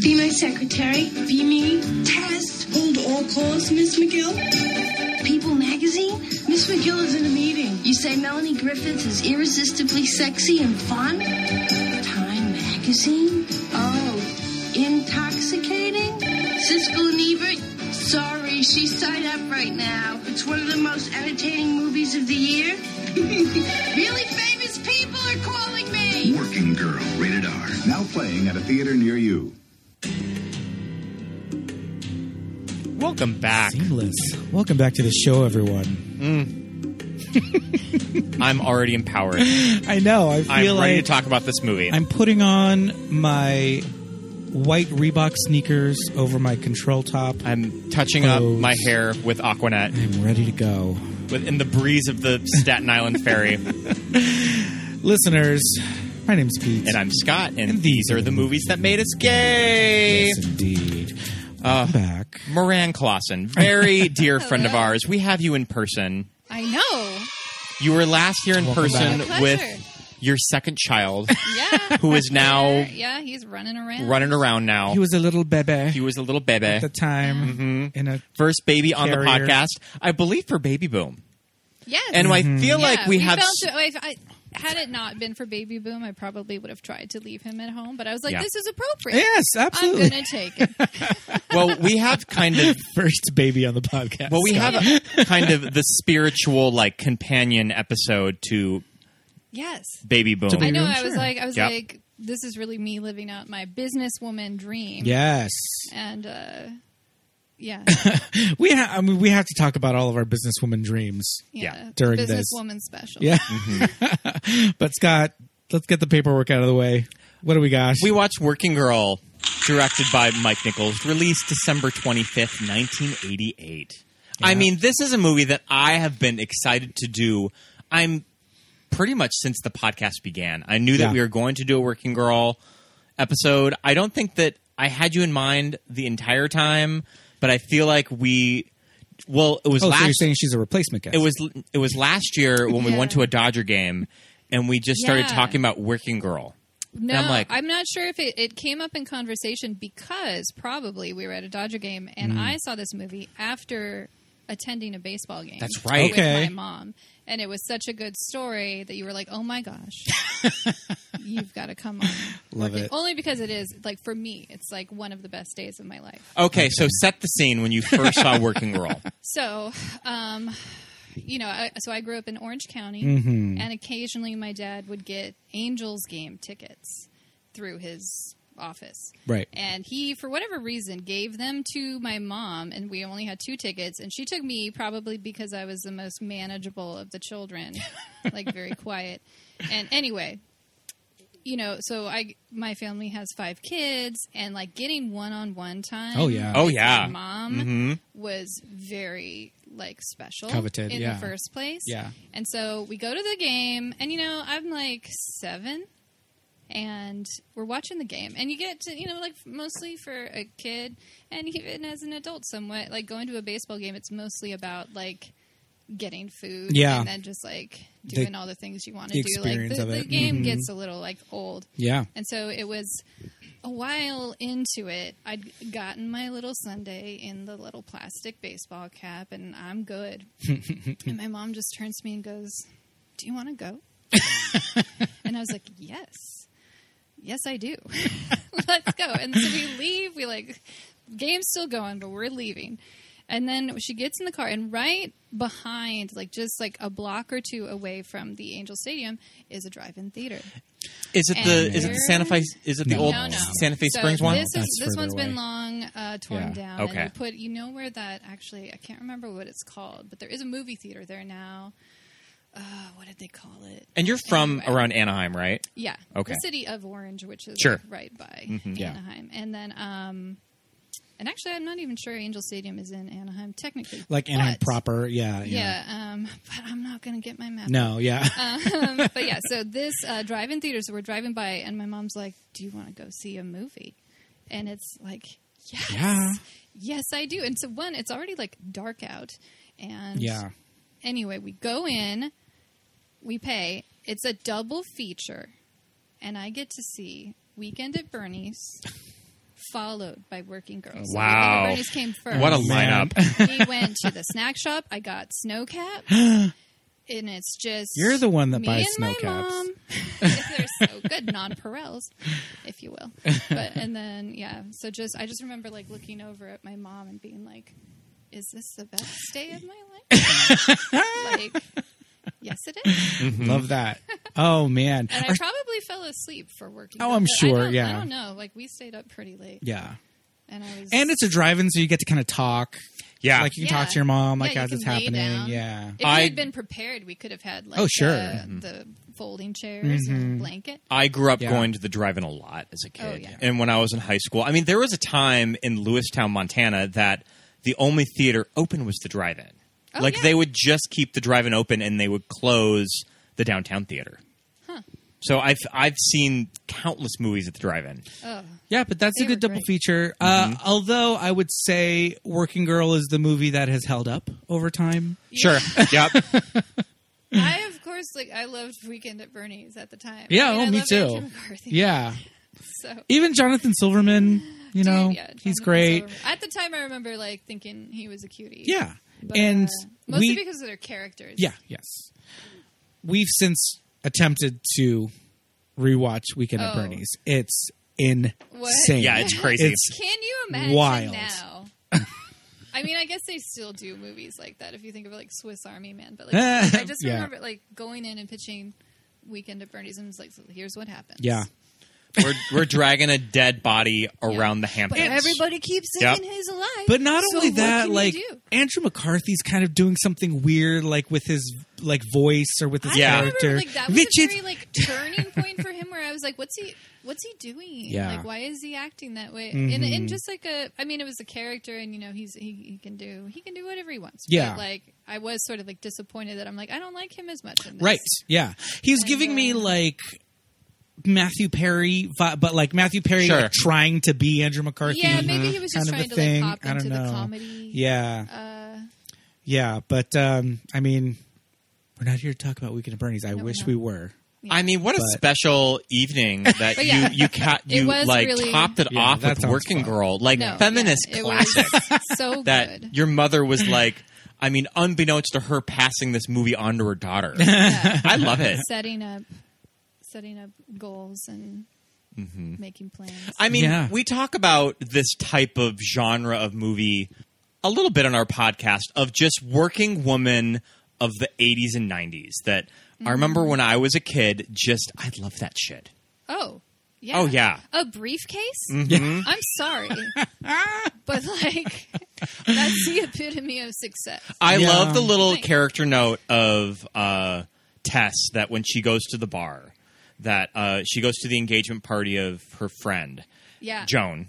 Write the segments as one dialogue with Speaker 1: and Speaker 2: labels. Speaker 1: Be my secretary. Be me. Test. Hold all calls, Miss McGill. People magazine? Miss McGill is in a meeting. You say Melanie Griffith is irresistibly sexy and fun? Time magazine? Oh, intoxicating? Siskel and Ebert? Sorry, she's tied up right now. It's one of the most entertaining movies of the year. really famous people are calling me.
Speaker 2: Working Girl, rated R.
Speaker 3: Now playing at a theater near you.
Speaker 4: Welcome back.
Speaker 5: Seamless. Welcome back to the show, everyone.
Speaker 4: I'm already empowered.
Speaker 5: I know. I feel
Speaker 4: I'm
Speaker 5: like
Speaker 4: ready to talk about this movie.
Speaker 5: I'm putting on my white Reebok sneakers over my control top.
Speaker 4: I'm touching up
Speaker 5: Clothes.
Speaker 4: my hair with Aquanet
Speaker 5: I'm ready to go.
Speaker 4: with, in the breeze of the Staten Island Ferry. and
Speaker 5: Listeners, my name's Pete.
Speaker 4: I'm Scott, and, these are the movies that made us gay.
Speaker 5: Yes, indeed.
Speaker 4: Uh,
Speaker 5: I'm back.
Speaker 4: Moran Clausen, very dear friend of ours. We have you in person.
Speaker 6: I know.
Speaker 4: You were last here in
Speaker 5: Welcome
Speaker 4: person
Speaker 6: back. My
Speaker 4: with
Speaker 6: pleasure.
Speaker 4: your second child,
Speaker 6: Yeah.
Speaker 4: who is now
Speaker 6: yeah, he's running around.
Speaker 4: running around now.
Speaker 5: He was a little
Speaker 4: oh. He
Speaker 5: bebe
Speaker 4: was Mm-hmm. a little
Speaker 5: at the
Speaker 4: baby.
Speaker 5: time in a
Speaker 4: First baby on the
Speaker 5: Carrier.
Speaker 4: podcast, I believe, for Baby Boom.
Speaker 6: Yes.
Speaker 4: And I
Speaker 5: Mm-hmm.
Speaker 4: feel
Speaker 6: Yeah,
Speaker 4: like we, have.
Speaker 6: felt
Speaker 4: s-
Speaker 6: it- if I, had it not been for Baby Boom, I probably would have tried to leave him at home. But I was like,
Speaker 4: Yeah.
Speaker 6: this is appropriate.
Speaker 5: Yes,
Speaker 6: I'm
Speaker 5: absolutely.
Speaker 6: going to take it.
Speaker 4: well, we have kind of
Speaker 5: First baby on the podcast.
Speaker 4: Well, we have a, kind of the spiritual like companion episode to
Speaker 6: Yes.
Speaker 4: Baby Boom.
Speaker 5: To
Speaker 6: I know.
Speaker 5: Yeah,
Speaker 6: I was
Speaker 5: sure.
Speaker 6: like, I was
Speaker 4: Yep.
Speaker 6: like, this is really me living out my businesswoman dream.
Speaker 5: Yes,
Speaker 6: And uh, yeah,
Speaker 5: we. Ha- I mean, we have to talk about all of our businesswoman dreams.
Speaker 6: yeah.
Speaker 5: During this.
Speaker 6: businesswoman special.
Speaker 5: Yeah.
Speaker 6: Mm-hmm.
Speaker 5: but Scott, let's get the paperwork out of the way. What do we got?
Speaker 4: we watched Working Girl, directed by Mike Nichols, released December twenty fifth, nineteen eighty eight. I mean, this is a movie that I have been excited to do. I'm pretty much since the podcast began. I knew that
Speaker 5: Yeah.
Speaker 4: we were going to do a Working Girl episode. I don't think that I had you in mind the entire time, but I feel like we. Well, it was
Speaker 5: oh,
Speaker 4: last.
Speaker 5: so you're saying she's a replacement guest?
Speaker 4: It was it was last year when we
Speaker 6: Yeah.
Speaker 4: went to a Dodger game and we just started
Speaker 6: Yeah.
Speaker 4: talking about Working Girl.
Speaker 6: No,
Speaker 4: And I'm like-
Speaker 6: not sure if it, it came up in conversation because probably we were at a Dodger game
Speaker 4: Hmm.
Speaker 6: and I saw this movie after attending a baseball game.
Speaker 4: That's right.
Speaker 6: With
Speaker 5: Okay.
Speaker 6: my mom. And it was such a good story that you were like, oh my gosh, you've got to come on.
Speaker 5: Love
Speaker 6: Working-
Speaker 5: it.
Speaker 6: Only because it is, like, for me, it's like one of the best days of my life.
Speaker 4: Okay, so set the scene when you first saw Working Girl.
Speaker 6: So, um, you know, I, so I grew up in Orange County,
Speaker 4: Mm-hmm.
Speaker 6: and occasionally my dad would get Angels game tickets through his office.
Speaker 5: Right.
Speaker 6: And he, for whatever reason, gave them to my mom, and we only had two tickets. And she took me probably because I was the most manageable of the children, like very quiet. And anyway, you know, so I my family has five kids, and like getting one on one time.
Speaker 5: Oh, yeah.
Speaker 4: Oh,
Speaker 6: with my
Speaker 4: yeah. Mm-hmm.
Speaker 6: mom was very like special,
Speaker 5: Coveted,
Speaker 6: in
Speaker 5: yeah.
Speaker 6: the first place.
Speaker 5: Yeah.
Speaker 6: and so we go to the game, and you know, I'm like seven and we're watching the game and you get to you know like mostly for a kid and even as an adult somewhat like going to a baseball game it's mostly about like getting food
Speaker 5: Yeah.
Speaker 6: and then just like
Speaker 5: The-
Speaker 6: doing all the things you want
Speaker 5: the
Speaker 6: to do like
Speaker 5: experience
Speaker 6: the,
Speaker 5: of
Speaker 6: the
Speaker 5: it.
Speaker 6: game
Speaker 5: Mhm.
Speaker 6: gets a little like old
Speaker 5: yeah.
Speaker 6: and so it was a while into it, I'd gotten my little Sunday in the little plastic baseball cap, and I'm good. and my mom just turns to me and goes, Do you want to go? and I was like, Yes. Yes, I do. Let's go. And so we leave. We like, game's still going, but we're leaving. And then she gets in the car, and right behind, like just like a block or two away from the Angel Stadium, is a drive in theater.
Speaker 4: Is it the is it the Santa Fe is it the
Speaker 5: No.
Speaker 4: old
Speaker 6: No, no.
Speaker 4: Santa Fe
Speaker 6: So
Speaker 4: Springs one?
Speaker 6: This, is,
Speaker 5: That's
Speaker 6: this
Speaker 5: further
Speaker 6: one's
Speaker 5: away.
Speaker 6: been long uh, torn
Speaker 5: Yeah.
Speaker 6: down.
Speaker 4: Okay.
Speaker 6: And you put you know where that actually I can't remember what it's called, but there is a movie theater there now. Uh, what did they call it?
Speaker 4: And you're from
Speaker 6: Anyway.
Speaker 4: around Anaheim, right?
Speaker 6: Yeah.
Speaker 4: Okay.
Speaker 6: The city of Orange, which is
Speaker 4: Sure. Mm-hmm.
Speaker 6: right by
Speaker 5: Yeah.
Speaker 6: Anaheim, and then um, and actually I'm not even sure Angel Stadium is in Anaheim technically.
Speaker 5: Like Anaheim
Speaker 6: but-
Speaker 5: proper. Yeah.
Speaker 6: Yeah. Um, but I'm not going to get my map.
Speaker 5: No. Yeah.
Speaker 6: Um, but yeah, so this uh, drive-in theater, so we're driving by, and my mom's like, "Do you want to go see a movie?" And it's like, "Yes,
Speaker 5: Yeah.
Speaker 6: yes, I do." And so one, it's already like dark out, and
Speaker 5: yeah.
Speaker 6: Anyway, we go in, we pay. It's a double feature, and I get to see Weekend at Bernie's followed by Working Girls. So
Speaker 2: Wow.
Speaker 6: The Bernie's came first.
Speaker 2: What a
Speaker 5: man.
Speaker 2: lineup.
Speaker 6: we went to the snack shop. I got snow cap, and it's just
Speaker 5: You're the one that
Speaker 6: me
Speaker 5: buys
Speaker 6: and
Speaker 5: snow
Speaker 6: my
Speaker 5: caps.
Speaker 6: Mom, if they're so good, nonpareils, if you will. But and then yeah, so just I just remember like looking over at my mom and being like, "Is this the best day of my life?" like, yes, it is.
Speaker 5: Love that. Oh man.
Speaker 6: Mm-hmm. And I
Speaker 5: Our-
Speaker 6: probably fell asleep for working.
Speaker 5: Oh,
Speaker 6: Girl,
Speaker 5: I'm
Speaker 6: but I
Speaker 5: sure,
Speaker 6: don't-
Speaker 5: yeah.
Speaker 6: I don't know. Like we stayed up pretty late,
Speaker 5: yeah.
Speaker 6: and I was
Speaker 5: And it's a drive-in, so you get to kind of talk.
Speaker 2: Yeah.
Speaker 5: Like you can
Speaker 6: Yeah.
Speaker 5: talk to your mom, like
Speaker 6: Yeah, you
Speaker 5: as
Speaker 6: can
Speaker 5: it's
Speaker 6: lay
Speaker 5: happening.
Speaker 6: down.
Speaker 5: Yeah.
Speaker 6: If
Speaker 4: I-
Speaker 6: we had been prepared, we could have had like
Speaker 5: Oh, sure. Mm-hmm.
Speaker 6: the, the folding chairs and blanket.
Speaker 4: I grew up
Speaker 5: Yeah.
Speaker 4: going to the drive-in a lot as a kid,
Speaker 6: Oh, yeah.
Speaker 4: and when I was in high school, I mean, there was a time in Lewistown, Montana, that the only theater open was the drive-in.
Speaker 6: Oh,
Speaker 4: like
Speaker 6: yeah.
Speaker 4: they would just keep the drive-in open, and they would close the downtown theater. So I've I've seen countless movies at the drive-in.
Speaker 6: Oh,
Speaker 5: Yeah, but that's
Speaker 6: They
Speaker 5: a good
Speaker 6: were
Speaker 5: double
Speaker 6: great. Mm-hmm.
Speaker 5: feature. Uh, although I would say Working Girl is the movie that has held up over time.
Speaker 4: Sure. yep.
Speaker 6: I of course like I loved Weekend at Bernie's at the time.
Speaker 5: Yeah,
Speaker 6: I mean,
Speaker 5: oh,
Speaker 6: I
Speaker 5: me
Speaker 6: love
Speaker 5: too.
Speaker 6: Andrew McCarthy,
Speaker 5: Yeah.
Speaker 6: so
Speaker 5: Even Jonathan Silverman, you know,
Speaker 6: Dude, yeah,
Speaker 5: he's
Speaker 6: Jonathan
Speaker 5: great.
Speaker 6: Silverman. At the time, I remember like thinking he was a cutie.
Speaker 5: Yeah.
Speaker 6: But,
Speaker 5: and
Speaker 6: uh, mostly
Speaker 5: we
Speaker 6: because of their characters.
Speaker 5: Yeah, yes. We've since attempted to rewatch Weekend at
Speaker 6: Oh.
Speaker 5: Bernie's. It's insane.
Speaker 4: Yeah, it's crazy.
Speaker 5: It's-
Speaker 6: Can you imagine
Speaker 5: Wild.
Speaker 6: now? I mean, I guess they still do movies like that if you think of it like Swiss Army Man. But like, I just
Speaker 5: Yeah.
Speaker 6: remember like going in and pitching Weekend at Bernie's and was like, so here's what happens.
Speaker 5: Yeah.
Speaker 4: we're we're dragging a dead body around the
Speaker 6: But
Speaker 4: Hamptons.
Speaker 6: everybody keeps
Speaker 4: Yep.
Speaker 6: thinking he's alive.
Speaker 5: But not
Speaker 6: so
Speaker 5: only
Speaker 6: what
Speaker 5: that,
Speaker 6: can you
Speaker 5: like
Speaker 6: do?
Speaker 5: Andrew McCarthy's kind of doing something weird, like with his like voice or with his
Speaker 6: I
Speaker 4: Yeah.
Speaker 5: character.
Speaker 6: remember like that was
Speaker 5: Which
Speaker 6: a
Speaker 5: is-
Speaker 6: very like turning point for him where I was like, what's he what's he doing?
Speaker 5: Yeah. Mm-hmm.
Speaker 6: Like why is he acting that way? And and just like a I mean it was a character and you know he's he, he can do he can do whatever he wants. But,
Speaker 5: Yeah.
Speaker 6: like I was sort of like disappointed that I'm like, I don't like him as much in this.
Speaker 5: Right. Yeah. He's
Speaker 6: And,
Speaker 5: giving me
Speaker 6: uh,
Speaker 5: like Matthew Perry, vi- but like Matthew Perry
Speaker 4: Sure.
Speaker 5: like, trying to be Andrew McCarthy.
Speaker 6: Yeah, maybe he was
Speaker 5: uh, kind of
Speaker 6: just
Speaker 5: a
Speaker 6: trying to
Speaker 5: thing. I
Speaker 6: like pop
Speaker 5: don't
Speaker 6: into the
Speaker 5: know.
Speaker 6: comedy.
Speaker 5: Yeah.
Speaker 6: Uh,
Speaker 5: yeah. But um, I mean, we're not here to talk about Weekend at Bernie's. I
Speaker 6: No, we're
Speaker 5: wish
Speaker 6: not.
Speaker 5: we were.
Speaker 4: I mean, what a
Speaker 5: But-
Speaker 4: special evening that
Speaker 6: But yeah,
Speaker 4: you you ca-
Speaker 6: it
Speaker 4: you
Speaker 6: was
Speaker 4: like
Speaker 6: really-
Speaker 4: topped it
Speaker 5: Yeah,
Speaker 4: off
Speaker 5: that
Speaker 4: with
Speaker 5: sounds
Speaker 4: Working
Speaker 5: fun.
Speaker 4: Girl, like
Speaker 6: no,
Speaker 4: feminist
Speaker 6: yeah, it was
Speaker 4: classic
Speaker 6: So
Speaker 4: that
Speaker 6: good.
Speaker 4: your mother was like. I mean, unbeknownst to her, passing this movie on to her daughter.
Speaker 6: Yeah.
Speaker 4: I love it.
Speaker 6: setting up setting up goals and
Speaker 5: Mm-hmm.
Speaker 6: making plans.
Speaker 4: I mean,
Speaker 5: Yeah.
Speaker 4: we talk about this type of genre of movie a little bit on our podcast of just working woman of the 80s and 90s that I remember when I was a kid, just I love that shit.
Speaker 6: Oh, yeah.
Speaker 4: Oh, yeah. Mm-hmm.
Speaker 6: A briefcase? I'm sorry. but, like, that's the epitome of success.
Speaker 4: I
Speaker 5: Yeah.
Speaker 4: love the little
Speaker 6: Right.
Speaker 4: character note of uh, Tess that when she goes to the bar, that uh, she goes to the engagement party of her friend,
Speaker 6: Yeah.
Speaker 4: Joan,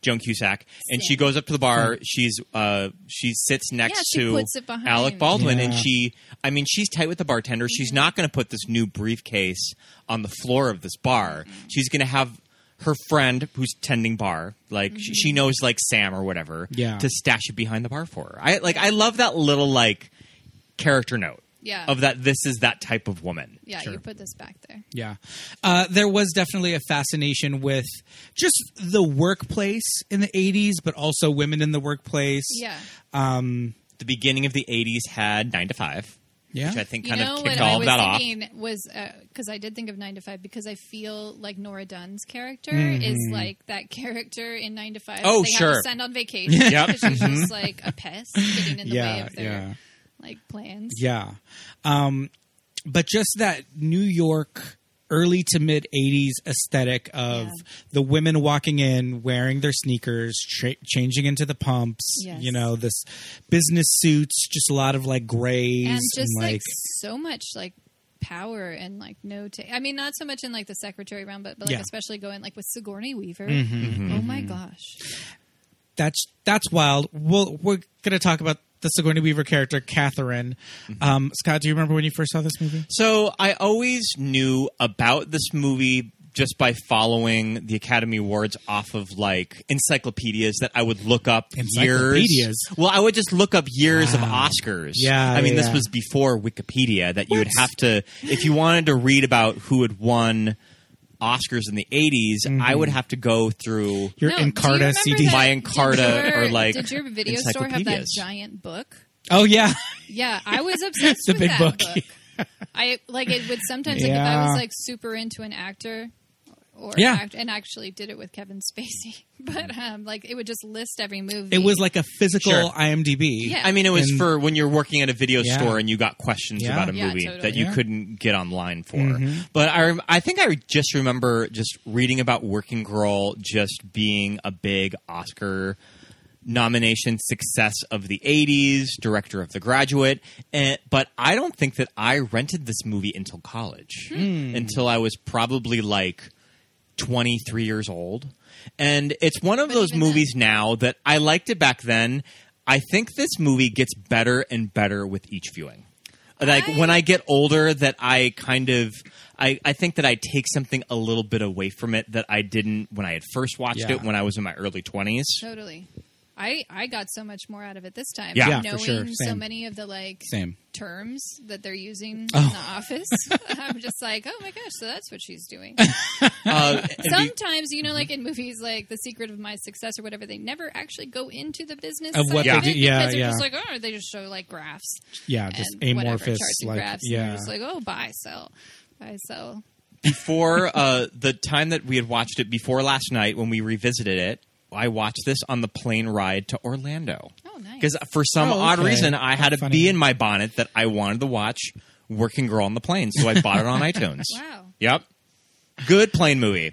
Speaker 4: Joan Cusack, and
Speaker 6: Stan.
Speaker 4: she goes up to the bar. She's uh, she sits next
Speaker 6: Yeah, she
Speaker 4: to
Speaker 6: puts it behind.
Speaker 4: Alec Baldwin, and
Speaker 5: Yeah.
Speaker 4: she, I mean, she's tight with the bartender. She's not going to put this new briefcase on the floor of this bar.
Speaker 6: Mm-hmm.
Speaker 4: She's going to have. Her friend, who's tending bar, like
Speaker 6: Mm-hmm.
Speaker 4: she, she knows, like Sam or whatever,
Speaker 5: Yeah.
Speaker 4: to stash it behind the bar for her. I like I love that little like character note.
Speaker 6: Yeah.
Speaker 4: Of that this is that type of woman.
Speaker 6: Yeah, you put this back there.
Speaker 5: Yeah. Uh, there was definitely a fascination with just the workplace in the 80s, but also women in the workplace.
Speaker 6: Yeah.
Speaker 4: The beginning of the eighties had nine to five.
Speaker 5: Yeah.
Speaker 4: Which I think
Speaker 6: You
Speaker 4: kind
Speaker 6: know
Speaker 4: of
Speaker 6: what
Speaker 4: kicked
Speaker 6: I
Speaker 4: all
Speaker 6: was
Speaker 4: of that off.
Speaker 6: thinking was because I did think of Nine to Five because I feel like Nora Dunn's character is
Speaker 5: Mm-hmm.
Speaker 6: like that character in Nine to Five.
Speaker 4: Oh,
Speaker 6: they
Speaker 4: sure.
Speaker 6: Have to send on vacation.
Speaker 4: Yep.
Speaker 6: because She's just like a pest getting in the way
Speaker 5: Mm-hmm. Yeah,
Speaker 6: of their
Speaker 5: yeah.
Speaker 6: like plans.
Speaker 5: Yeah. Um, but just that New York early to mid 80s aesthetic of
Speaker 6: Yeah.
Speaker 5: the women walking in wearing their sneakers tra- changing into the pumps
Speaker 6: Yes.
Speaker 5: you know this business suits just a lot of like grays
Speaker 6: and just like,
Speaker 5: like
Speaker 6: so much like power and like no ta- I mean not so much in like the secretary round but, but like
Speaker 5: Yeah. Mm-hmm,
Speaker 6: especially going like with Sigourney Weaver oh my gosh
Speaker 5: that's that's wild. We'll, we're going to talk about the Sigourney Weaver character, Catherine. Um, Scott, do you remember when you first saw this movie?
Speaker 4: So I always knew about this movie just by following the Academy Awards off of like encyclopedias that I would look up years.
Speaker 5: Encyclopedias?
Speaker 4: Well, I would just look up years
Speaker 5: Wow.
Speaker 4: of Oscars.
Speaker 5: Yeah,
Speaker 4: I mean,
Speaker 5: yeah.
Speaker 4: this was before Wikipedia that you would
Speaker 5: What?
Speaker 4: have to, if you wanted to read about who had won Oscars in the 80s, I
Speaker 5: Mm-hmm.
Speaker 4: would have to go through.
Speaker 5: Your
Speaker 6: No, do you
Speaker 5: Encarta
Speaker 6: remember
Speaker 5: CD.
Speaker 6: that-
Speaker 4: My
Speaker 6: did
Speaker 4: Encarta
Speaker 6: your-
Speaker 4: or, like,
Speaker 6: Did your video store have that
Speaker 4: encyclopedias.
Speaker 6: giant book?
Speaker 5: Oh yeah,
Speaker 6: Yeah, I was obsessed
Speaker 5: The
Speaker 6: with
Speaker 5: big
Speaker 6: that
Speaker 5: book.
Speaker 6: book. I like it would sometimes like if I
Speaker 5: Yeah.
Speaker 6: was like super into an actor or
Speaker 5: Yeah.
Speaker 6: act, and actually did it with Kevin Spacey, but um like it would just list every movie.
Speaker 5: it was like a physical
Speaker 4: Sure.
Speaker 5: IMDb.
Speaker 6: Yeah.
Speaker 4: I mean, it was
Speaker 5: And-
Speaker 4: for when you're working at a video
Speaker 5: Yeah.
Speaker 4: store and you got questions
Speaker 5: Yeah.
Speaker 4: about a
Speaker 6: Yeah,
Speaker 4: movie
Speaker 6: totally.
Speaker 4: that you
Speaker 5: Yeah. Mm-hmm.
Speaker 4: couldn't get online for. But I, rem- I think I just remember just reading about Working Girl just being a big Oscar nomination success of the 80s, director of The Graduate. And, but I don't think that I rented this movie until college,
Speaker 5: Hmm.
Speaker 4: until I was probably like 23 years old. And it's one of
Speaker 6: But
Speaker 4: those
Speaker 6: even then-
Speaker 4: movies now that I liked it back then. I think this movie gets better and better with each viewing. Like
Speaker 6: I-
Speaker 4: when I get older, that I kind of. I, I think that I take something a little bit away from it that I didn't when I had first watched
Speaker 5: Yeah.
Speaker 4: it when I was in my early Uh, 20s.
Speaker 6: totally. I I got so much more out of it this time.
Speaker 4: Yeah.
Speaker 5: Yeah, for
Speaker 6: knowing
Speaker 5: sure.
Speaker 6: so
Speaker 5: Same.
Speaker 6: many of the like
Speaker 5: Same.
Speaker 6: terms that they're using
Speaker 5: Oh.
Speaker 6: in the office. I'm just like, oh my gosh, so that's what she's doing.
Speaker 4: Uh, it'd be-
Speaker 6: Sometimes, you
Speaker 5: Mm-hmm.
Speaker 6: know, like in movies like The Secret of My Success or whatever, they never actually go into the business
Speaker 5: Of what
Speaker 6: side
Speaker 5: they
Speaker 6: it
Speaker 5: do- yeah,
Speaker 6: because they're
Speaker 5: yeah.
Speaker 6: just like, oh, they just show like graphs.
Speaker 5: yeah, just
Speaker 6: and whatever,
Speaker 5: amorphous,
Speaker 6: charts and
Speaker 5: like
Speaker 6: graphs, and
Speaker 5: yeah,
Speaker 6: you're just like, oh, buy, sell, buy, sell.
Speaker 4: before uh, the time that we had watched it before last night when we revisited it, I watched this on the plane ride to Orlando.
Speaker 6: Oh, nice.
Speaker 4: Because for some
Speaker 5: Oh,
Speaker 4: odd
Speaker 5: okay.
Speaker 4: reason, I had a
Speaker 5: Funny.
Speaker 4: bee in my bonnet that I wanted to watch Working Girl on the Plane, so I bought it on iTunes.
Speaker 6: Wow.
Speaker 4: Yep. Good plane movie.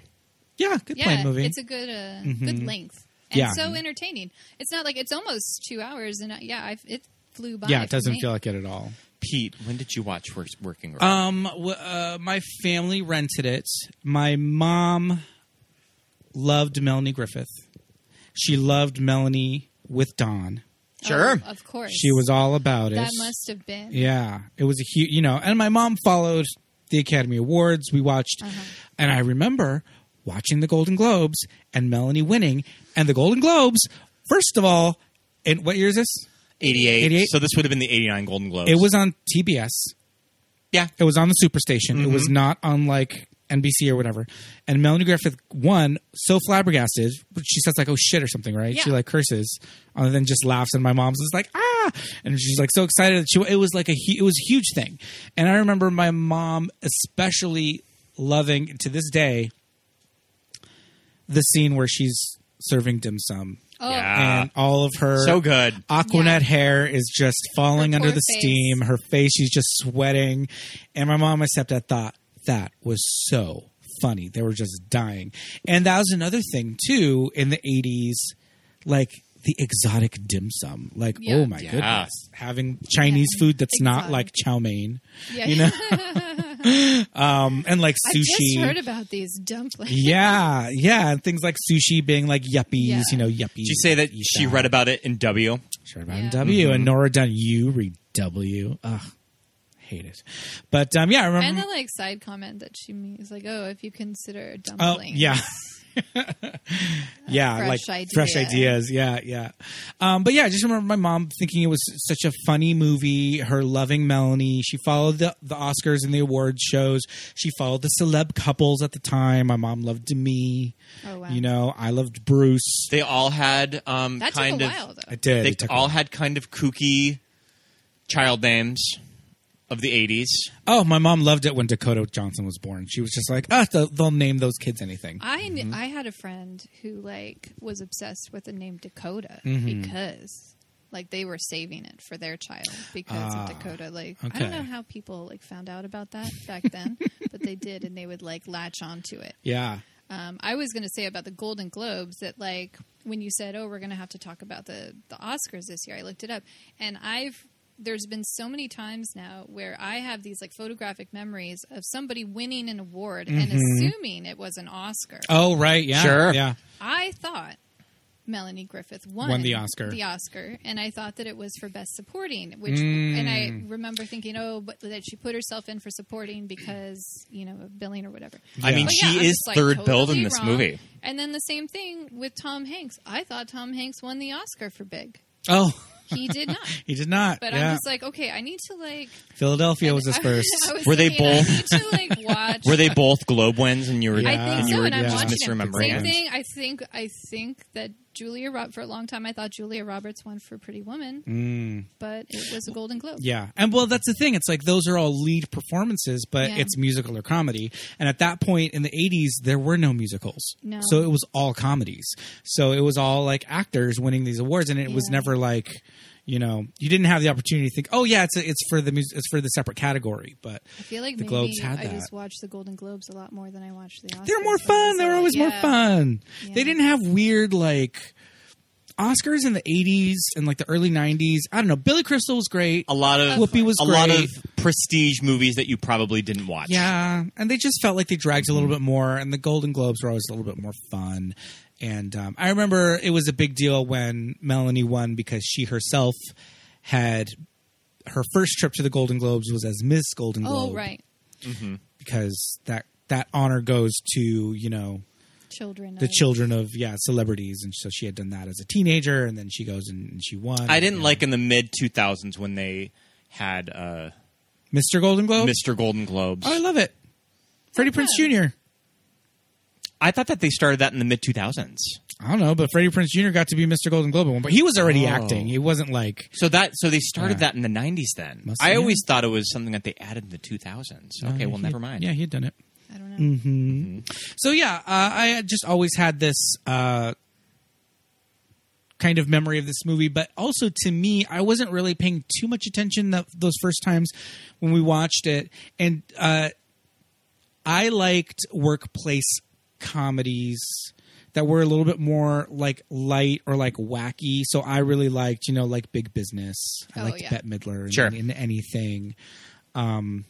Speaker 5: yeah, good
Speaker 6: Yeah,
Speaker 5: plane movie. Mm-hmm.
Speaker 6: it's a good, uh, good length. And
Speaker 5: Yeah.
Speaker 6: so entertaining. It's not like it's almost two hours, and I, yeah, I've, it flew by.
Speaker 5: yeah, it
Speaker 6: for
Speaker 5: doesn't
Speaker 6: me.
Speaker 5: feel like it at all.
Speaker 4: Pete, when did you watch Wor- Working Girl?
Speaker 5: Um, w- uh, my family rented it. My mom loved Melanie Griffith. She loved Melanie with Don.
Speaker 6: Oh,
Speaker 4: Sure.
Speaker 6: of course.
Speaker 5: She was all about it.
Speaker 6: That must have been.
Speaker 5: Yeah, it was a huge, you know, and my mom followed the Academy Awards. We watched,
Speaker 6: Uh-huh.
Speaker 5: and I remember watching the Golden Globes and Melanie winning. And the Golden Globes, first of all, in what year is this?
Speaker 4: 88.
Speaker 5: 88?
Speaker 4: So this would have been the 89 Golden Globes.
Speaker 5: It was on TBS.
Speaker 4: Yeah. Mm-hmm.
Speaker 5: It was on the Superstation. It was not on like NBC or whatever. And Melanie Griffith won so flabbergasted, but she says like "oh shit" or something, right? She
Speaker 6: Yeah.
Speaker 5: like curses and then just laughs. And my mom's just like ah, and she's like so excited. That she it was like a hu- it was a huge thing. And I remember my mom especially loving to this day the scene where she's serving dim sum.
Speaker 6: Oh,
Speaker 4: Yeah.
Speaker 5: and all of her
Speaker 4: Ah. so good.
Speaker 5: Aquanet
Speaker 6: Yeah.
Speaker 5: hair is just falling
Speaker 6: Her
Speaker 5: under
Speaker 6: poor
Speaker 5: the
Speaker 6: face.
Speaker 5: steam. Her face, she's just sweating. And my mom and my stepdad thought that was so funny. They were just dying. And that was another thing, too, in the 80s, like the exotic dim sum. Like,
Speaker 6: Yeah.
Speaker 5: oh my
Speaker 4: Yeah.
Speaker 5: goodness. Having Chinese
Speaker 6: Yeah.
Speaker 5: food that's not
Speaker 6: Exotic.
Speaker 5: like chow mein
Speaker 6: yeah.
Speaker 5: um, and like
Speaker 6: I
Speaker 5: sushi.
Speaker 6: just heard about these dumplings.
Speaker 5: yeah, yeah. And things like sushi being like yuppies,
Speaker 6: Yeah.
Speaker 5: you know, yuppies.
Speaker 4: Did you say that she read about it in W?
Speaker 5: Sure about
Speaker 6: Yeah.
Speaker 5: W and Nora Dunn U read W. Ugh, hate it. But um, yeah, I
Speaker 6: And
Speaker 5: remember.
Speaker 6: the like side comment that she means like, oh, if you consider
Speaker 5: Oh
Speaker 6: dumplings.
Speaker 5: yeah, yeah,
Speaker 6: Uh, fresh
Speaker 5: like fresh
Speaker 6: idea.
Speaker 5: ideas. Yeah, yeah. Um, but yeah, I just remember my mom thinking it was such a funny movie. Her loving Melanie. She followed the, the Oscars and the awards shows. She followed the celeb couples at the time. My mom loved Demi.
Speaker 6: Oh, wow.
Speaker 5: You know, I loved Bruce.
Speaker 4: They all had um,
Speaker 6: That
Speaker 4: kind
Speaker 6: took a
Speaker 4: of.
Speaker 6: while though.
Speaker 5: I did.
Speaker 4: They
Speaker 5: It took a
Speaker 4: all
Speaker 5: while.
Speaker 4: had kind of kooky child names of the 80s.
Speaker 5: Oh, my mom loved it when Dakota Johnson was born. She was just like, ah, they'll, they'll name those kids anything.
Speaker 6: I kn- I had a friend who like was obsessed with the name Dakota because like they were saving it for their child because of Dakota. Like I
Speaker 5: okay.
Speaker 6: don't know how people like found out about that back then, but they did, and they would like latch onto it.
Speaker 5: Yeah.
Speaker 6: Um, I was going to say about the Golden Globes that, like, when you said, "Oh, we're going to have to talk about the the Oscars this year," I looked it up, and I've there's been so many times now where I have these like photographic memories of somebody winning an award and assuming it was an Oscar.
Speaker 5: Oh, right. Yeah.
Speaker 4: Sure.
Speaker 5: Yeah.
Speaker 6: I thought Melanie Griffith won,
Speaker 5: Won the Oscar.
Speaker 6: the Oscar, and I thought that it was for Best Supporting, which and I
Speaker 4: Mm.
Speaker 6: remember thinking, "Oh, but that she put herself in for supporting because you know of billing or whatever."
Speaker 4: I mean,
Speaker 6: But
Speaker 4: she
Speaker 6: yeah, I'm
Speaker 4: is
Speaker 6: just, like,
Speaker 4: third
Speaker 6: totally
Speaker 4: build in this
Speaker 6: wrong.
Speaker 4: movie.
Speaker 6: And then the same thing with Tom Hanks. I thought Tom Hanks won the Oscar for Big.
Speaker 5: Oh,
Speaker 6: He did not.
Speaker 5: He did not.
Speaker 6: But
Speaker 5: yeah.
Speaker 6: I'm just like, okay, I need to like.
Speaker 5: Philadelphia was his
Speaker 6: I-
Speaker 5: first.
Speaker 6: I was
Speaker 4: Were they
Speaker 6: thinking, I
Speaker 4: both-
Speaker 6: need to like watch.
Speaker 4: Were they both globe wins and you were
Speaker 6: I
Speaker 5: Yeah.
Speaker 6: think
Speaker 4: and you
Speaker 6: so,
Speaker 4: were
Speaker 6: and I'm
Speaker 5: yeah.
Speaker 4: just
Speaker 6: watching it.
Speaker 4: misremembering?
Speaker 6: Same
Speaker 5: it.
Speaker 6: thing. I think. I think that Julia Rob for a long time. I thought Julia Roberts won for Pretty Woman, but it was a Golden Globe.
Speaker 5: Mm. Yeah. And well, that's the thing. It's like those are all lead performances, but
Speaker 6: Yeah.
Speaker 5: it's musical or comedy. And at that point in the 80s, there were no musicals.
Speaker 6: No.
Speaker 5: So it was all comedies. So it was all like actors winning these awards. And it was
Speaker 6: Yeah.
Speaker 5: never like, you know, you didn't have the opportunity to think, oh, yeah, it's, a, it's for the music, it's for the separate category. But
Speaker 6: I feel like
Speaker 5: The
Speaker 6: maybe
Speaker 5: Globes had
Speaker 6: I
Speaker 5: that.
Speaker 6: just watched the Golden Globes a lot more than I watched the Oscars.
Speaker 5: they're more
Speaker 6: So I was
Speaker 5: fun. They're
Speaker 6: like,
Speaker 5: always more
Speaker 6: yeah.
Speaker 5: fun. They
Speaker 6: Yeah.
Speaker 5: didn't have weird like Oscars in the 80s and like the early 90s. I don't know. Billy Crystal was great.
Speaker 4: A lot of
Speaker 5: Whoopi was
Speaker 4: a lot of
Speaker 5: great.
Speaker 4: prestige movies that you probably didn't watch.
Speaker 5: Yeah, and they just felt like they dragged a little bit more, and the Golden Globes were always a little bit more fun. And um, I remember it was a big deal when Melanie won because she herself had her first trip to the Golden Globes was as Miss Golden Globe.
Speaker 6: Oh right,
Speaker 5: because that that honor goes to you know
Speaker 6: children.
Speaker 5: the
Speaker 6: of-
Speaker 5: children of yeah celebrities, and so she had done that as a teenager, and then she goes and, and she won.
Speaker 4: I didn't
Speaker 5: Yeah.
Speaker 4: like in the mid 2000s when they had uh,
Speaker 5: Mr. Golden Globe.
Speaker 4: Mr. Golden Globes.
Speaker 5: oh, I love it. Freddie Prince Jr.
Speaker 4: I thought that they started that in the mid 2000s.
Speaker 5: I don't know, but Freddie Prince Jr. got to be Mr. Golden Globe at one, but he was already
Speaker 4: Oh.
Speaker 5: acting. He wasn't like
Speaker 4: So that so they started
Speaker 5: Yeah.
Speaker 4: that in the 90s then.
Speaker 5: Must
Speaker 4: I
Speaker 5: have
Speaker 4: always thought it was something that they added in the 2000s. Okay, well
Speaker 5: uh, he-
Speaker 4: never mind.
Speaker 5: Yeah, he had done it.
Speaker 6: I don't know.
Speaker 5: Mm. So yeah, uh, I had just always had this uh, kind of memory of this movie, but also to me, I wasn't really paying too much attention that, those first times when we watched it, and uh, I liked workplace comedies that were a little bit more like light or like wacky. So I really liked, you know, like Big Business. I
Speaker 6: Oh,
Speaker 5: liked
Speaker 6: yeah.
Speaker 5: Bette Midler in,
Speaker 4: Sure.
Speaker 5: in anything. Um,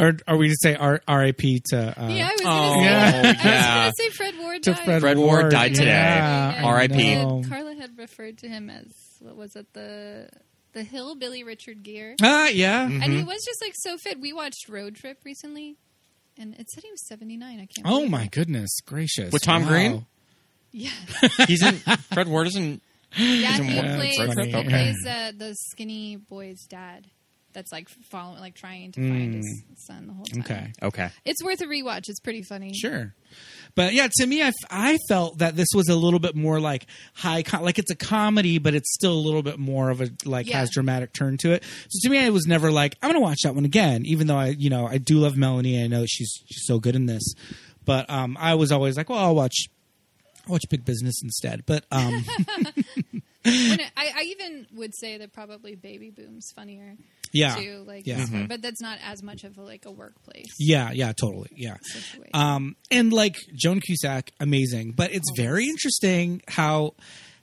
Speaker 5: or are we to say R- R.I.P. to uh,
Speaker 6: Yeah, I was
Speaker 4: Oh,
Speaker 6: gonna say. I was
Speaker 4: yeah.
Speaker 6: gonna say Fred Ward.
Speaker 5: to
Speaker 6: died.
Speaker 5: Fred,
Speaker 4: Fred Ward died today.
Speaker 5: Yeah,
Speaker 6: Yeah.
Speaker 5: I
Speaker 4: R.I.P..
Speaker 5: know.
Speaker 6: Uh, Carla had referred to him as what was it the the hillbilly Richard Gere,
Speaker 5: Ah, yeah.
Speaker 6: and he was just like so fit. We watched Road Trip recently, and it said he was seventy nine. I can't.
Speaker 5: Oh
Speaker 6: believe
Speaker 5: my
Speaker 6: it.
Speaker 5: goodness gracious!
Speaker 4: With Tom Green?
Speaker 6: Yeah,
Speaker 4: He's in Fred Ward is in
Speaker 6: yeah.
Speaker 4: in
Speaker 6: He
Speaker 4: one-
Speaker 6: plays,
Speaker 4: Road Trip,
Speaker 6: he
Speaker 4: okay.
Speaker 6: plays uh, the skinny boy's dad. That's like following, like trying to find his son the whole time.
Speaker 5: Mm. Okay,
Speaker 4: Okay.
Speaker 6: it's worth a rewatch. It's pretty funny.
Speaker 5: sure. But yeah, to me, I, f- I felt that this was a little bit more like high, co- like it's a comedy, but it's still a little bit more of a like
Speaker 6: Yeah.
Speaker 5: has dramatic turn to it. So to me, I was never like I'm going to watch that one again, even though I, you know, I do love Melanie. I know she's she's so good in this, but um, I was always like, well, I'll watch, I'll watch Big Business instead. But um,
Speaker 6: When I, I even would say that probably Baby Boom's funnier.
Speaker 5: yeah,
Speaker 6: too. Like,
Speaker 5: Yeah. Mm-hmm.
Speaker 6: yeah. but that's not as much of a, like a workplace
Speaker 5: yeah, yeah, totally, yeah.
Speaker 6: situation.
Speaker 5: Um, and like Joan Cusack, amazing, but it's
Speaker 6: Oh,
Speaker 5: very interesting how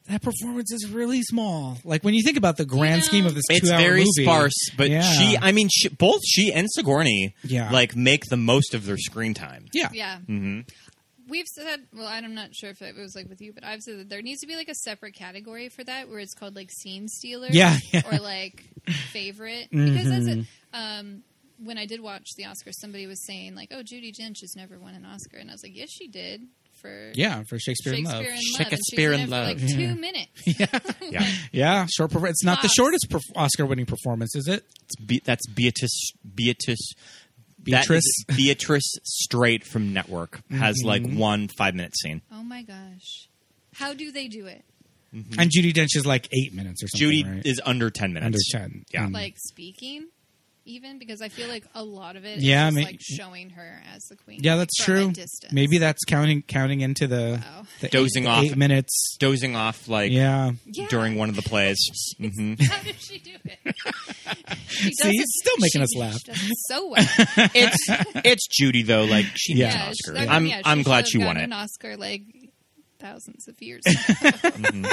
Speaker 5: that performance is really small. Like when you think about the grand
Speaker 6: know,
Speaker 5: scheme of this
Speaker 4: It's
Speaker 5: two-hour
Speaker 4: very
Speaker 5: movie,
Speaker 4: sparse, but
Speaker 5: Yeah.
Speaker 4: she I mean she, both she and Sigourney
Speaker 5: Yeah.
Speaker 4: like make the most of their screen time.
Speaker 5: yeah,
Speaker 6: yeah.
Speaker 5: Mm-hmm.
Speaker 6: We've said, well, I'm not sure if it was like with you, but I've said that there needs to be like a separate category for that where it's called like scene stealer,
Speaker 5: Yeah, yeah. Mm-hmm.
Speaker 6: or like favorite. Because that's it. Um, when I did watch the Oscars, somebody was saying like, "Oh, Judy Dench has never won an Oscar," and I was like, "Yes, she did for
Speaker 5: yeah, for Shakespeare, in
Speaker 6: Shakespeare
Speaker 5: Love.
Speaker 6: in Love."
Speaker 4: Shakespeare in
Speaker 6: and she's in it for,
Speaker 4: Love.
Speaker 6: like two minutes.
Speaker 4: Yeah.
Speaker 5: Yeah, short. Perfor- it's not the
Speaker 6: Fox.
Speaker 5: shortest perf- Oscar-winning performance, is it?
Speaker 4: It's Be- that's Beatrice Beatrice that
Speaker 5: Beatrice. Mm-hmm.
Speaker 4: is Beatrice straight from Network has like one 5 minute scene.
Speaker 6: Oh my gosh, how do they do it?
Speaker 5: and Judy Dench is like eight minutes or something.
Speaker 4: Mm-hmm. Judy
Speaker 5: right?
Speaker 4: is under 10
Speaker 5: under
Speaker 4: minutes.
Speaker 5: ten.
Speaker 4: Yeah.
Speaker 5: Mm.
Speaker 6: like speaking even because i feel like a lot of it is
Speaker 5: Yeah, I
Speaker 6: just,
Speaker 5: mean-
Speaker 6: like showing her as the queen
Speaker 5: yeah,
Speaker 6: like,
Speaker 5: that's
Speaker 6: from a
Speaker 5: true.
Speaker 6: distance.
Speaker 5: Maybe that's counting counting into the,
Speaker 6: Wow.
Speaker 5: the eight-
Speaker 4: Dozing
Speaker 5: the
Speaker 4: off.
Speaker 5: eight minutes.
Speaker 4: Dozing off like
Speaker 5: Yeah,
Speaker 6: Yeah.
Speaker 4: during one of the plays. hmm
Speaker 6: how does she do it she
Speaker 5: See,
Speaker 6: does
Speaker 5: it's still making us laugh.
Speaker 6: she does it so well
Speaker 4: it's it's Judy though. Like she
Speaker 5: Yeah.
Speaker 4: needs
Speaker 6: Yeah,
Speaker 4: an
Speaker 6: she-
Speaker 4: Oscar.
Speaker 6: I mean,
Speaker 4: I'm
Speaker 6: yeah, she
Speaker 4: I'm glad
Speaker 6: should've
Speaker 4: she won
Speaker 6: gotten
Speaker 4: it.
Speaker 6: an oscar like thousands of years ago.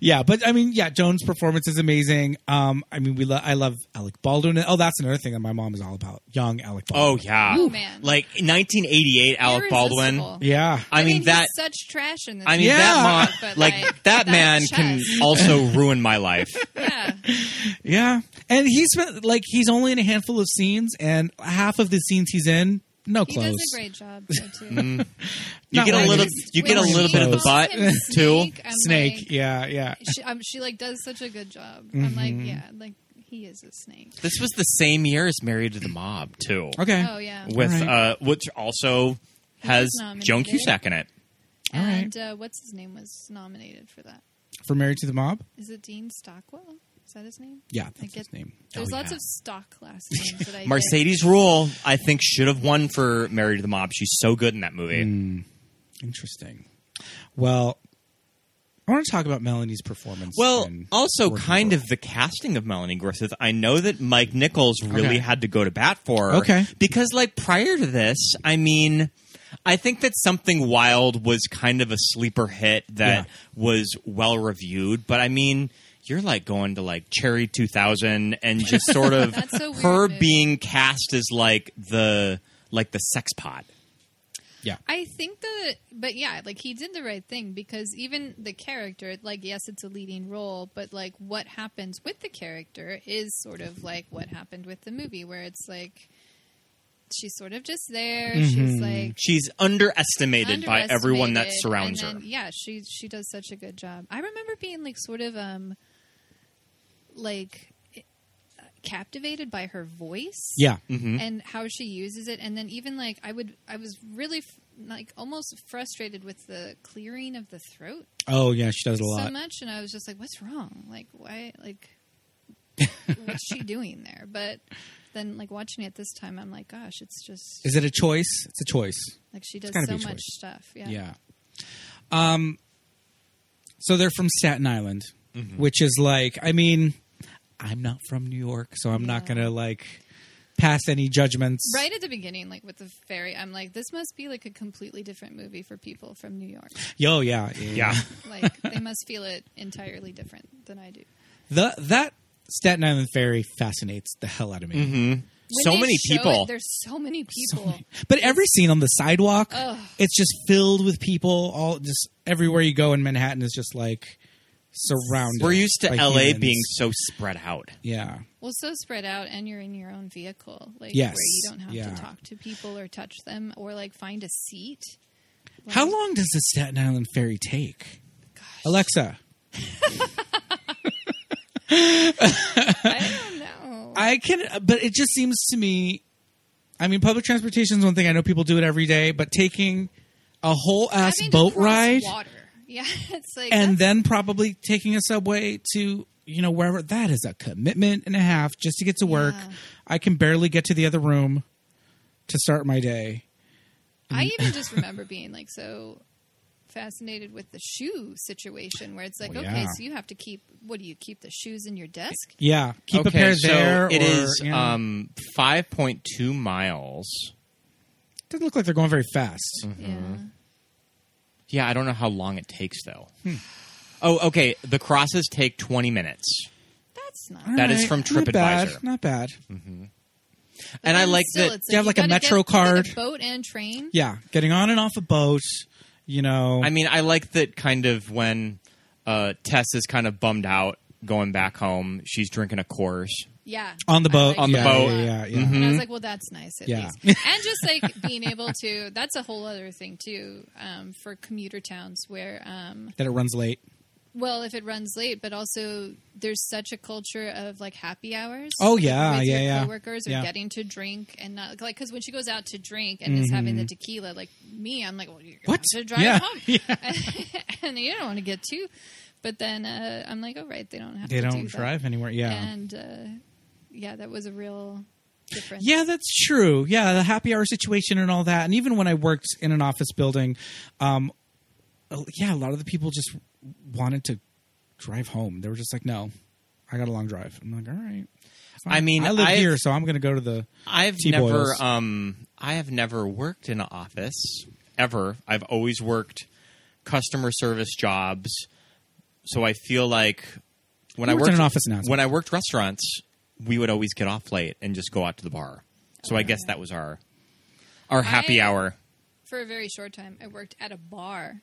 Speaker 5: Yeah, but I mean, yeah, Joan's performance is amazing. Um, I mean, we lo- I love Alec Baldwin. Oh, that's another thing that my mom is all about. Young Alec
Speaker 4: Oh
Speaker 5: Baldwin.
Speaker 4: yeah,
Speaker 6: Ooh, man.
Speaker 4: Like 1988, Alec Baldwin.
Speaker 6: Irresistible.
Speaker 5: yeah,
Speaker 4: Oh, I mean
Speaker 6: he's
Speaker 4: that.
Speaker 6: such trash in this
Speaker 4: I mean
Speaker 5: Yeah.
Speaker 4: that.
Speaker 6: movie,
Speaker 4: Mon-
Speaker 6: but,
Speaker 4: like, that man can
Speaker 6: chest.
Speaker 4: also ruin my life.
Speaker 6: yeah
Speaker 5: yeah. And he's been- like he's only in a handful of scenes, and half of the scenes he's in No
Speaker 6: He
Speaker 5: clothes.
Speaker 6: does a great job though, too.
Speaker 4: You
Speaker 5: Not
Speaker 4: Mm-hmm. get a
Speaker 5: like
Speaker 4: little,
Speaker 5: just-
Speaker 4: you get a
Speaker 6: When
Speaker 4: little
Speaker 6: she
Speaker 4: bit of the butt
Speaker 6: calls him
Speaker 4: too.
Speaker 6: Snake, I'm
Speaker 5: Snake.
Speaker 6: like-
Speaker 5: yeah, yeah. Mm-hmm.
Speaker 6: she, um, she like does such a good job. I'm like, yeah, like he is a snake.
Speaker 4: This was the same year as Married to the Mob too.
Speaker 5: Okay.
Speaker 6: Oh yeah.
Speaker 4: with
Speaker 5: All right.
Speaker 4: uh, which also has
Speaker 6: nominated.
Speaker 4: Joan Cusack in it.
Speaker 5: all right.
Speaker 6: and uh, what's his name was nominated for that?
Speaker 5: For Married to the Mob.
Speaker 6: Is it Dean Stockwell? Is that his name?
Speaker 5: Yeah,
Speaker 6: I
Speaker 5: that's
Speaker 6: get-
Speaker 5: his name.
Speaker 6: There's
Speaker 4: Oh,
Speaker 6: lots
Speaker 4: yeah.
Speaker 6: of stock last names that I get.
Speaker 4: Mercedes Rule, I think, should have won for Married to the Mob. She's so good in that movie.
Speaker 5: Interesting. Well, I want to talk about Melanie's performance.
Speaker 4: Well,
Speaker 5: in
Speaker 4: also
Speaker 5: Working
Speaker 4: kind
Speaker 5: Girl.
Speaker 4: of the casting of Melanie Griffith. I know that Mike Nichols really
Speaker 5: Okay.
Speaker 4: had to go to bat for her.
Speaker 5: Okay.
Speaker 4: Because, like, prior to this, I mean, I think that Something Wild was kind of a sleeper hit that
Speaker 5: Yeah.
Speaker 4: was well reviewed, but I mean, you're like going to like Cherry 2000 and just sort of
Speaker 6: That's a weird
Speaker 4: her
Speaker 6: movie.
Speaker 4: being cast as like the like the sex pot.
Speaker 5: Yeah.
Speaker 6: I think the but yeah, like he did the right thing because even the character, like yes, it's a leading role, but like what happens with the character is sort of like what happened with the movie, where it's like she's sort of just there. She's like
Speaker 4: She's underestimated, by everyone that
Speaker 6: underestimated,
Speaker 4: surrounds
Speaker 6: and then,
Speaker 4: her.
Speaker 6: Yeah, she she does such a good job. I remember being like sort of um like eh, captivated by her voice
Speaker 5: Yeah.
Speaker 4: Mm-hmm.
Speaker 5: Mm-hmm.
Speaker 6: and how she uses it and then even like i would i was really f- like almost frustrated with the clearing of the throat
Speaker 5: Oh yeah, she does a lot.
Speaker 6: so much and i was just like what's wrong like why like what's she doing there but then like watching it this time i'm like gosh it's just
Speaker 5: Is it a choice? It's a choice.
Speaker 6: like she does
Speaker 5: gotta
Speaker 6: so
Speaker 5: be a
Speaker 6: much
Speaker 5: choice.
Speaker 6: stuff yeah
Speaker 5: Yeah. Um. So they're from Staten Island,
Speaker 4: Mm-hmm.
Speaker 5: which is like, I mean, I'm not from New York, so I'm not
Speaker 6: Yeah.
Speaker 5: gonna like pass any judgments.
Speaker 6: right at the beginning like with the ferry i'm like this must be like a completely different movie for people from new york
Speaker 5: Yo, yeah, yeah.
Speaker 4: Yeah.
Speaker 6: like they must feel it entirely different than i do
Speaker 5: The that Staten Island ferry fascinates the hell out of me.
Speaker 6: When
Speaker 4: So
Speaker 6: they
Speaker 4: many
Speaker 6: show it,
Speaker 4: people.
Speaker 6: there's so many people
Speaker 4: Mm-hmm.
Speaker 5: But every scene on the sidewalk,
Speaker 6: Ugh.
Speaker 5: it's just filled with people. All just everywhere you go in Manhattan is just like surrounded.
Speaker 4: We're used to
Speaker 5: by
Speaker 4: LA
Speaker 5: humans.
Speaker 4: being so spread out.
Speaker 5: yeah,
Speaker 6: Well, so spread out, and you're in your own vehicle, like
Speaker 5: Yes.
Speaker 6: where you don't have
Speaker 5: Yeah.
Speaker 6: to talk to people or touch them or like find a seat.
Speaker 5: How long does the Staten Island ferry take? Alexa,
Speaker 6: I don't know.
Speaker 5: I can, but it just seems to me. I mean, public transportation is one thing. I know people do it every day, but taking a whole ass
Speaker 6: Having to
Speaker 5: boat
Speaker 6: cross
Speaker 5: ride
Speaker 6: water. Yeah, it's like
Speaker 5: and
Speaker 6: that's-
Speaker 5: then probably taking a subway to you know wherever that is a commitment and a half just to get to work.
Speaker 6: Yeah.
Speaker 5: I can barely get to the other room to start my day. Mm.
Speaker 6: I even just remember being like so fascinated with the shoe situation, where it's like,
Speaker 5: Oh,
Speaker 6: okay,
Speaker 5: yeah.
Speaker 6: so you have to keep what do you keep the shoes in your desk?
Speaker 5: Yeah, keep
Speaker 4: okay,
Speaker 5: a pair
Speaker 4: so
Speaker 5: there.
Speaker 4: It
Speaker 5: or,
Speaker 4: is
Speaker 5: you know,
Speaker 4: um, 5.2 miles.
Speaker 5: doesn't look like they're going very fast.
Speaker 4: Mm.
Speaker 6: Yeah,
Speaker 4: Yeah, I don't know how long it takes, though.
Speaker 5: Hmm.
Speaker 4: Oh, okay. The crosses take 20 minutes.
Speaker 6: that's not.
Speaker 5: All
Speaker 4: That is from
Speaker 5: Not bad.
Speaker 4: TripAdvisor. Mm.
Speaker 5: Not bad.
Speaker 6: but
Speaker 4: and I
Speaker 6: then
Speaker 4: like
Speaker 6: still,
Speaker 4: that-
Speaker 6: it's
Speaker 5: Do you have, like, a
Speaker 6: gotta get-
Speaker 5: Metro
Speaker 6: you gotta
Speaker 5: card?
Speaker 6: boat and train.
Speaker 5: Yeah, getting on and off a boat. You know,
Speaker 4: I mean, I like that kind of when uh, Tess is kind of bummed out going back home. She's drinking a Coors.
Speaker 6: Yeah.
Speaker 5: on the
Speaker 6: I
Speaker 5: boat.
Speaker 6: like
Speaker 4: the
Speaker 5: yeah,
Speaker 6: that a
Speaker 4: boat. Mm-hmm.
Speaker 6: lot.
Speaker 5: Yeah, yeah. yeah.
Speaker 6: And I was like, well, that's nice at
Speaker 5: Yeah.
Speaker 6: least. And just like being able to, that's a whole other thing too um, for commuter towns where, um,
Speaker 5: That it runs late.
Speaker 6: well, if it runs late, but also there's such a culture of like happy hours.
Speaker 5: Oh, yeah,
Speaker 6: with
Speaker 5: yeah,
Speaker 6: your
Speaker 5: yeah.
Speaker 6: Coworkers or
Speaker 5: Yeah.
Speaker 6: getting to drink and not like because when she goes out to drink and is having the tequila, like me, I'm like, well, you're going
Speaker 5: Mm-hmm. What?
Speaker 6: to drive
Speaker 5: Yeah.
Speaker 6: home, and you don't want to get too. But then uh, I'm like, oh right, they don't have.
Speaker 5: They
Speaker 6: to
Speaker 5: don't
Speaker 6: do that.
Speaker 5: drive anywhere. Yeah.
Speaker 6: And uh, yeah, that was a real difference.
Speaker 5: Yeah, that's true. Yeah, the happy hour situation and all that. And even when I worked in an office building, um, uh, yeah, a lot of the people just wanted to drive home. They were just like, no, I got a long drive. I'm like, all right. It's fine.
Speaker 4: I mean,
Speaker 5: I live
Speaker 4: I've-
Speaker 5: here, so I'm going to go to the.
Speaker 4: I've
Speaker 5: T-boils.
Speaker 4: never um I have never worked in an office ever. I've always worked customer service jobs. So I feel like when
Speaker 5: You
Speaker 4: I
Speaker 5: worked
Speaker 4: worked
Speaker 5: in an office now.
Speaker 4: when I worked restaurants, we would always get off late and just go out to the bar. So I guess that was our our happy
Speaker 6: I-
Speaker 4: hour.
Speaker 6: for a very short time, I worked at a bar,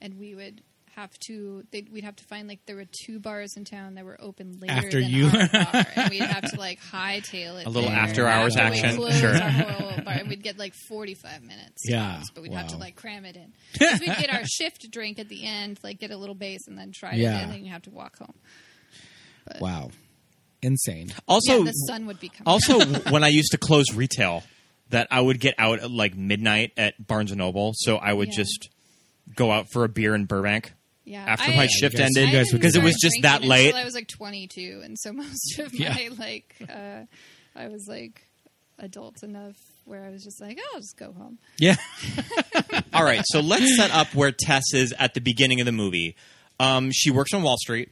Speaker 6: and we would have to they we'd have to find like there were two bars in town that were open later
Speaker 5: After
Speaker 6: than
Speaker 5: you.
Speaker 6: our bar, and we'd have to like hightail it
Speaker 4: A little
Speaker 6: there.
Speaker 4: after hours
Speaker 6: After we
Speaker 4: action,
Speaker 6: closed
Speaker 4: sure.
Speaker 6: our whole bar, and we'd get like forty five minutes
Speaker 5: Yeah,
Speaker 6: tops, but we'd have to
Speaker 5: wow.
Speaker 6: like cram it in 'Cause we'd get our shift drink at the end like get a little base and then try
Speaker 5: Yeah.
Speaker 6: it and then you have to walk home
Speaker 5: Wow. Insane.
Speaker 4: Also,
Speaker 6: yeah, the sun would be coming
Speaker 4: Also, when I used to close retail, that I would get out at like midnight at Barnes and Noble, so I would
Speaker 6: Yeah.
Speaker 4: just go out for a beer in Burbank
Speaker 6: Yeah,
Speaker 4: after
Speaker 6: I-
Speaker 4: my
Speaker 6: Yeah,
Speaker 4: shift
Speaker 5: you guys-
Speaker 4: ended
Speaker 5: you guys would
Speaker 4: because it
Speaker 5: do
Speaker 4: was
Speaker 6: started
Speaker 4: just that
Speaker 6: drinking
Speaker 4: late.
Speaker 6: until I was like 22, and so most of
Speaker 5: Yeah.
Speaker 6: my like uh, I was like adult enough where I was just like, oh, I'll just go home.
Speaker 5: Yeah.
Speaker 4: All right, so let's set up where Tess is at the beginning of the movie. Um, she works on Wall Street.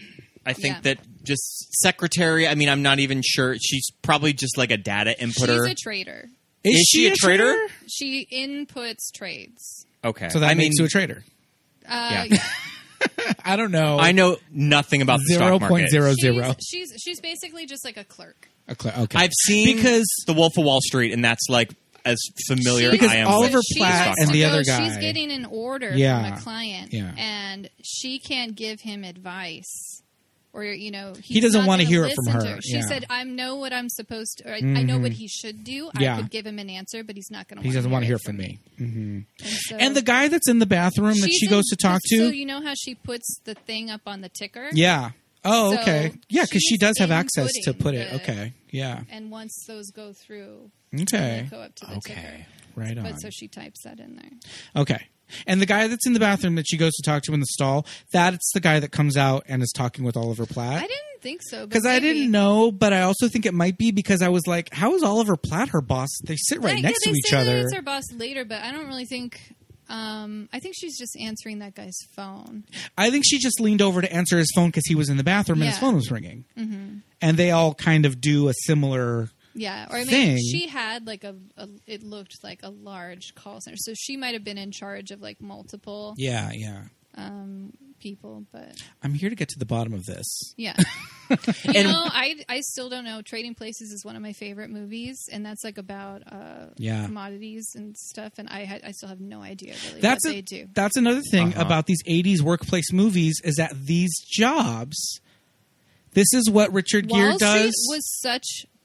Speaker 4: I think
Speaker 6: Yeah.
Speaker 4: that just secretary. I mean, I'm not even sure. She's probably just like a data inputter.
Speaker 6: She's a trader.
Speaker 4: Is she a traitor?
Speaker 6: She inputs trades.
Speaker 4: okay,
Speaker 5: So that
Speaker 4: I
Speaker 5: makes
Speaker 4: mean,
Speaker 5: you a traitor.
Speaker 6: Uh,
Speaker 4: Yeah.
Speaker 5: I don't know.
Speaker 4: I know nothing about the
Speaker 5: Zero
Speaker 4: stock market.
Speaker 5: point zero
Speaker 6: she's,
Speaker 5: zero.
Speaker 6: She's she's basically just like a clerk.
Speaker 5: Okay.
Speaker 4: I've seen
Speaker 5: Because-
Speaker 4: the Wolf of Wall Street, and that's like as familiar.
Speaker 5: Because
Speaker 4: I am
Speaker 5: Oliver
Speaker 4: with
Speaker 6: she
Speaker 5: Platt
Speaker 6: has
Speaker 5: and
Speaker 6: to
Speaker 5: the
Speaker 6: go-
Speaker 5: other
Speaker 6: She's
Speaker 5: guy-
Speaker 6: getting an order
Speaker 5: Yeah.
Speaker 6: from a client,
Speaker 5: Yeah.
Speaker 6: and she can't give him advice. Or you know,
Speaker 5: He doesn't
Speaker 6: want
Speaker 5: wanna
Speaker 6: to
Speaker 5: hear it from
Speaker 6: listen to
Speaker 5: her.
Speaker 6: She
Speaker 5: Yeah. Mm-hmm.
Speaker 6: said, "I know what I'm supposed to. Or, I- I know what he should do.
Speaker 5: Yeah.
Speaker 6: I could give him an answer, but he's not going to.
Speaker 5: he doesn't
Speaker 6: want to
Speaker 5: hear from me.
Speaker 6: And, so
Speaker 5: And the guy that's in the bathroom that
Speaker 6: she's
Speaker 5: she goes to
Speaker 6: in-
Speaker 5: talk to.
Speaker 6: So you know how she puts the thing up on the ticker.
Speaker 5: yeah. Oh,
Speaker 6: So
Speaker 5: okay. Yeah, because she
Speaker 6: she's
Speaker 5: does have access to
Speaker 6: inputting
Speaker 5: put it.
Speaker 6: the-
Speaker 5: Okay. Yeah.
Speaker 6: And once those go through, they
Speaker 5: Okay.
Speaker 6: go up to the ticker.
Speaker 4: Okay.
Speaker 5: Right on.
Speaker 6: But so she types that in there.
Speaker 5: Okay. And the guy that's in the bathroom that she goes to talk to in the stall, that's the guy that comes out and is talking with Oliver
Speaker 6: I
Speaker 5: Platt.
Speaker 6: didn't think so but
Speaker 5: Because I
Speaker 6: maybe-
Speaker 5: didn't know, but I also think it might be because I was like, how is Oliver Platt her boss? They sit right
Speaker 6: Like,
Speaker 5: next
Speaker 6: yeah,
Speaker 5: to
Speaker 6: they
Speaker 5: each
Speaker 6: say that
Speaker 5: other.
Speaker 6: It's her boss later, but I don't really think. Um, I think she's just answering that guy's phone.
Speaker 5: I think she just leaned over to answer his phone because he was in the bathroom and his
Speaker 6: Yeah. Mm-hmm.
Speaker 5: phone was ringing. And they all kind of do a similar.
Speaker 6: Yeah, or I mean,
Speaker 5: Thing.
Speaker 6: she had like a, a. It looked like a large call center, so she might have been in charge of like multiple
Speaker 5: Yeah, yeah.
Speaker 6: um, people. But
Speaker 5: I'm here to get to the bottom of this.
Speaker 6: yeah, you know, I I still don't know. Trading Places is one of my favorite movies, and that's like about uh,
Speaker 5: Yeah.
Speaker 6: commodities and stuff. And I had I still have no idea really
Speaker 5: That's
Speaker 6: what
Speaker 5: a-
Speaker 6: they do.
Speaker 5: That's another thing
Speaker 4: Uh-huh.
Speaker 5: about these 80s workplace movies is that these jobs, this is what Richard Gere
Speaker 6: Wall Street
Speaker 5: does.
Speaker 6: was such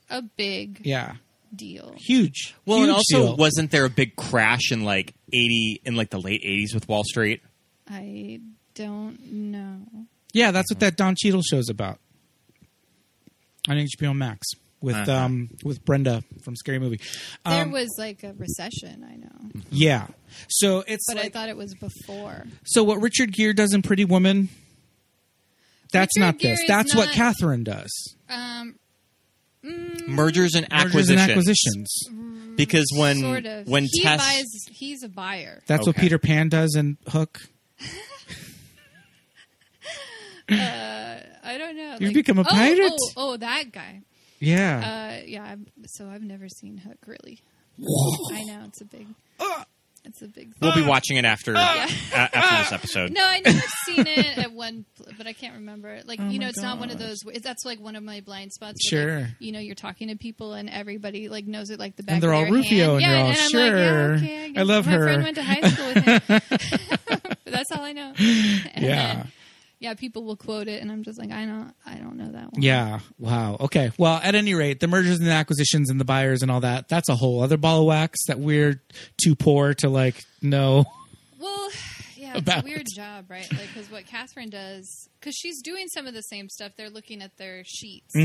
Speaker 6: a big
Speaker 5: yeah.
Speaker 6: deal.
Speaker 5: Huge.
Speaker 4: Well, and
Speaker 5: Huge
Speaker 4: also,
Speaker 5: deal.
Speaker 4: wasn't there a big crash in like eighty in like the late eighties with Wall Street?
Speaker 6: I don't know.
Speaker 5: Yeah, that's what that Don Cheadle show's about. On HBO Max with
Speaker 4: Uh-huh.
Speaker 5: um with Brenda from Scary Movie.
Speaker 6: There
Speaker 5: Um,
Speaker 6: was like a recession, I know,
Speaker 5: yeah. So it's
Speaker 6: but I
Speaker 5: like,
Speaker 6: thought it was before.
Speaker 5: so what Richard Gere does in Pretty Woman. That's
Speaker 6: Richard
Speaker 5: not
Speaker 6: Gere
Speaker 5: this.
Speaker 6: is
Speaker 5: That's what
Speaker 6: not-
Speaker 5: Catherine does.
Speaker 6: Um, Mm.
Speaker 4: Mergers and
Speaker 5: Mergers
Speaker 4: acquisitions.
Speaker 5: and acquisitions.
Speaker 4: Because when
Speaker 6: sort of.
Speaker 4: when
Speaker 6: he
Speaker 4: Tess
Speaker 6: buys, he's a buyer.
Speaker 5: That's what
Speaker 4: Okay.
Speaker 5: Peter Pan does in Hook.
Speaker 6: I don't know.
Speaker 5: You've become a pirate?
Speaker 6: Oh, oh, that guy.
Speaker 5: Yeah.
Speaker 6: Uh, yeah. I'm, so I've never seen Hook really. I know it's a big. It's a big.
Speaker 4: we'll
Speaker 6: Thing.
Speaker 4: be watching it after a- after this episode.
Speaker 6: No, I know I've seen it at one, pl- but I can't remember. Like
Speaker 5: Oh
Speaker 6: you know, it's not one of those. where- That's like one of my blind spots. where, like,
Speaker 5: Sure.
Speaker 6: you know, you're talking to people and everybody like knows it like the back.
Speaker 5: And they're
Speaker 6: of
Speaker 5: all
Speaker 6: their
Speaker 5: Rufio
Speaker 6: hand.
Speaker 5: and
Speaker 6: yeah,
Speaker 5: you're all,
Speaker 6: and I'm like,
Speaker 5: "Sure,
Speaker 6: yeah, okay, I,
Speaker 5: I
Speaker 6: guess
Speaker 5: love
Speaker 6: my
Speaker 5: her."
Speaker 6: friend went to high school with him. but that's all I know. And
Speaker 5: Yeah.
Speaker 6: then, yeah, people will quote it, and I'm just like, I don't, I don't know that one.
Speaker 5: yeah. Wow. Okay. Well, at any rate, the mergers and acquisitions and the buyers and all that, that's a whole other ball of wax that we're too poor to like know.
Speaker 6: Well, yeah, it's a
Speaker 5: About-
Speaker 6: weird job, right? Like, because what Catherine does, because she's doing some of the same stuff. They're looking at their sheets,
Speaker 5: Mm-hmm.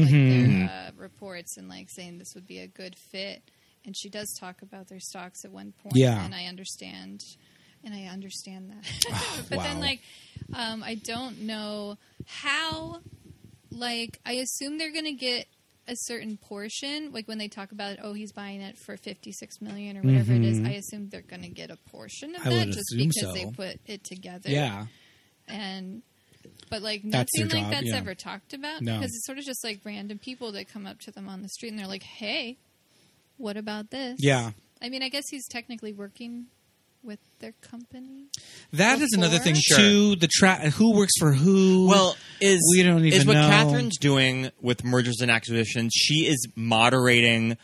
Speaker 6: like their uh, reports, and like saying this would be a good fit. And she does talk about their stocks at one point.
Speaker 5: Yeah.
Speaker 6: and I understand, and I understand that. but
Speaker 5: wow.
Speaker 6: then, like, um, I don't know how. Like, I assume they're going to get a certain portion. Like when they talk about, oh, he's buying it for fifty-six million or whatever it
Speaker 5: Mm-hmm.
Speaker 6: is. I assume they're going to get a portion of
Speaker 5: I
Speaker 6: that
Speaker 5: would
Speaker 6: just
Speaker 5: assume
Speaker 6: because
Speaker 5: so.
Speaker 6: they put it together.
Speaker 5: Yeah.
Speaker 6: And but like
Speaker 5: That's
Speaker 6: nothing
Speaker 5: their
Speaker 6: like
Speaker 5: job,
Speaker 6: that's
Speaker 5: yeah.
Speaker 6: ever talked about
Speaker 5: No.
Speaker 6: because it's sort of just like random people that come up to them on the street and they're like, "Hey, what about this?"
Speaker 5: Yeah.
Speaker 6: I mean, I guess he's technically working with their company.
Speaker 5: That is another
Speaker 6: Before?
Speaker 5: thing
Speaker 4: Sure.
Speaker 5: too. The tra- who works for who?
Speaker 4: Well, is
Speaker 5: We don't even
Speaker 4: is what
Speaker 5: know.
Speaker 4: Catherine's doing with mergers and acquisitions. She is moderating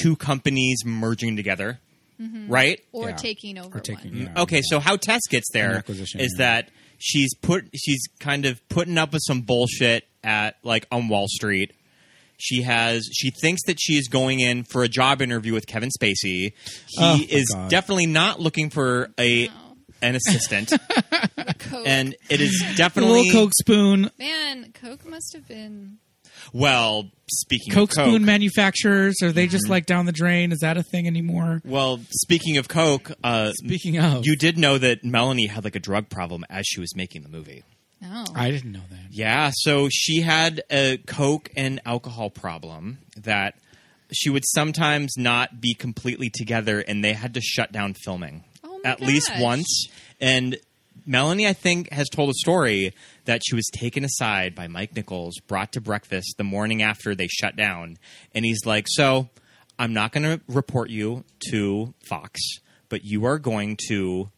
Speaker 4: two companies merging together, right?
Speaker 6: Or
Speaker 5: Yeah.
Speaker 6: taking over
Speaker 5: Or taking-
Speaker 6: one.
Speaker 5: Yeah.
Speaker 4: okay, so how Tess gets there
Speaker 5: An
Speaker 4: is
Speaker 5: acquisition, yeah.
Speaker 4: that she's put she's kind of putting up with some bullshit at like on Wall Street. She has she thinks that she is going in for a job interview with Kevin Spacey. He
Speaker 5: Oh, my
Speaker 4: is
Speaker 5: God.
Speaker 4: definitely not looking for a an assistant,
Speaker 6: Coke.
Speaker 4: and it is
Speaker 5: A
Speaker 4: definitely
Speaker 5: little Coke spoon,
Speaker 6: Man, Coke must have been.
Speaker 4: well. Speaking
Speaker 5: Coke
Speaker 4: of Coke, Mm-hmm.
Speaker 5: spoon manufacturers. Are they just like down the drain? Is that a thing anymore?
Speaker 4: well, speaking of Coke, uh,
Speaker 5: Speaking of,
Speaker 4: Mm. you did know that Melanie had like a drug problem as she was making the movie.
Speaker 6: No.
Speaker 5: I didn't know that.
Speaker 4: Yeah, so she had a coke and alcohol problem that she would sometimes not be completely together, and they had to shut down filming
Speaker 6: Oh my
Speaker 4: at least
Speaker 6: gosh.
Speaker 4: once. And Melanie, I think, has told a story that she was taken aside by Mike Nichols, brought to breakfast the morning after they shut down, and he's like, "So, I'm not going to report you to Fox, but you are going to."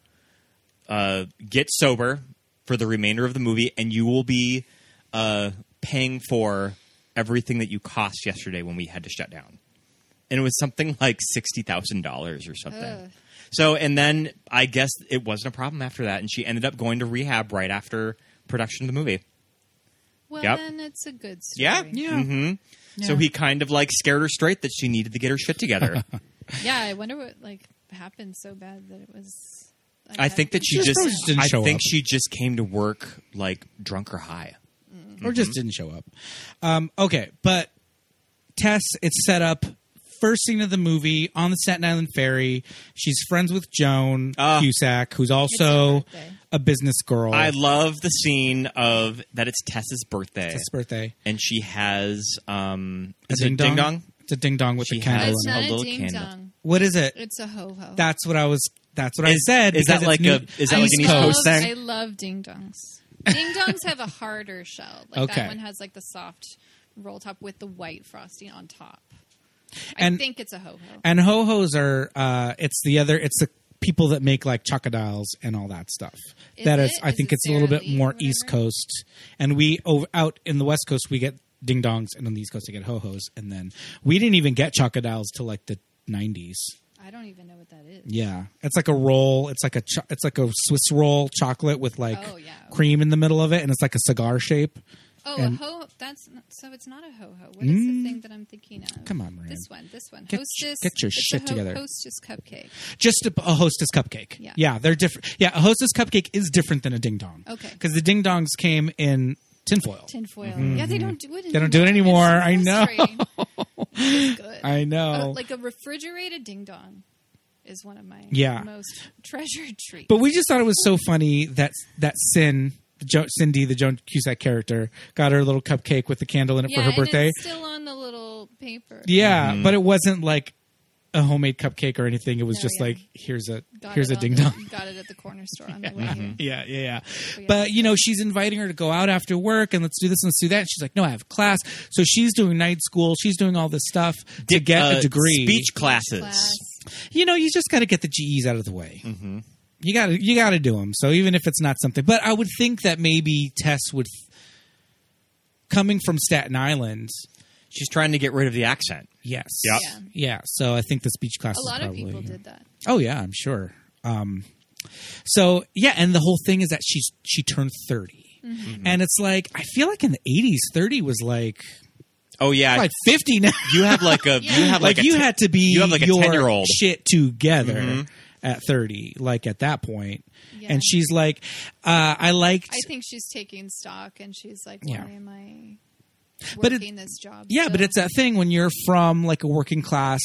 Speaker 4: uh, get sober for the remainder of the movie, and you will be uh, paying for everything that you cost yesterday when we had to shut down. And it was something like sixty thousand dollars or something.
Speaker 6: Ugh.
Speaker 4: So, and then I guess it wasn't a problem after that, and she ended up going to rehab right after production of the movie.
Speaker 6: well,
Speaker 4: yep.
Speaker 6: then it's a good story.
Speaker 4: Yeah, hmm So he kind of like scared her straight that she needed to get her shit together.
Speaker 6: Yeah, I wonder what like happened so bad that it was. like,
Speaker 4: I think that she
Speaker 5: She
Speaker 4: just,
Speaker 5: probably just didn't
Speaker 4: I
Speaker 5: show
Speaker 4: think
Speaker 5: up.
Speaker 4: she just came to work like drunk or high.
Speaker 5: or
Speaker 4: Mm-hmm.
Speaker 5: just didn't show up. Um, okay, but Tess, it's set up first scene of the movie on the Staten Island ferry. She's friends with Joan
Speaker 4: Ah.
Speaker 5: Cusack, who's
Speaker 6: her
Speaker 5: also
Speaker 6: birthday.
Speaker 5: a business girl.
Speaker 4: I love the scene of that it's Tessa's birthday.
Speaker 5: Tess' birthday.
Speaker 4: and she has um
Speaker 5: A
Speaker 4: is it ding dong?
Speaker 5: It's a ding dong with
Speaker 4: She
Speaker 5: a candle.
Speaker 4: has-
Speaker 6: it's
Speaker 5: in it.
Speaker 4: a
Speaker 6: not a,
Speaker 4: little
Speaker 6: ding
Speaker 4: candle.
Speaker 6: dong.
Speaker 5: What is it?
Speaker 6: It's a ho ho.
Speaker 5: That's what I was. That's what
Speaker 4: Is-
Speaker 5: I said.
Speaker 4: is that
Speaker 5: because it's
Speaker 4: like
Speaker 5: new-
Speaker 4: a- is that like an East Coast
Speaker 6: love,
Speaker 4: thing?
Speaker 6: I love ding dongs. Ding dongs have a harder shell. Like
Speaker 5: Okay.
Speaker 6: that one has like the soft roll top with the white frosting on top. I
Speaker 5: And-
Speaker 6: think it's a ho ho.
Speaker 5: And ho hos are. Uh, it's the other. It's the people that make like chocodiles and all that stuff.
Speaker 6: Is
Speaker 5: that
Speaker 6: it?
Speaker 5: is, I
Speaker 6: Is
Speaker 5: think
Speaker 6: it
Speaker 5: it's a little
Speaker 6: Sara
Speaker 5: bit
Speaker 6: Lee or
Speaker 5: more
Speaker 6: whatever?
Speaker 5: East Coast. And we over, out in the West Coast, we get ding dongs, and on the East Coast, we get ho hos. And then we didn't even get chocodiles till like the nineties.
Speaker 6: I don't even know what that is.
Speaker 5: Yeah, it's like a roll. It's like a cho- it's like a Swiss roll chocolate with like
Speaker 6: Oh, yeah.
Speaker 5: cream in the middle of it, and it's like a cigar shape.
Speaker 6: Oh,
Speaker 5: And- Mm.
Speaker 6: a ho. That's not, so. It's not a ho ho. What is the thing that I'm thinking of?
Speaker 5: Come on, Maria.
Speaker 6: This one. This one.
Speaker 5: Get-
Speaker 6: hostess.
Speaker 5: get your
Speaker 6: it's a
Speaker 5: shit together.
Speaker 6: Hostess cupcake.
Speaker 5: Just a, a hostess cupcake.
Speaker 6: Yeah.
Speaker 5: they're different. Yeah, a hostess cupcake is different than a ding dong.
Speaker 6: Okay.
Speaker 5: because the ding dongs came in tinfoil.
Speaker 6: Tinfoil. Yeah, they don't do it. Anymore.
Speaker 5: Mm-hmm. They don't do it anymore.
Speaker 6: It's so frustrating. It's good.
Speaker 5: I know.
Speaker 6: Uh, like a refrigerated ding dong is one of my
Speaker 5: Yeah.
Speaker 6: most treasured treats.
Speaker 5: But we just thought it was so funny that that Sin, the jo- Cindy, the Joan Cusack character, got her little cupcake with the candle in it
Speaker 6: yeah,
Speaker 5: for her birthday.
Speaker 6: And it's still on the little paper.
Speaker 5: yeah, but it wasn't like a homemade cupcake or anything. It was
Speaker 6: No,
Speaker 5: just
Speaker 6: yeah.
Speaker 5: like here's a
Speaker 6: Got
Speaker 5: here's
Speaker 6: it
Speaker 5: a
Speaker 6: on
Speaker 5: ding
Speaker 6: the-
Speaker 5: dong.
Speaker 6: Got it at the corner store on the way here.
Speaker 5: Yeah, yeah, yeah.
Speaker 6: yeah.
Speaker 5: But you know, she's inviting her to go out after work and let's do this and let's do that. And she's like, "No, I have class." So she's doing night school. She's doing all this stuff to get
Speaker 4: Uh,
Speaker 5: a degree.
Speaker 4: Speech classes.
Speaker 6: Class.
Speaker 5: You know, you just got to get the GEs out of the way. Mm-hmm. You got to you got to do them. So even if it's not something, but I would think that maybe Tess would, coming from Staten Island,
Speaker 4: She's trying to get rid of the accent.
Speaker 5: yes,
Speaker 4: Yep.
Speaker 6: Yeah.
Speaker 5: yeah. So I think the speech class.
Speaker 6: A
Speaker 5: is
Speaker 6: lot of
Speaker 5: probably,
Speaker 6: people did that.
Speaker 5: Oh yeah, I'm sure. Um, so yeah, and the whole thing is that she's she turned 30
Speaker 4: Mm-hmm.
Speaker 5: and it's like I feel like in the eighties, thirty was like
Speaker 4: Oh yeah,
Speaker 5: like fifty now.
Speaker 4: you had like a you had
Speaker 5: Like,
Speaker 4: like, a
Speaker 5: you
Speaker 4: t-
Speaker 5: had to be
Speaker 4: you have like a Mm-hmm.
Speaker 5: your
Speaker 4: 10-year-old.
Speaker 5: shit together at thirty, like at that point.
Speaker 6: Yeah.
Speaker 5: And she's like, uh, I liked.
Speaker 6: I think she's taking stock, and she's like, "Why
Speaker 5: Yeah.
Speaker 6: am I
Speaker 5: But it-
Speaker 6: working this job?"
Speaker 5: yeah, but
Speaker 6: still?
Speaker 5: it's that thing when you're from like a working class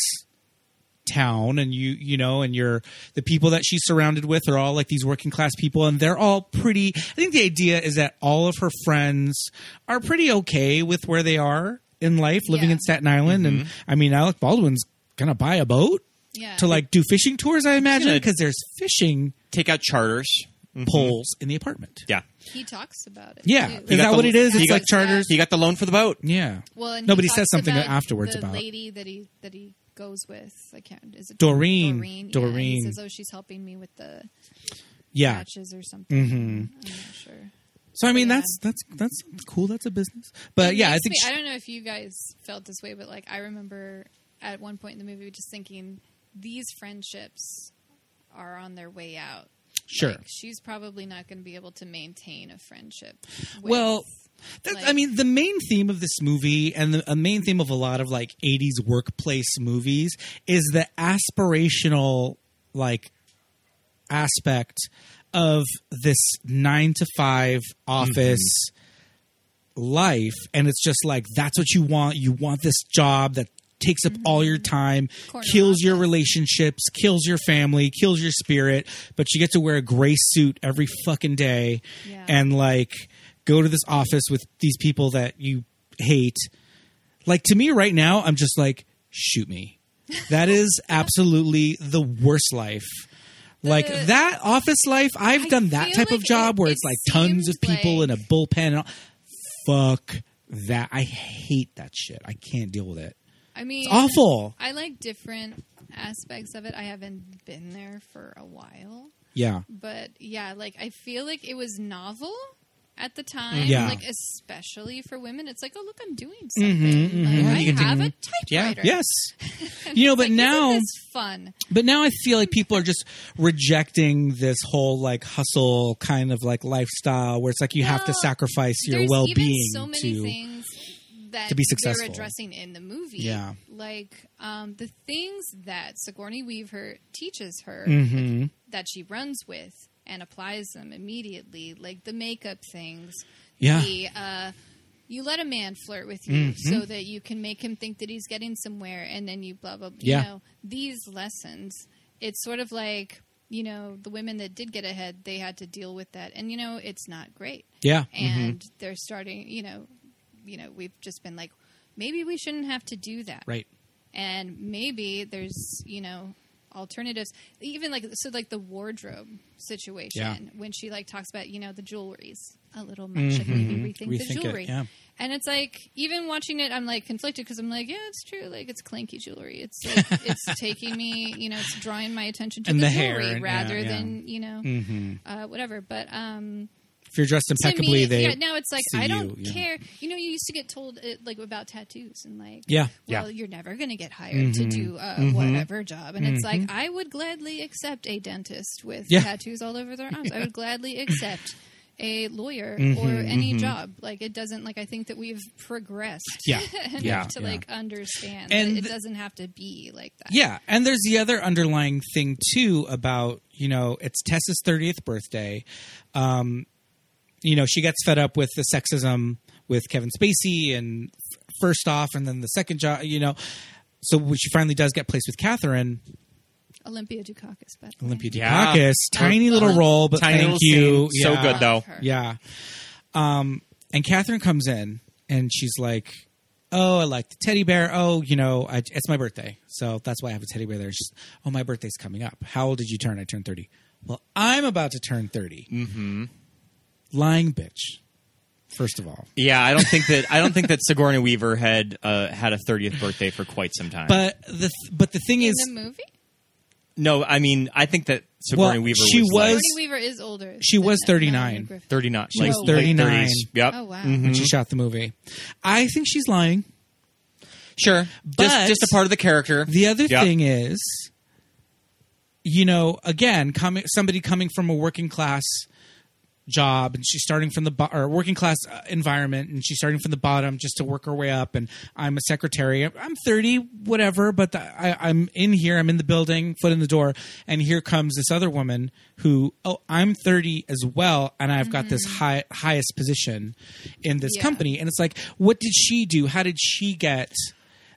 Speaker 5: town and you you know and you're the people that she's surrounded with are all like these working class people and they're all pretty i think the idea is that all of her friends are pretty okay with where they are in life living
Speaker 6: Yeah. Mm-hmm.
Speaker 5: in staten island and i mean alec baldwin's gonna buy a boat
Speaker 6: Yeah.
Speaker 5: to like do fishing tours i imagine
Speaker 4: gonna-
Speaker 5: because there's fishing
Speaker 4: take out charters. Mm-hmm.
Speaker 6: Mm-hmm.
Speaker 5: poles in the apartment
Speaker 4: Yeah,
Speaker 6: he talks about it.
Speaker 5: yeah
Speaker 6: too.
Speaker 5: is
Speaker 4: got
Speaker 5: that
Speaker 4: the-
Speaker 5: what it is
Speaker 4: he
Speaker 5: it's
Speaker 4: got-
Speaker 5: like charters
Speaker 4: he got the loan for the boat.
Speaker 5: yeah
Speaker 6: Well, and
Speaker 5: nobody
Speaker 6: he
Speaker 5: says
Speaker 6: talks
Speaker 5: something
Speaker 6: about
Speaker 5: afterwards
Speaker 6: the
Speaker 5: about
Speaker 6: lady that he that he goes with. I can't. Is it
Speaker 5: Doreen.
Speaker 6: Doreen. Yeah, and he
Speaker 5: Doreen.
Speaker 6: says, "Oh, she's helping me with the
Speaker 5: yeah Mm-hmm.
Speaker 6: patches or something." I'm not sure.
Speaker 5: So I mean,
Speaker 6: Yeah.
Speaker 5: that's that's that's cool. That's a business. But yeah, I
Speaker 6: Makes
Speaker 5: think
Speaker 6: me-
Speaker 5: she-
Speaker 6: I don't know if you guys felt this way, but like I remember at one point in the movie just thinking these friendships are on their way out.
Speaker 5: Sure.
Speaker 6: Like, she's probably not going to be able to maintain a friendship. with-
Speaker 5: Well, that, I
Speaker 6: like-
Speaker 5: mean, the main theme of this movie and the a main theme of a lot of like 80s workplace movies is the aspirational, like, aspect of this nine to five office life. And it's just like, that's what you want. You want this job that takes up all your
Speaker 6: Mm-hmm.
Speaker 5: time,
Speaker 6: Corner
Speaker 5: kills your
Speaker 6: office.
Speaker 5: relationships, kills your family, kills your spirit, but you get to wear a gray suit every fucking day
Speaker 6: Yeah.
Speaker 5: and like go to this office with these people that you hate. Like to me right now, I'm just like, shoot me. That is absolutely the worst life. Like
Speaker 6: The-
Speaker 5: that office life, I've
Speaker 6: I
Speaker 5: done that
Speaker 6: feel
Speaker 5: type of
Speaker 6: like
Speaker 5: job
Speaker 6: it-
Speaker 5: where
Speaker 6: it
Speaker 5: it's like tons of
Speaker 6: seems
Speaker 5: people
Speaker 6: like-
Speaker 5: in a bullpen. And all. Fuck that. I hate that shit. I can't deal with it.
Speaker 6: I mean,
Speaker 5: It's awful.
Speaker 6: I like different aspects of it. I haven't been there for a while.
Speaker 5: Yeah.
Speaker 6: but yeah, like I feel like it was novel at the time,
Speaker 5: Yeah.
Speaker 6: like especially for women. It's like, oh look, I'm doing something.
Speaker 5: mhm.
Speaker 6: Like,
Speaker 5: You can
Speaker 6: I have
Speaker 5: do-
Speaker 6: a typewriter.
Speaker 5: Yes. You know, but
Speaker 6: Like,
Speaker 5: now
Speaker 6: isn't this fun.
Speaker 5: But now I feel like people are just rejecting this whole like hustle kind of like lifestyle where it's like you have to
Speaker 6: Well,
Speaker 5: sacrifice your
Speaker 6: There's
Speaker 5: well
Speaker 6: even
Speaker 5: being
Speaker 6: so many
Speaker 5: to
Speaker 6: things that
Speaker 5: to be successful.
Speaker 6: They're addressing in the movie,
Speaker 5: Yeah.
Speaker 6: like um, the things that Sigourney Weaver teaches her
Speaker 5: Mhm.
Speaker 6: that she runs with and applies them immediately, like the makeup things.
Speaker 5: Yeah. Mm-hmm.
Speaker 6: The, uh, you let a man flirt with you so that you can make him think that he's getting somewhere, and then you blah blah.
Speaker 5: Yeah.
Speaker 6: You know these lessons. It's sort of like you know the women that did get ahead, they had to deal with that, and you know it's not great
Speaker 5: Yeah. Mm-hmm.
Speaker 6: and they're starting you know you know we've just been like maybe we shouldn't have to do that
Speaker 5: Right.
Speaker 6: and maybe there's you know alternatives even like so like the wardrobe situation
Speaker 5: Yeah. Mm-hmm.
Speaker 6: when she like talks about you know the jewelries a little much like maybe rethink,
Speaker 5: Rethink
Speaker 6: the
Speaker 5: it,
Speaker 6: jewelry
Speaker 5: yeah.
Speaker 6: and it's like even watching it i'm like conflicted because i'm like yeah it's true like it's clanky jewelry it's like, it's taking me you know it's drawing my attention to
Speaker 5: And the hair
Speaker 6: jewelry
Speaker 5: and- yeah,
Speaker 6: rather
Speaker 5: yeah. Mm.
Speaker 6: than you know uh, whatever but um
Speaker 5: Mm-hmm. If you're dressed
Speaker 6: to
Speaker 5: impeccably,
Speaker 6: me,
Speaker 5: they
Speaker 6: yeah, now it's like
Speaker 5: see
Speaker 6: I don't
Speaker 5: you, yeah.
Speaker 6: care. You know, you used to get told uh, like about tattoos and like,
Speaker 5: Yeah, Mm-hmm.
Speaker 6: well,
Speaker 5: yeah.
Speaker 6: you're never going to get hired to do uh, whatever job, and it's like I would gladly accept a dentist with
Speaker 5: Mm-hmm. Yeah.
Speaker 6: tattoos all over their arms. I would gladly accept a lawyer
Speaker 5: Mm-hmm.
Speaker 6: or any job. Like it doesn't like I think that we've progressed,
Speaker 5: Yeah.
Speaker 6: enough
Speaker 5: Yeah.
Speaker 6: to
Speaker 5: Yeah.
Speaker 6: like understand,
Speaker 5: And
Speaker 6: that it
Speaker 5: th-
Speaker 6: doesn't have to be like that.
Speaker 5: Yeah, and there's the other underlying thing too about you know it's Tessa's thirtieth birthday. Um, you know she gets fed up with the sexism with Kevin Spacey and f- first off, and then the second job. You know, so when she finally does get placed with Catherine
Speaker 6: Olympia Dukakis, but
Speaker 5: Olympia
Speaker 4: Yeah. Uh,
Speaker 5: Dukakis, tiny little role, but
Speaker 4: Tiny
Speaker 5: thank
Speaker 4: little
Speaker 5: you,
Speaker 4: scene. So
Speaker 5: Yeah.
Speaker 4: good, though.
Speaker 5: Yeah. Um, and Catherine comes in and she's like, "Oh, I like the teddy bear. Oh, you know, I, it's my birthday, so that's why I have a teddy bear there." She's, "Oh, my birthday's coming up. How old did you turn? I turned thirty. Well, I'm about to turn 30 Mm-hmm. Lying bitch. First of all,
Speaker 4: Yeah, I don't think that I don't think that Sigourney Weaver had uh, had a 30th birthday for quite some time.
Speaker 5: but the but the thing
Speaker 6: in
Speaker 5: is,
Speaker 6: the movie,
Speaker 4: no, I mean I think that Sigourney
Speaker 5: Well,
Speaker 4: Weaver
Speaker 5: she
Speaker 4: was,
Speaker 5: was-
Speaker 4: like
Speaker 6: Courtney Weaver is older.
Speaker 5: She
Speaker 6: than
Speaker 5: was
Speaker 6: Melanie
Speaker 5: 39.
Speaker 6: Griffith.
Speaker 4: 39.
Speaker 5: She
Speaker 4: like,
Speaker 5: was
Speaker 4: late
Speaker 5: 39.
Speaker 4: 30s. Yep.
Speaker 6: Oh wow.
Speaker 5: when she shot the movie, I think she's lying.
Speaker 4: Sure.
Speaker 5: But-
Speaker 4: just just a part of the character.
Speaker 5: The other
Speaker 4: Yeah.
Speaker 5: thing is, you know, again, coming somebody coming from a working class job and she's starting from the bo- or working class uh, environment and she's starting from the bottom just to work her way up and i'm a secretary i'm 30 whatever but the, I, i'm in here i'm in the building foot in the door and here comes this other woman who oh i'm 30 as well and i've got this high highest position in this
Speaker 6: Yeah.
Speaker 5: company and it's like what did she do how did she get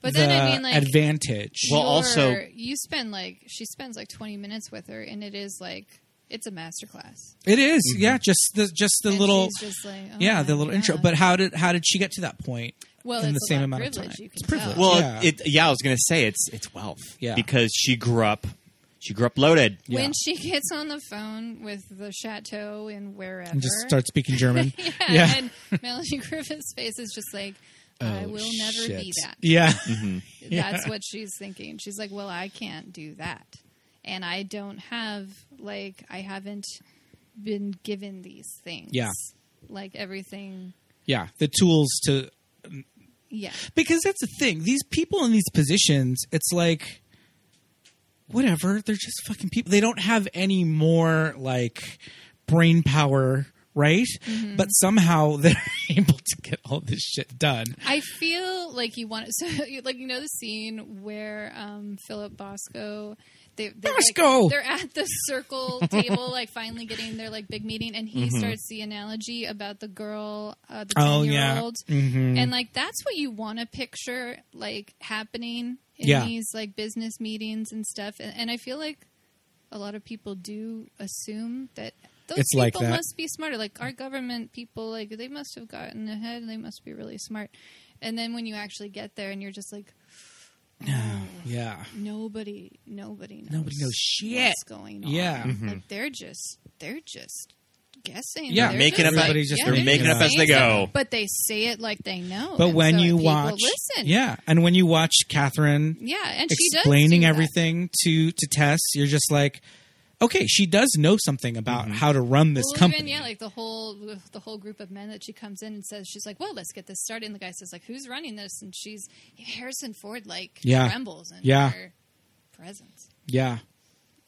Speaker 6: But
Speaker 5: the
Speaker 6: then, I mean, like-
Speaker 5: advantage
Speaker 4: Well, also-
Speaker 6: Sure, you spend like she spends like 20 minutes with her and it is like it's a masterclass
Speaker 5: It is, yeah. Just the just the
Speaker 6: And
Speaker 5: little,
Speaker 6: she's just like, oh
Speaker 5: yeah,
Speaker 6: my
Speaker 5: the little intro.
Speaker 6: God.
Speaker 5: But how did how did she get to that point?
Speaker 6: well
Speaker 5: in
Speaker 6: it's
Speaker 5: the
Speaker 6: a
Speaker 5: same
Speaker 6: lot
Speaker 5: amount of
Speaker 6: of privilege
Speaker 5: time.
Speaker 6: you can
Speaker 5: It's privilege.
Speaker 6: tell.
Speaker 4: Well,
Speaker 5: Yeah.
Speaker 4: it yeah, I was going to say it's it's wealth.
Speaker 5: Yeah.
Speaker 4: Because she grew up she grew up loaded.
Speaker 5: Yeah.
Speaker 6: when she gets on the phone with the chateau and wherever
Speaker 5: And just start speaking German.
Speaker 6: yeah,
Speaker 5: yeah.
Speaker 6: and melanie griffith's face is just like i will never be
Speaker 5: Oh, Shit.
Speaker 6: that
Speaker 5: Yeah,
Speaker 6: that's what she's thinking she's like well i can't do that and i don't have like i haven't been given these things
Speaker 5: Yeah.
Speaker 6: like everything
Speaker 5: yeah. The tools to
Speaker 6: yeah
Speaker 5: because that's the thing. These people in these positions, it's like whatever. They're just fucking people. They don't have any more like brain power, right?
Speaker 6: Mm-hmm.
Speaker 5: But somehow they're able to get all this shit done.
Speaker 6: I feel like you want so you- like you know the scene where um, Philip Bosco they they're, like-
Speaker 5: Bosco!
Speaker 6: they're at the circle table like finally getting their like big meeting and he starts the analogy about the girl uh, the
Speaker 5: Mm-hmm. Oh,
Speaker 6: 10
Speaker 5: yeah. Mm-hmm.
Speaker 6: year old and like that's what you want to picture like happening in
Speaker 5: Yeah.
Speaker 6: these like business meetings and stuff and, and I feel like a lot of people do assume that those
Speaker 5: It's
Speaker 6: people
Speaker 5: like that.
Speaker 6: must be smarter. Like our government people, like they must have gotten ahead. They must be really smart. And then when you actually get there, and you're just like,
Speaker 5: Yeah.
Speaker 6: nobody, nobody knows.
Speaker 5: Nobody knows shit.
Speaker 6: What's going on?
Speaker 5: Yeah.
Speaker 6: like they're just, they're just guessing.
Speaker 5: Yeah,
Speaker 6: They're
Speaker 4: making
Speaker 5: up- Everybody's just
Speaker 6: yeah,
Speaker 5: they're making
Speaker 6: just
Speaker 5: up as
Speaker 6: saying
Speaker 4: they go.
Speaker 6: stuff, But they say it like they know.
Speaker 5: But
Speaker 6: And
Speaker 5: when
Speaker 6: so
Speaker 5: you
Speaker 6: people
Speaker 5: watch,
Speaker 6: listen.
Speaker 5: yeah, and when you watch Catherine
Speaker 6: yeah, and she does
Speaker 5: explaining
Speaker 6: do that.
Speaker 5: everything to to Tess, you're just like, okay, she does know something about
Speaker 4: Mm-hmm.
Speaker 5: how to run this
Speaker 6: well,
Speaker 5: company.
Speaker 6: Even, yeah, like the whole the whole group of men that she comes in and says she's like, "Well, let's get this started." And the guy says, "Like, who's running this?" And she's Harrison Ford, like
Speaker 5: Yeah.
Speaker 6: trembles in
Speaker 5: Yeah.
Speaker 6: her presence.
Speaker 5: yeah.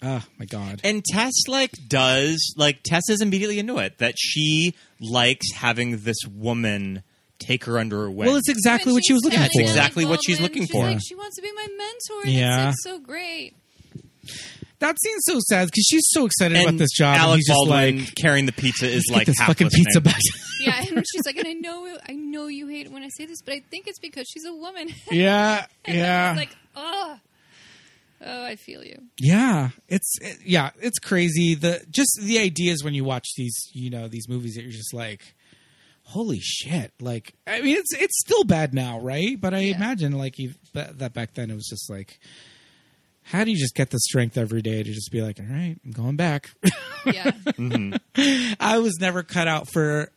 Speaker 5: Oh my god.
Speaker 4: And Tess like does like Tess is immediately into it that she likes having this woman take her under her wing.
Speaker 5: well, it's exactly
Speaker 6: When
Speaker 5: what she was
Speaker 6: she's
Speaker 5: looking
Speaker 6: telling
Speaker 5: for.
Speaker 6: him, like,
Speaker 4: exactly what she's
Speaker 6: Baldwin,
Speaker 4: looking for.
Speaker 6: like, she wants to be my mentor. And
Speaker 5: Yeah.
Speaker 6: yeah, it's like, so great.
Speaker 5: That seems so sad because she's so excited
Speaker 4: and
Speaker 5: about this job. and
Speaker 4: Alec
Speaker 5: he's just
Speaker 4: Baldwin
Speaker 5: like,
Speaker 4: carrying the pizza is
Speaker 5: "Get
Speaker 4: like
Speaker 5: this
Speaker 4: half
Speaker 5: fucking
Speaker 4: listening.
Speaker 5: pizza back.
Speaker 6: Yeah, and she's like, and I know, I know you hate it when I say this, but I think it's because she's a woman.
Speaker 5: yeah,
Speaker 6: it's
Speaker 5: yeah,
Speaker 6: like, oh, oh, I feel you.
Speaker 5: yeah. It's it- yeah, it's crazy. The just the ideas when you watch these, you know, these movies that you're just like, holy shit! Like, I mean, it's it's still bad now, right? But I
Speaker 6: Yeah.
Speaker 5: imagine like you that back then it was just like, how do you just get the strength every day to just be like, all right, I'm going back.
Speaker 6: Yeah,
Speaker 5: I was never cut out for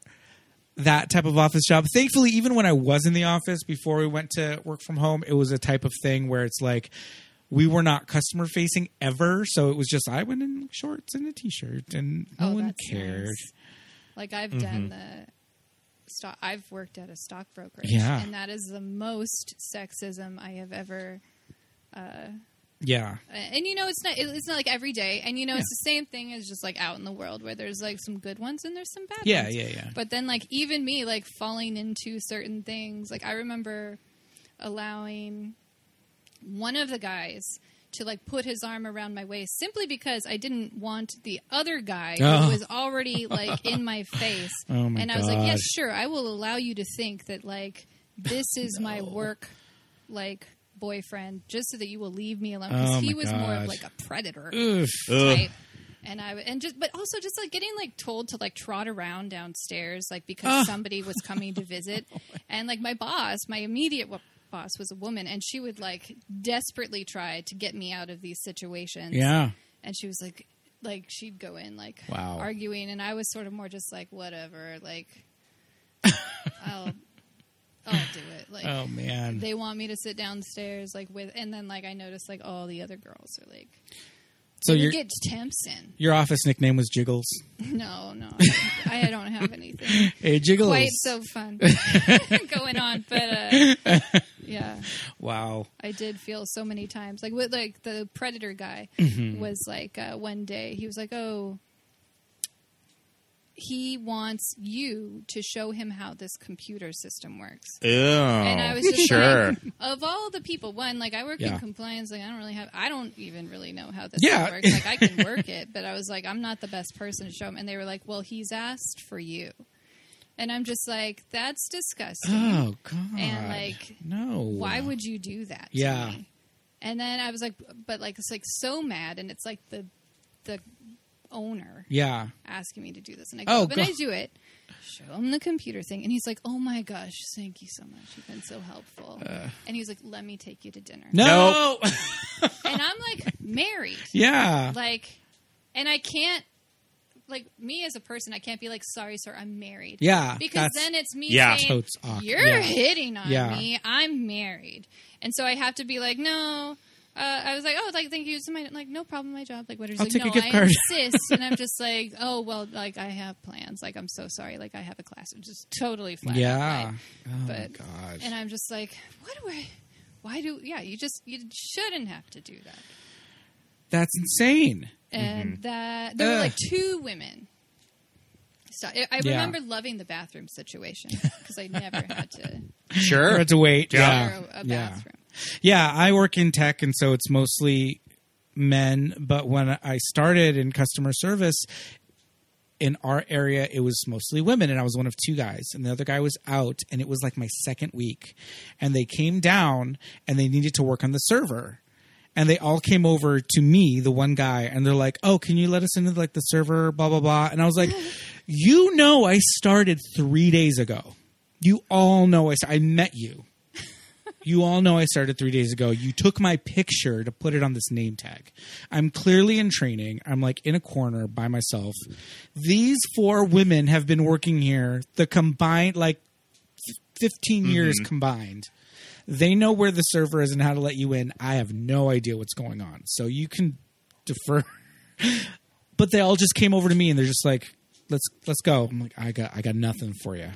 Speaker 5: that type of office job. Thankfully, even when I was in the office before we went to work from home, it was a type of thing where it's like we were not customer facing ever. So it was just I went in shorts and a t shirt and no
Speaker 6: oh,
Speaker 5: one Mm-hmm.
Speaker 6: that's
Speaker 5: cared.
Speaker 6: nice. Like I've done the stock. I've worked at a stock brokerage,
Speaker 5: Yeah.
Speaker 6: and that is the most sexism I have ever.
Speaker 5: Yeah.
Speaker 6: And you know, it's not. it- It's not like every day. And you know, it's the same thing as just like out in the world where there's like some good ones and there's some bad
Speaker 5: Yeah,
Speaker 6: ones.
Speaker 5: yeah, yeah.
Speaker 6: But then, like even me, like falling into certain things. Like I remember allowing one of the guys to like put his arm around my waist simply because I didn't want the other guy
Speaker 5: Oh.
Speaker 6: who was already like in my face.
Speaker 5: Oh, my
Speaker 6: and I was like,
Speaker 5: God.
Speaker 6: yes, sure, I will allow you to think that like this is my work like boyfriend just so that you will leave me alone because
Speaker 5: Oh,
Speaker 6: he
Speaker 5: my
Speaker 6: was more of
Speaker 5: God.
Speaker 6: like a predator
Speaker 5: Oof.
Speaker 4: Ugh.
Speaker 6: type. And I and just but also just like getting like told to like trot around downstairs like because somebody was coming to visit, and like my boss, my immediate wo- boss was a woman, and she would like desperately try to get me out of these situations.
Speaker 5: Yeah.
Speaker 6: and she was like, like she'd go in like
Speaker 5: Wow.
Speaker 6: arguing, and I was sort of more just like whatever, like I'll I'll do it. Like
Speaker 5: Oh man.
Speaker 6: they want me to sit downstairs like with, and then like I noticed like all the other girls are like.
Speaker 5: so
Speaker 6: you
Speaker 5: your
Speaker 6: get temps in.
Speaker 5: your office nickname was Jiggles.
Speaker 6: No, no, I don't have anything
Speaker 5: Hey Jiggles.
Speaker 6: quite so fun going on. But uh, yeah,
Speaker 5: wow.
Speaker 6: I did feel so many times like with like the predator guy was like uh, one day he was like, oh, he wants you to show him how this computer system works.
Speaker 4: Ew.
Speaker 6: And I was just
Speaker 4: sure.
Speaker 6: like, of all the people, one like I work
Speaker 5: Oh. Yeah.
Speaker 6: in compliance, like I don't really have, I don't even really know how this
Speaker 5: Yeah.
Speaker 6: thing works. Like I can work it, but I was like, I'm not the best person to show him. And they were like, well, he's asked for you, and I'm just like, that's disgusting.
Speaker 5: Oh god.
Speaker 6: And, like,
Speaker 5: no.
Speaker 6: Why would you do that? to
Speaker 5: Yeah.
Speaker 6: me? And then I was like, but like it's like so mad, and it's like the the owner
Speaker 5: Yeah.
Speaker 6: asking me to do this, and I
Speaker 5: Oh,
Speaker 6: go, but I
Speaker 5: God.
Speaker 6: do it. Show him the computer thing, and he's like, "Oh my gosh, thank you so much. You've been so helpful." and he's like, "Let me take you to dinner."
Speaker 5: Uh. No.
Speaker 6: and I'm like, married,
Speaker 5: yeah.
Speaker 6: like, and I can't, like, me as a person, I can't be like, "Sorry, sir, I'm married."
Speaker 5: Yeah,
Speaker 6: because
Speaker 5: that's-
Speaker 6: then it's me
Speaker 4: Yeah.
Speaker 6: saying,
Speaker 5: Totes awkward.
Speaker 6: "You're
Speaker 5: Yeah.
Speaker 6: hitting on
Speaker 5: Yeah.
Speaker 6: me. I'm married," and so I have to be like, "No." Uh, I was like, "Oh, like, thank you." So my like, no problem, my job. Like, what is?
Speaker 5: I'll
Speaker 6: like,
Speaker 5: take a
Speaker 6: no,
Speaker 5: gift
Speaker 6: I
Speaker 5: card."
Speaker 6: insist, and I'm just like, "Oh, well, like, I have plans. Like, I'm so sorry. Like, I have a class. It's just totally flat." out,
Speaker 5: Yeah.
Speaker 6: like,
Speaker 5: Oh my
Speaker 6: but-
Speaker 5: gosh.
Speaker 6: and I'm just like, what do I? Why do? Yeah, you just you shouldn't have to do that.
Speaker 5: That's insane.
Speaker 6: and that there were
Speaker 5: Mm-hmm. Ugh.
Speaker 6: like two women. So I, I
Speaker 5: Yeah.
Speaker 6: remember loving the bathroom situation because I never had to
Speaker 5: You
Speaker 4: Sure.
Speaker 5: had to wait.
Speaker 6: borrow
Speaker 5: Yeah.
Speaker 6: a
Speaker 5: yeah.
Speaker 6: bathroom.
Speaker 5: Yeah, I work in tech, and so it's mostly men. But when I started in customer service in our area, it was mostly women, and I was one of two guys, and the other guy was out, and it was like my second week. And they came down and they needed to work on the server. And they all came over to me, the one guy, and they're like, "Oh, can you let us into like the server, blah blah blah." And I was like, "You know, I started three days ago. You all know I, st- I met you. You all know I started three days ago. You took my picture to put it on this name tag. I'm clearly in training. I'm like in a corner by myself. These four women have been working here the combined, like f- 15 years combined. They know where the server is and how to let you in. I have no idea what's going on. So you can defer. but they all just came over to me and they're just like, let's let's go. I'm like, I got I got nothing for you.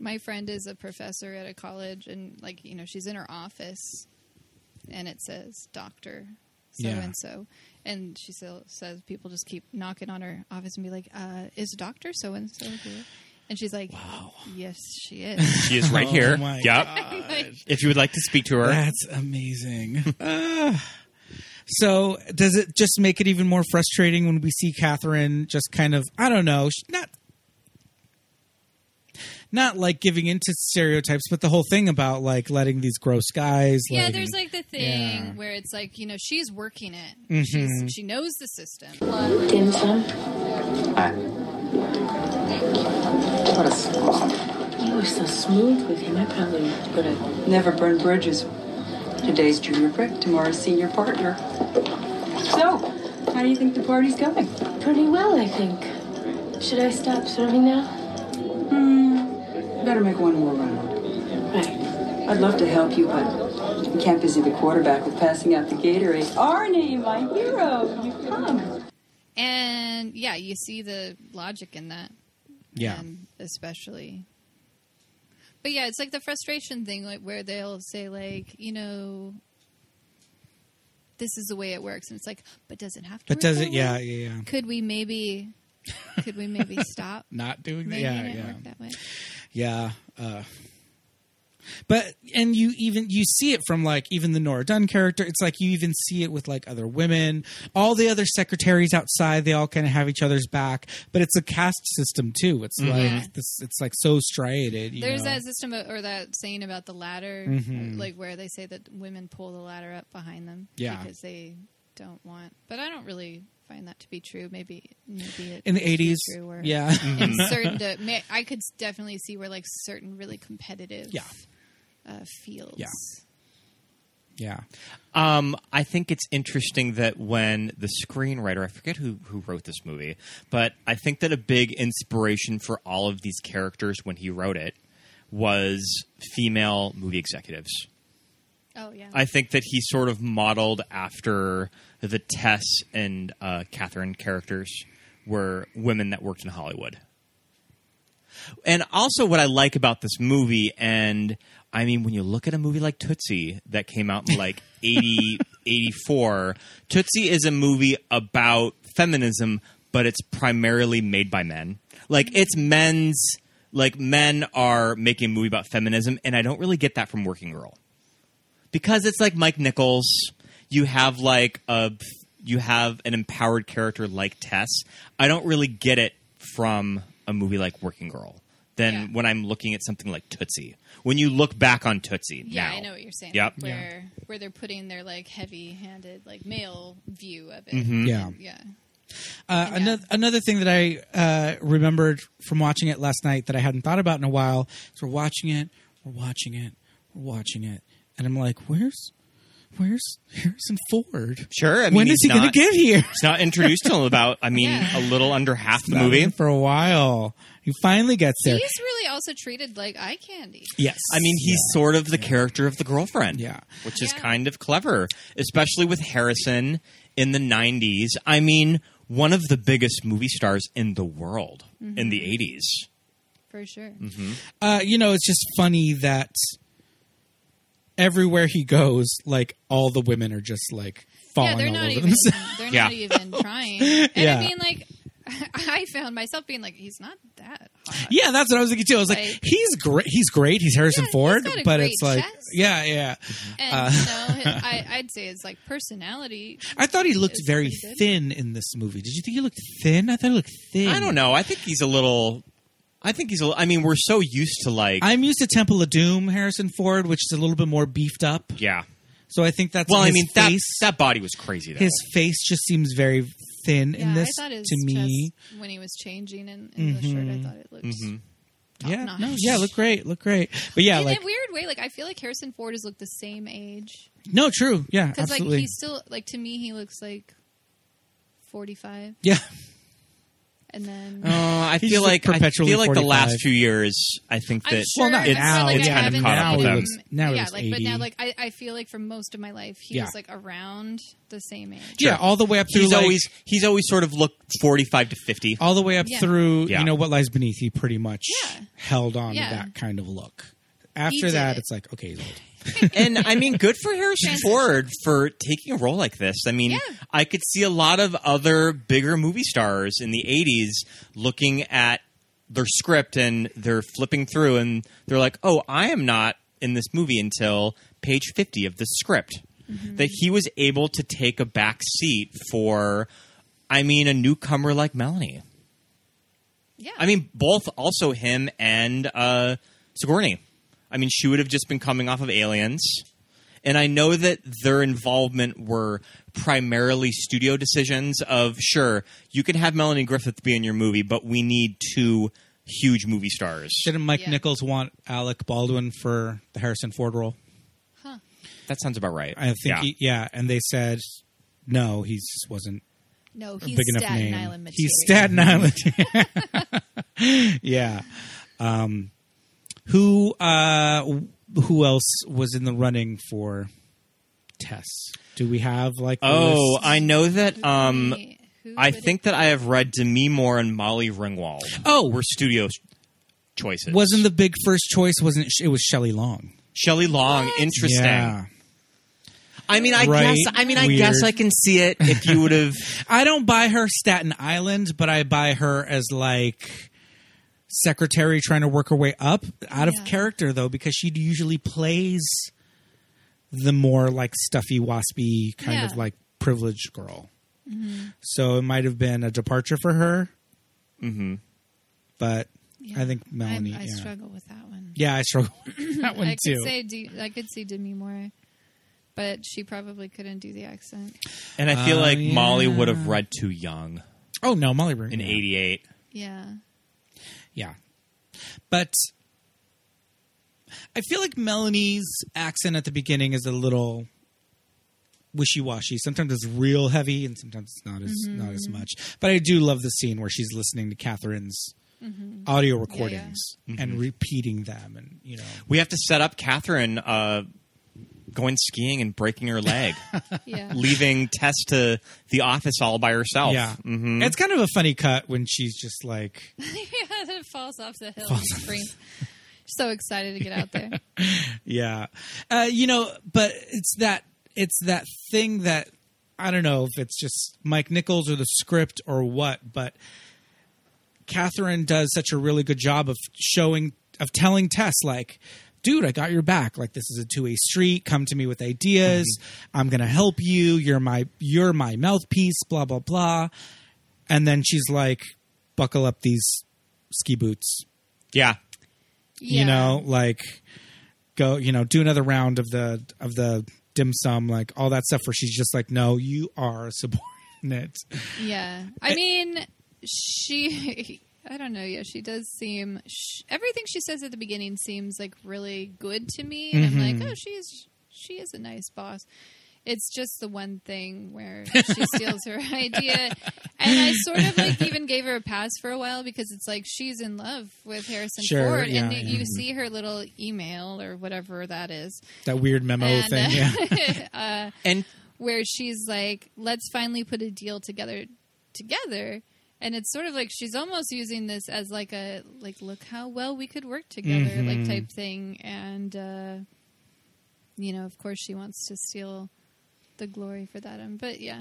Speaker 6: My friend is a professor at a college, and like you know, she's in her office, and it says Doctor so
Speaker 5: Yeah.
Speaker 6: and so, and she still says people just keep knocking on her office and be like, uh, "Is Doctor so and so here?" And she's like, "Yes, she is."
Speaker 4: She is right here.
Speaker 5: Oh my
Speaker 4: yep.
Speaker 6: Like,
Speaker 4: If you would like to speak to her,
Speaker 5: That's amazing. Ah. so, does it just make it even more frustrating when we see Catherine just kind of, I don't know, sh- not not like giving into stereotypes, but the whole thing about like letting these gross guys.
Speaker 6: Yeah,
Speaker 5: like-
Speaker 6: there's like the thing
Speaker 5: Yeah. Mm-hmm.
Speaker 6: where it's like, you know, she's working it. She's, she knows the system.
Speaker 2: Dim sum?
Speaker 7: What a slob.
Speaker 2: You were so smooth with him. I probably would have.
Speaker 7: Never burn bridges. Today's junior brick, tomorrow's senior partner. So, how do you think the party's going?
Speaker 2: Pretty well, I think. Should I stop serving now?
Speaker 7: Better make one more round.
Speaker 2: Right.
Speaker 7: I'd love to help you, but you can't busy the quarterback with passing out the Gatorade. Arnie, my hero, you've come.
Speaker 6: And yeah, you see the logic in that.
Speaker 5: yeah.
Speaker 6: And um, especially. But yeah, it's like the frustration thing like where they'll say like, you know, this is the way it works and it's like, but does it have to
Speaker 5: But
Speaker 6: work
Speaker 5: does
Speaker 6: that
Speaker 5: it? Yeah,
Speaker 6: way?
Speaker 5: yeah, yeah.
Speaker 6: Could we maybe could we maybe stop?
Speaker 5: Not doing that.
Speaker 6: making
Speaker 5: Yeah,
Speaker 6: it
Speaker 5: yeah.
Speaker 6: work that way.
Speaker 5: Yeah. Uh, but and you even you see it from like even the Nora Dunn character. It's like you even see it with like other women. All the other secretaries outside, they all kind of have each other's back. But it's a caste system too. It's
Speaker 6: Yeah.
Speaker 5: like this. It's like so striated. you
Speaker 6: There's
Speaker 5: know? Mm-hmm.
Speaker 6: that system of, or that saying about the ladder, like where they say that women pull the ladder up behind them,
Speaker 5: Yeah.
Speaker 6: because they don't want. But I don't really find that to be true. Maybe maybe it
Speaker 5: in the
Speaker 6: used to be
Speaker 5: eighties.
Speaker 6: true where-
Speaker 5: Yeah.
Speaker 6: and certain, to, may, I could definitely see where like certain really competitive,
Speaker 5: Yeah.
Speaker 6: uh, fields.
Speaker 5: Yeah. yeah.
Speaker 4: Um, I think it's interesting that when the screenwriter, I forget who, who wrote this movie, but I think that a big inspiration for all of these characters when he wrote it was female movie executives.
Speaker 6: Oh yeah,
Speaker 4: I think that he sort of modeled after the Tess and uh, Catherine characters were women that worked in Hollywood. And also, what I like about this movie, and I mean, when you look at a movie like Tootsie that came out in like 80, 84, Tootsie is a movie about feminism, but it's primarily made by men. Like, it's men's, like, men are making a movie about feminism, and I don't really get that from Working Girl because it's like Mike Nichols. You have like a you have an empowered character like Tess. I don't really get it from a movie like Working Girl than
Speaker 6: Yeah.
Speaker 4: when I'm looking at something like Tootsie. When you look back on Tootsie,
Speaker 6: yeah.
Speaker 4: now.
Speaker 6: I know what you're saying.
Speaker 4: Yep.
Speaker 6: where where they're putting their like heavy-handed like male view of it.
Speaker 5: Yeah.
Speaker 6: Yeah,
Speaker 5: Uh, another another thing that I uh, remembered from watching it last night that I hadn't thought about in a while is we're watching it, we're watching it, we're watching it, and I'm like, where's where's Harrison Ford?
Speaker 4: Sure, I mean,
Speaker 5: when is
Speaker 4: he's
Speaker 5: he going
Speaker 4: not-
Speaker 5: to get here?
Speaker 4: It's not introduced till about I mean
Speaker 6: Yeah.
Speaker 4: a little under half the
Speaker 5: Not
Speaker 4: movie.
Speaker 5: even for a while. He finally gets there.
Speaker 6: he's really also treated like eye candy.
Speaker 5: yes,
Speaker 4: I mean, he's sort of the character of the girlfriend.
Speaker 5: Yeah.
Speaker 4: Which is
Speaker 6: Yeah.
Speaker 4: kind of clever, especially with Harrison in the 90s. I mean, one of the biggest movie stars in the world
Speaker 6: Mm-hmm.
Speaker 4: in the 80s.
Speaker 6: For sure.
Speaker 5: uh, you know, it's just funny that everywhere he goes, like all the women are just like
Speaker 6: yeah,
Speaker 5: falling
Speaker 6: they're
Speaker 5: all
Speaker 6: not
Speaker 5: over
Speaker 6: even.
Speaker 5: themselves.
Speaker 6: They're
Speaker 4: Yeah.
Speaker 6: not even trying. And
Speaker 5: Yeah.
Speaker 6: I mean, like, I found myself being like, he's not that hot.
Speaker 5: Yeah, that's what I was thinking too. I was like,
Speaker 6: Like-
Speaker 5: he's great. He's great. He's Harrison
Speaker 6: Yeah, he's
Speaker 5: Ford,
Speaker 6: got a
Speaker 5: but
Speaker 6: great
Speaker 5: it's like,
Speaker 6: chest.
Speaker 5: yeah, yeah.
Speaker 6: And you know, his, I, I'd say his like personality.
Speaker 5: I thought he looked
Speaker 6: It's
Speaker 5: very
Speaker 6: pretty good.
Speaker 5: thin in this movie. Did you think he looked thin? I thought he looked thin.
Speaker 4: I don't know. I think he's a little. I think he's a. li- I mean, we're so used to like.
Speaker 5: I'm used to Temple of Doom, Harrison Ford, which is a little bit more beefed up.
Speaker 4: yeah.
Speaker 5: So I think that's
Speaker 4: Well, I
Speaker 5: his
Speaker 4: mean that
Speaker 5: face.
Speaker 4: that body was crazy. Though.
Speaker 5: his face just seems very thin
Speaker 6: Yeah,
Speaker 5: in this
Speaker 6: I thought his
Speaker 5: to me. Mm-hmm.
Speaker 6: chest when he was changing in, in the shirt, I thought it looked.
Speaker 4: Mm-hmm.
Speaker 6: top
Speaker 5: yeah,
Speaker 6: notch.
Speaker 5: no, yeah, look great, look great. But yeah,
Speaker 6: in
Speaker 5: like
Speaker 6: a weird way, like I feel like Harrison Ford has looked the same age
Speaker 5: no, true, yeah,
Speaker 6: because like
Speaker 5: absolutely,
Speaker 6: he's still like to me he looks like forty five,
Speaker 5: yeah,
Speaker 6: and then
Speaker 5: Oh,
Speaker 4: Uh, I
Speaker 5: He's
Speaker 4: feel
Speaker 5: just
Speaker 4: like I
Speaker 5: perpetually
Speaker 4: feel like the
Speaker 5: 45.
Speaker 4: last few years. I think
Speaker 6: I'm
Speaker 4: that
Speaker 6: sure
Speaker 5: Well, not
Speaker 6: I'm
Speaker 5: now,
Speaker 6: sure, like,
Speaker 5: it's
Speaker 6: I
Speaker 5: kind of
Speaker 6: haven't
Speaker 5: caught up
Speaker 6: seen
Speaker 5: with
Speaker 6: him-
Speaker 5: him. Now he
Speaker 6: yeah,
Speaker 5: looks
Speaker 6: like but
Speaker 5: 80.
Speaker 6: now like I, I feel like for most of my life he
Speaker 5: Yeah.
Speaker 6: was like around the same age.
Speaker 5: yeah, all the way up through
Speaker 4: he's
Speaker 5: like,
Speaker 4: always he's always sort of looked forty five to fifty.
Speaker 5: all the way up
Speaker 6: Yeah.
Speaker 5: through
Speaker 4: Yeah.
Speaker 5: you know what lies beneath. He pretty much
Speaker 6: Yeah.
Speaker 5: held on
Speaker 6: Yeah.
Speaker 5: to that kind of look.
Speaker 6: He
Speaker 5: After
Speaker 6: did
Speaker 5: that,
Speaker 6: it.
Speaker 5: it's like okay, he's old.
Speaker 4: and I mean, good for Harrison Ford for taking a role like this. I mean,
Speaker 6: Yeah.
Speaker 4: I could see a lot of other bigger movie stars in the '80s looking at their script and they're flipping through and they're like, "Oh, I am not in this movie until page 50 of the script." That he was able to take a back seat for, I mean, a newcomer like Melanie.
Speaker 6: Yeah,
Speaker 4: I mean, both also him and uh, Sigourney. I mean, she would have just been coming off of Aliens, and I know that their involvement were primarily studio decisions of sure you can have Melanie Griffith be in your movie, but we need two huge movie stars.
Speaker 5: Didn't Mike
Speaker 6: Yeah.
Speaker 5: Nichols want Alec Baldwin for the Harrison Ford role?
Speaker 4: That sounds about right.
Speaker 5: I think yeah, he, yeah and they said no, he just wasn't
Speaker 6: no,
Speaker 5: a
Speaker 6: he's
Speaker 5: big enough
Speaker 6: Staten
Speaker 5: name.
Speaker 6: Island material.
Speaker 5: He's Staten Island.
Speaker 4: Mm-hmm.
Speaker 5: yeah. Um, who uh, who else was in the running for Tess? Do we have like the
Speaker 4: Oh,
Speaker 5: list?
Speaker 4: I know that. Um,
Speaker 6: Wait, who
Speaker 4: I
Speaker 6: would it
Speaker 4: think that I have read Demi Moore and Molly Ringwald.
Speaker 5: Oh.
Speaker 4: were studio s- choices.
Speaker 5: wasn't the big first choice? Wasn't it? It was Shelley Long.
Speaker 4: Shelley Long? Interesting.
Speaker 5: Yeah.
Speaker 4: I mean, I
Speaker 5: Right?
Speaker 4: guess. I mean, I
Speaker 5: Weird.
Speaker 4: guess I can see it if you would have.
Speaker 5: I don't buy her Staten Island, but I buy her as like secretary trying to work her way up out of
Speaker 6: Yeah.
Speaker 5: character though because she usually plays the more like stuffy waspy kind of
Speaker 6: Yeah. Mm-hmm.
Speaker 5: like privileged girl so it might have been a departure for her mm-hmm. but
Speaker 6: Yeah.
Speaker 5: i think melanie
Speaker 6: I, I
Speaker 5: yeah.
Speaker 6: struggle with that one.
Speaker 5: yeah i struggle with that one
Speaker 6: I
Speaker 5: too
Speaker 6: could say D- I could see Demi Moore, but she probably couldn't do the accent.
Speaker 4: And I feel
Speaker 5: Oh,
Speaker 4: like Molly
Speaker 5: yeah.
Speaker 4: would have read too young
Speaker 5: oh no molly Ringwald.
Speaker 4: in '88.
Speaker 6: Yeah,
Speaker 5: Yeah. But I feel like Melanie's accent at the beginning is a little wishy-washy. Sometimes it's real heavy and sometimes it's not as not as much. But I do love the scene where she's listening to Catherine's audio recordings and repeating them and you know.
Speaker 4: We have to set up Catherine uh, going skiing and breaking her leg,
Speaker 6: yeah.
Speaker 4: leaving Tess to the office all by herself.
Speaker 5: Yeah.
Speaker 4: Mhm.
Speaker 5: It's kind of a funny cut when she's just like
Speaker 6: yeah, then it falls off the hill. and screams. so excited to get out there.
Speaker 5: Yeah. Uh, you know, but it's that it's that thing that I don't know if it's just Mike Nichols or the script or what, but Catherine does such a really good job of showing of telling Tess like Dude, I got your back. Like this is a two-way street. Come to me with ideas. I'm gonna help you. You're my you're my mouthpiece. Blah blah blah. And then she's like, "Buckle up these ski boots."
Speaker 4: Yeah.
Speaker 6: Yeah.
Speaker 5: you know like go you know do another round of the of the dim sum like all that stuff where she's just like no you are a subordinate
Speaker 6: Yeah. I mean, she. I don't know. Yeah, she does seem. Sh- everything she says at the beginning seems like really good to me, and I'm
Speaker 5: Mm-hmm.
Speaker 6: like, oh, she's she is a nice boss. It's just the one thing where she steals her idea, and I sort of like even gave her a pass for a while because it's like she's in love with Harrison
Speaker 5: Sure,
Speaker 6: Ford, and
Speaker 5: yeah, mm-hmm.
Speaker 6: you
Speaker 5: yeah.
Speaker 6: see her little email or whatever that is,
Speaker 5: that weird memo
Speaker 6: And,
Speaker 5: thing
Speaker 6: uh,
Speaker 5: yeah
Speaker 4: And
Speaker 6: where she's like, let's finally put a deal together together. And it's sort of like she's almost using this as like a like look how well we could work together like type thing and uh you know, of course she wants to steal the glory for that. Um, but yeah,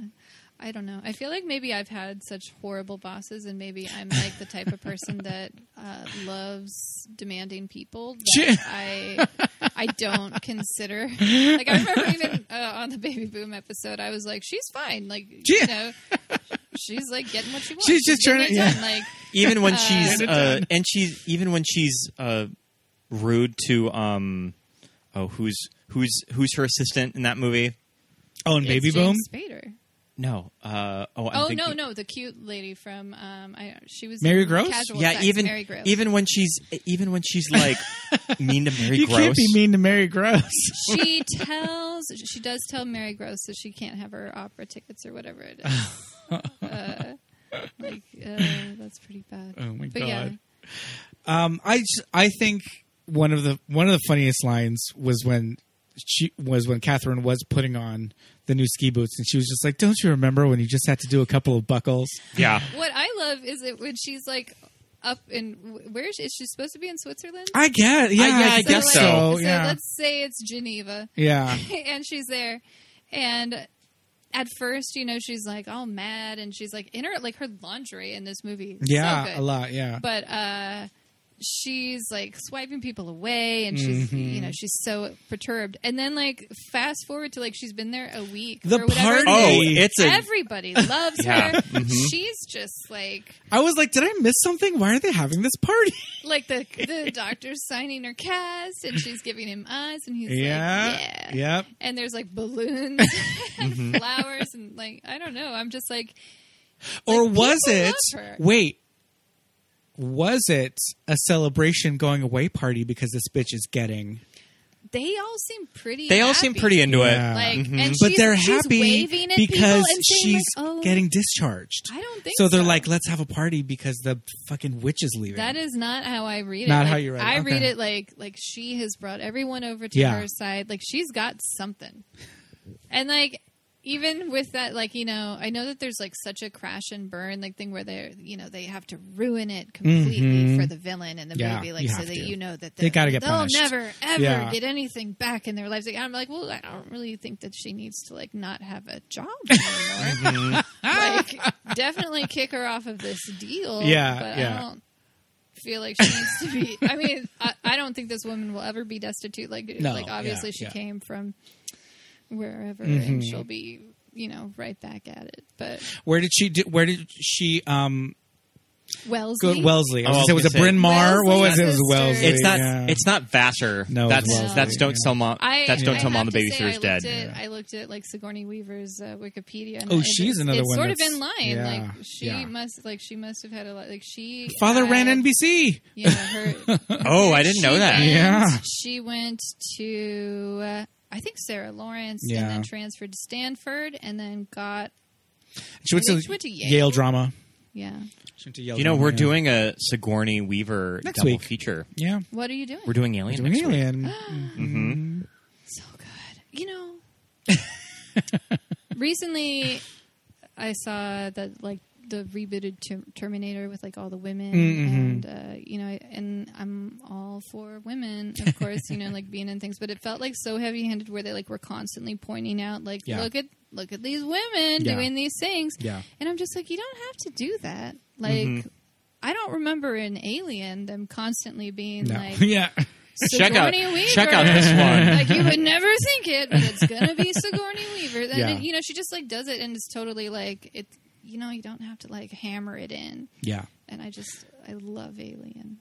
Speaker 6: I don't know. I feel like maybe I've had such horrible bosses, and maybe I'm like the type of person that uh, loves demanding people. That I I don't consider. Like I remember even uh, on the baby boom episode, I was like, she's fine. Like
Speaker 5: Yeah.
Speaker 6: you know, she's like getting what she wants.
Speaker 5: She's just
Speaker 6: getting
Speaker 5: trying
Speaker 6: it
Speaker 5: to-
Speaker 6: done. Like
Speaker 4: even when
Speaker 6: Uh,
Speaker 4: she's
Speaker 5: Get it
Speaker 4: uh,
Speaker 5: done.
Speaker 4: and she's even when she's uh, rude to um oh who's who's who's her assistant in that movie
Speaker 5: Oh, and
Speaker 6: it's
Speaker 5: Baby Boom.
Speaker 6: James Spader.
Speaker 4: no uh oh I'm
Speaker 6: Oh
Speaker 4: thinking-
Speaker 6: no, no, the cute lady from um, I, she was
Speaker 5: Mary
Speaker 6: in
Speaker 5: Gross?
Speaker 6: Casual
Speaker 4: yeah
Speaker 6: Sex,
Speaker 4: even
Speaker 6: Mary Gross.
Speaker 4: even when she's even when she's like mean to Mary
Speaker 5: You
Speaker 4: Gross
Speaker 5: can't be mean to Mary Gross.
Speaker 6: she tells she does tell Mary Gross that she can't have her opera tickets or whatever it is. uh, like uh, that's pretty bad.
Speaker 5: Oh, my
Speaker 6: but Yeah,
Speaker 5: God. Um, I just, I think one of the one of the funniest lines was when she was when Catherine was putting on the new ski boots, and she was just like, "Don't you remember when you just had to do a couple of buckles?"
Speaker 4: yeah
Speaker 6: what I love is it when she's like up in where is she, is she supposed to be in Switzerland?
Speaker 5: I guess, Uh, yeah,
Speaker 4: I- yeah, I guess
Speaker 6: like,
Speaker 4: so.
Speaker 5: so.
Speaker 6: so
Speaker 5: Yeah,
Speaker 6: let's say it's Geneva.
Speaker 5: yeah.
Speaker 6: and she's there and at first you know she's like all mad and she's like in her like her lingerie in this movie is so
Speaker 5: Yeah,
Speaker 6: good.
Speaker 5: a lot. Yeah,
Speaker 6: but uh she's like swiping people away and she's
Speaker 4: Mm-hmm.
Speaker 6: you know she's so perturbed and then like fast forward to like she's been there a week
Speaker 5: The
Speaker 6: or whatever
Speaker 5: party-
Speaker 4: oh
Speaker 6: it is.
Speaker 4: it's a
Speaker 6: everybody loves
Speaker 4: Yeah,
Speaker 6: her
Speaker 4: mhm.
Speaker 6: she's just like
Speaker 5: I was like, "Did I miss something? Why are they having this party?"
Speaker 6: like the the doctor's signing her cast and she's giving him eyes and he's like yeah
Speaker 5: yep.
Speaker 6: and there's like balloons
Speaker 4: Mm-hmm.
Speaker 6: and flowers and like I don't know. I'm just like
Speaker 5: Or
Speaker 6: Like,
Speaker 5: was
Speaker 6: people
Speaker 5: it?
Speaker 6: love her.
Speaker 5: Wait, was it a celebration going away party because this bitch is getting?
Speaker 6: they all seem pretty.
Speaker 4: they all seem
Speaker 6: happy.
Speaker 4: pretty into
Speaker 5: Yeah.
Speaker 4: it
Speaker 6: Like,
Speaker 4: Mhm.
Speaker 6: and
Speaker 5: but
Speaker 6: she's-
Speaker 5: they're
Speaker 6: she's
Speaker 5: happy
Speaker 6: waving at people
Speaker 5: because
Speaker 6: and saying,
Speaker 5: she's
Speaker 6: like, oh,
Speaker 5: getting discharged.
Speaker 6: I don't think
Speaker 5: so they're
Speaker 6: so.
Speaker 5: like, let's have a party because the fucking witch is leaving.
Speaker 6: That is not how I read it.
Speaker 5: Not
Speaker 6: Like,
Speaker 5: how you read it.
Speaker 6: I
Speaker 5: Okay.
Speaker 6: read it like like she has brought everyone over to
Speaker 5: Yeah.
Speaker 6: her side. Like she's got something, and like even with that, like you know, I know that there's like such a crash and burn like thing where they're you know they have to ruin it completely for the villain in the
Speaker 5: Mm-hmm. Yeah,
Speaker 6: movie, like
Speaker 5: you
Speaker 6: so
Speaker 5: have
Speaker 6: that
Speaker 5: to.
Speaker 6: you know that
Speaker 5: They gotta get
Speaker 6: they'll
Speaker 5: punished.
Speaker 6: never ever
Speaker 5: Yeah.
Speaker 6: get anything back in their lives. Like, I'm like, well, I don't really think that she needs to like not have a job anymore like definitely kick her off of this deal.
Speaker 5: Mm-hmm. Yeah,
Speaker 6: but
Speaker 5: yeah.
Speaker 6: I don't feel like she needs to be. I mean, I, I don't think this woman will ever be destitute. Like,
Speaker 5: No,
Speaker 6: like obviously
Speaker 5: yeah,
Speaker 6: she
Speaker 5: yeah. Mm-hmm.
Speaker 6: came from wherever, and she'll be, you know, right back at it. But
Speaker 5: where did she? Where did she? Um,
Speaker 6: Wellesley,
Speaker 5: go Wellesley. I
Speaker 4: Oh, I
Speaker 5: was gonna say,
Speaker 4: was
Speaker 5: was it
Speaker 4: gonna say-
Speaker 5: Bryn Mawr? What was it? It was
Speaker 6: Wellesley's
Speaker 5: Wellesley.
Speaker 6: sister.
Speaker 4: it's not
Speaker 5: yeah.
Speaker 4: it's not Vassar
Speaker 5: No,
Speaker 4: that's
Speaker 5: it's Wellesley,
Speaker 4: that's don't
Speaker 5: yeah.
Speaker 4: tell mom
Speaker 6: I,
Speaker 4: that's don't
Speaker 6: I
Speaker 4: tell
Speaker 6: have
Speaker 4: mom the
Speaker 6: to
Speaker 4: baby's
Speaker 6: say I
Speaker 4: dead
Speaker 6: looked At, I looked at like Sigourney Weaver's uh, Wikipedia. And
Speaker 5: Oh,
Speaker 6: it-
Speaker 5: she's another
Speaker 6: it's
Speaker 5: one
Speaker 6: Sort of
Speaker 5: that's-
Speaker 6: in line.
Speaker 5: yeah,
Speaker 6: like she
Speaker 5: yeah.
Speaker 6: must, like she must have had a lot. Like she
Speaker 5: Father
Speaker 6: had,
Speaker 5: ran NBC.
Speaker 6: Yeah, her
Speaker 4: oh I didn't know
Speaker 6: She
Speaker 4: that
Speaker 6: went-
Speaker 5: Yeah.
Speaker 6: She went to, uh, I think, Sarah Lawrence
Speaker 5: Yeah.
Speaker 6: and then transferred to Stanford and then got,
Speaker 5: She went
Speaker 6: I
Speaker 5: to,
Speaker 6: think she went to
Speaker 5: Yale.
Speaker 6: Yale.
Speaker 5: drama.
Speaker 6: yeah.
Speaker 5: She went to Yale
Speaker 4: you know we're
Speaker 5: drama, yeah.
Speaker 4: doing a Sigourney Weaver
Speaker 5: Next
Speaker 4: double
Speaker 5: week.
Speaker 4: feature
Speaker 5: Yeah,
Speaker 6: What are you doing?
Speaker 4: we're doing Alien
Speaker 5: doing
Speaker 4: next week.
Speaker 5: Alien.
Speaker 6: so good. You know, recently I saw that, like, the rebooted ter- Terminator with like all the women,
Speaker 5: Mm, mm-hmm.
Speaker 6: and uh, you know, and I'm all for women, of course, you know, like being in things. But it felt like so heavy-handed, where they like were constantly pointing out, like,
Speaker 5: Yeah.
Speaker 6: look at look at these women
Speaker 5: Yeah.
Speaker 6: doing these things,
Speaker 5: Yeah. Mm-hmm.
Speaker 6: And I'm just like, you don't have to do that. Like, I don't remember in Alien them constantly being
Speaker 5: No.
Speaker 6: like,
Speaker 5: yeah.
Speaker 4: Check out-
Speaker 6: Sigourney Weaver.
Speaker 4: check out this one.
Speaker 6: like you would never think it, but it's gonna be Sigourney Weaver. Then
Speaker 5: Yeah.
Speaker 6: you know she just like does it, and it's totally like it. You know you don't have to like hammer it in.
Speaker 5: Yeah.
Speaker 6: And I just I love Alien.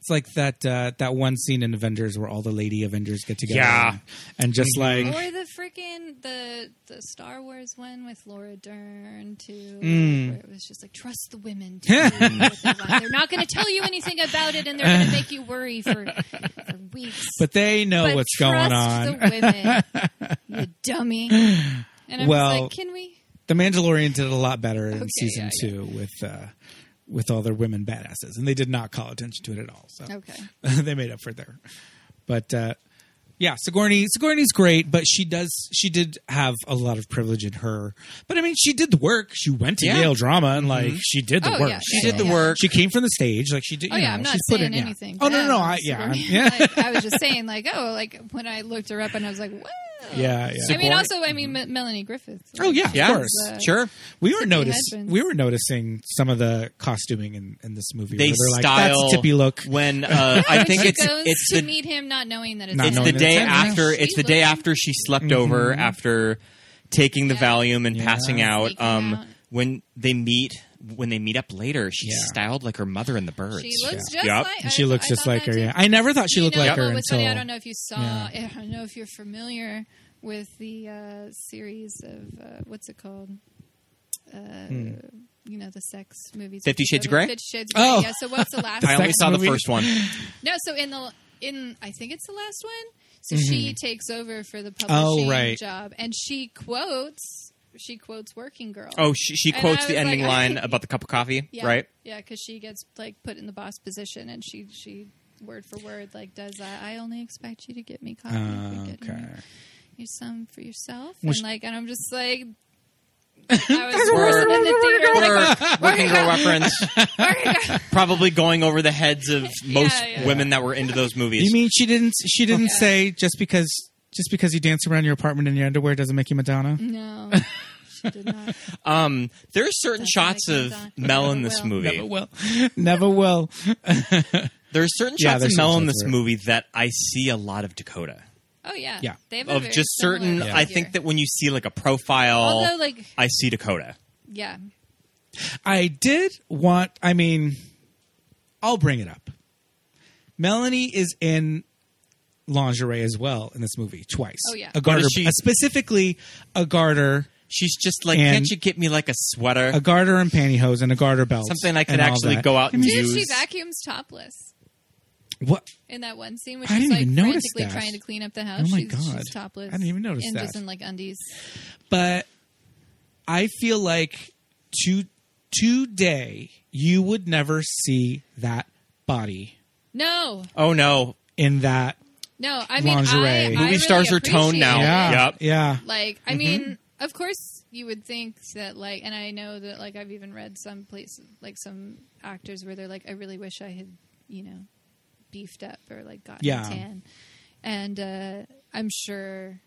Speaker 5: It's like that uh, that one scene in Avengers where all the lady Avengers get together.
Speaker 4: Yeah.
Speaker 5: And just
Speaker 6: Or
Speaker 5: like
Speaker 6: the freaking the the Star Wars one with Laura Dern too,
Speaker 4: Mm.
Speaker 6: where it was just like trust the women. to do what they want. They're not going to tell you anything about it, and they're going to make you worry for, for weeks.
Speaker 5: but they know
Speaker 6: But
Speaker 5: what's
Speaker 6: trust
Speaker 5: going on.
Speaker 6: The women, you dummy. And I'm
Speaker 5: Well-
Speaker 6: just like, can we?
Speaker 5: The Mandalorian did a lot better in
Speaker 6: Okay,
Speaker 5: season
Speaker 6: yeah,
Speaker 5: two with uh, with all their women badasses, and they did not call attention to it at all. So
Speaker 6: Okay.
Speaker 5: they made up for their. But uh, Yeah, Sigourney. Sigourney's great, but she does. She did have a lot of privilege in her. But I mean, she did the work. She went to
Speaker 4: Yeah.
Speaker 5: Yale Drama, and like she did the
Speaker 6: Oh,
Speaker 5: work.
Speaker 6: yeah,
Speaker 5: She
Speaker 6: yeah,
Speaker 5: did the
Speaker 6: yeah.
Speaker 5: work. She came from the stage. Like she did.
Speaker 6: Oh
Speaker 5: you
Speaker 6: yeah,
Speaker 5: know,
Speaker 6: I'm not
Speaker 5: she's put
Speaker 6: saying
Speaker 5: in- yeah.
Speaker 6: anything.
Speaker 5: Oh no, no,
Speaker 6: bad
Speaker 5: no.
Speaker 6: about
Speaker 5: I, yeah, I'm-
Speaker 6: Sigourney.
Speaker 5: yeah,
Speaker 6: like, I was just saying, like, oh, like when I looked her up and I was like, whoa.
Speaker 5: yeah,
Speaker 6: I
Speaker 5: yeah.
Speaker 6: mean, also, I mean, M- Melanie Griffith.
Speaker 5: Oh yeah,
Speaker 4: Yeah.
Speaker 5: of course.
Speaker 6: Uh,
Speaker 4: Sure.
Speaker 5: We were
Speaker 6: Tippy
Speaker 5: notice.
Speaker 6: Hedren.
Speaker 5: We were noticing some of the costuming in, in this movie.
Speaker 4: They
Speaker 5: where they're like,
Speaker 4: style
Speaker 5: That's tippy look.
Speaker 4: when uh, I think
Speaker 6: she
Speaker 4: it's
Speaker 6: goes
Speaker 4: it's
Speaker 6: to
Speaker 4: the
Speaker 6: meet him, not knowing that it's
Speaker 5: Not
Speaker 4: it's
Speaker 5: knowing
Speaker 4: the
Speaker 5: that
Speaker 4: day
Speaker 5: it's Mm-hmm. him.
Speaker 4: after
Speaker 6: She
Speaker 4: it's the day
Speaker 6: looked-
Speaker 4: after she slept over after taking the Valium and passing out.
Speaker 6: Sneaking
Speaker 4: Um,
Speaker 6: out.
Speaker 4: when they meet when they meet up later, she's
Speaker 5: Yeah.
Speaker 4: styled like her mother in the birds.
Speaker 6: She looks just
Speaker 4: Yep.
Speaker 6: like.
Speaker 5: And she
Speaker 6: I-
Speaker 5: looks
Speaker 6: I
Speaker 5: just
Speaker 6: thought
Speaker 5: like
Speaker 6: that
Speaker 5: her.
Speaker 6: too.
Speaker 5: Yeah, I never thought she
Speaker 6: You
Speaker 5: looked
Speaker 6: know,
Speaker 5: like
Speaker 6: what
Speaker 5: her
Speaker 6: was
Speaker 5: until.
Speaker 6: funny, I don't know if you saw.
Speaker 5: Yeah.
Speaker 6: I don't know if you're familiar with the uh, series of uh, what's it called? Uh,
Speaker 5: Hmm.
Speaker 6: You know the sex movies.
Speaker 4: Fifty
Speaker 6: with
Speaker 4: Shades of
Speaker 6: Dakota-
Speaker 4: Grey?
Speaker 6: Fifty Shades of
Speaker 5: Oh.
Speaker 6: Grey. Yeah. So what's the last?
Speaker 4: I only
Speaker 5: sex
Speaker 4: saw
Speaker 5: movie.
Speaker 4: the first one.
Speaker 6: No, so in the in I think it's the last one. So she takes over for the publishing
Speaker 5: Mm-hmm. Oh, right.
Speaker 6: job, and she quotes she quotes Working Girl.
Speaker 4: Oh, she, she
Speaker 6: And
Speaker 4: quotes
Speaker 6: I
Speaker 4: the
Speaker 6: was
Speaker 4: ending
Speaker 6: like,
Speaker 4: line
Speaker 6: I-
Speaker 4: about the cup of coffee,
Speaker 6: yeah,
Speaker 4: right?
Speaker 6: Yeah, because she gets like put in the boss position, and she she word for word like does that. I only expect you to get me coffee. if
Speaker 5: Uh,
Speaker 6: you're getting
Speaker 5: okay.
Speaker 6: me- Your some for yourself,
Speaker 5: Well,
Speaker 6: and
Speaker 5: she-
Speaker 6: like, and I'm just like, I was worse in the theater. like,
Speaker 4: Or working girl reference, probably going over the heads of most
Speaker 6: yeah.
Speaker 4: women that were into those movies.
Speaker 5: You mean she didn't? She didn't say just because just because you dance around your apartment in your underwear doesn't make you Madonna.
Speaker 6: no, she did not.
Speaker 4: um, there are certain
Speaker 6: That's
Speaker 4: shots
Speaker 6: like
Speaker 4: of
Speaker 6: Madonna.
Speaker 4: Mel in this
Speaker 6: Well.
Speaker 4: movie.
Speaker 5: Never will. Never will.
Speaker 4: There are certain
Speaker 5: Yeah,
Speaker 4: shots
Speaker 5: there's
Speaker 4: of Mel
Speaker 5: some
Speaker 4: in
Speaker 5: shots
Speaker 4: this
Speaker 5: of her.
Speaker 4: movie that I see a lot of Dakota.
Speaker 6: Oh yeah,
Speaker 5: Yeah.
Speaker 6: They have a
Speaker 4: Of
Speaker 6: very
Speaker 4: just
Speaker 6: similar
Speaker 4: certain,
Speaker 6: figure.
Speaker 4: I think that when you see like a profile,
Speaker 6: although like
Speaker 4: I see Dakota.
Speaker 6: yeah,
Speaker 5: I did want. I mean, I'll bring it up. Melanie is in lingerie as well in this movie twice.
Speaker 6: Oh, yeah.
Speaker 5: a garter,
Speaker 4: What is she-
Speaker 5: uh, specifically a garter,
Speaker 4: She's just like,
Speaker 5: And-
Speaker 4: can't you get me like a sweater,
Speaker 5: a garter and pantyhose, and a garter belt.
Speaker 4: something I could
Speaker 5: and all
Speaker 4: actually
Speaker 5: that.
Speaker 4: go out and
Speaker 6: dude,
Speaker 4: use?
Speaker 6: she vacuums topless.
Speaker 5: What?
Speaker 6: in that one scene where
Speaker 5: I
Speaker 6: she's
Speaker 5: didn't
Speaker 6: like
Speaker 5: even notice
Speaker 6: frantically
Speaker 5: that.
Speaker 6: trying to clean up the house.
Speaker 5: Oh my
Speaker 6: she's,
Speaker 5: God.
Speaker 6: she's topless.
Speaker 5: I didn't even notice
Speaker 6: and
Speaker 5: that.
Speaker 6: just in like undies.
Speaker 5: but I feel like to today you would never see that body
Speaker 6: No,
Speaker 4: oh no,
Speaker 5: in that.
Speaker 6: no. I mean, I,
Speaker 5: Lingerie.
Speaker 6: I
Speaker 5: Movie
Speaker 6: really
Speaker 4: stars are toned now. Mm-hmm.
Speaker 6: appreciate
Speaker 4: Oh, Yeah.
Speaker 6: it.
Speaker 4: Yep.
Speaker 5: yeah.
Speaker 6: Like, I mean, of course, you would think that like, and I know that like I've even read some places like some actors where they're like, I really wish I had, you know, beefed up or like gotten
Speaker 5: Yeah.
Speaker 6: tan, and uh, I'm sure.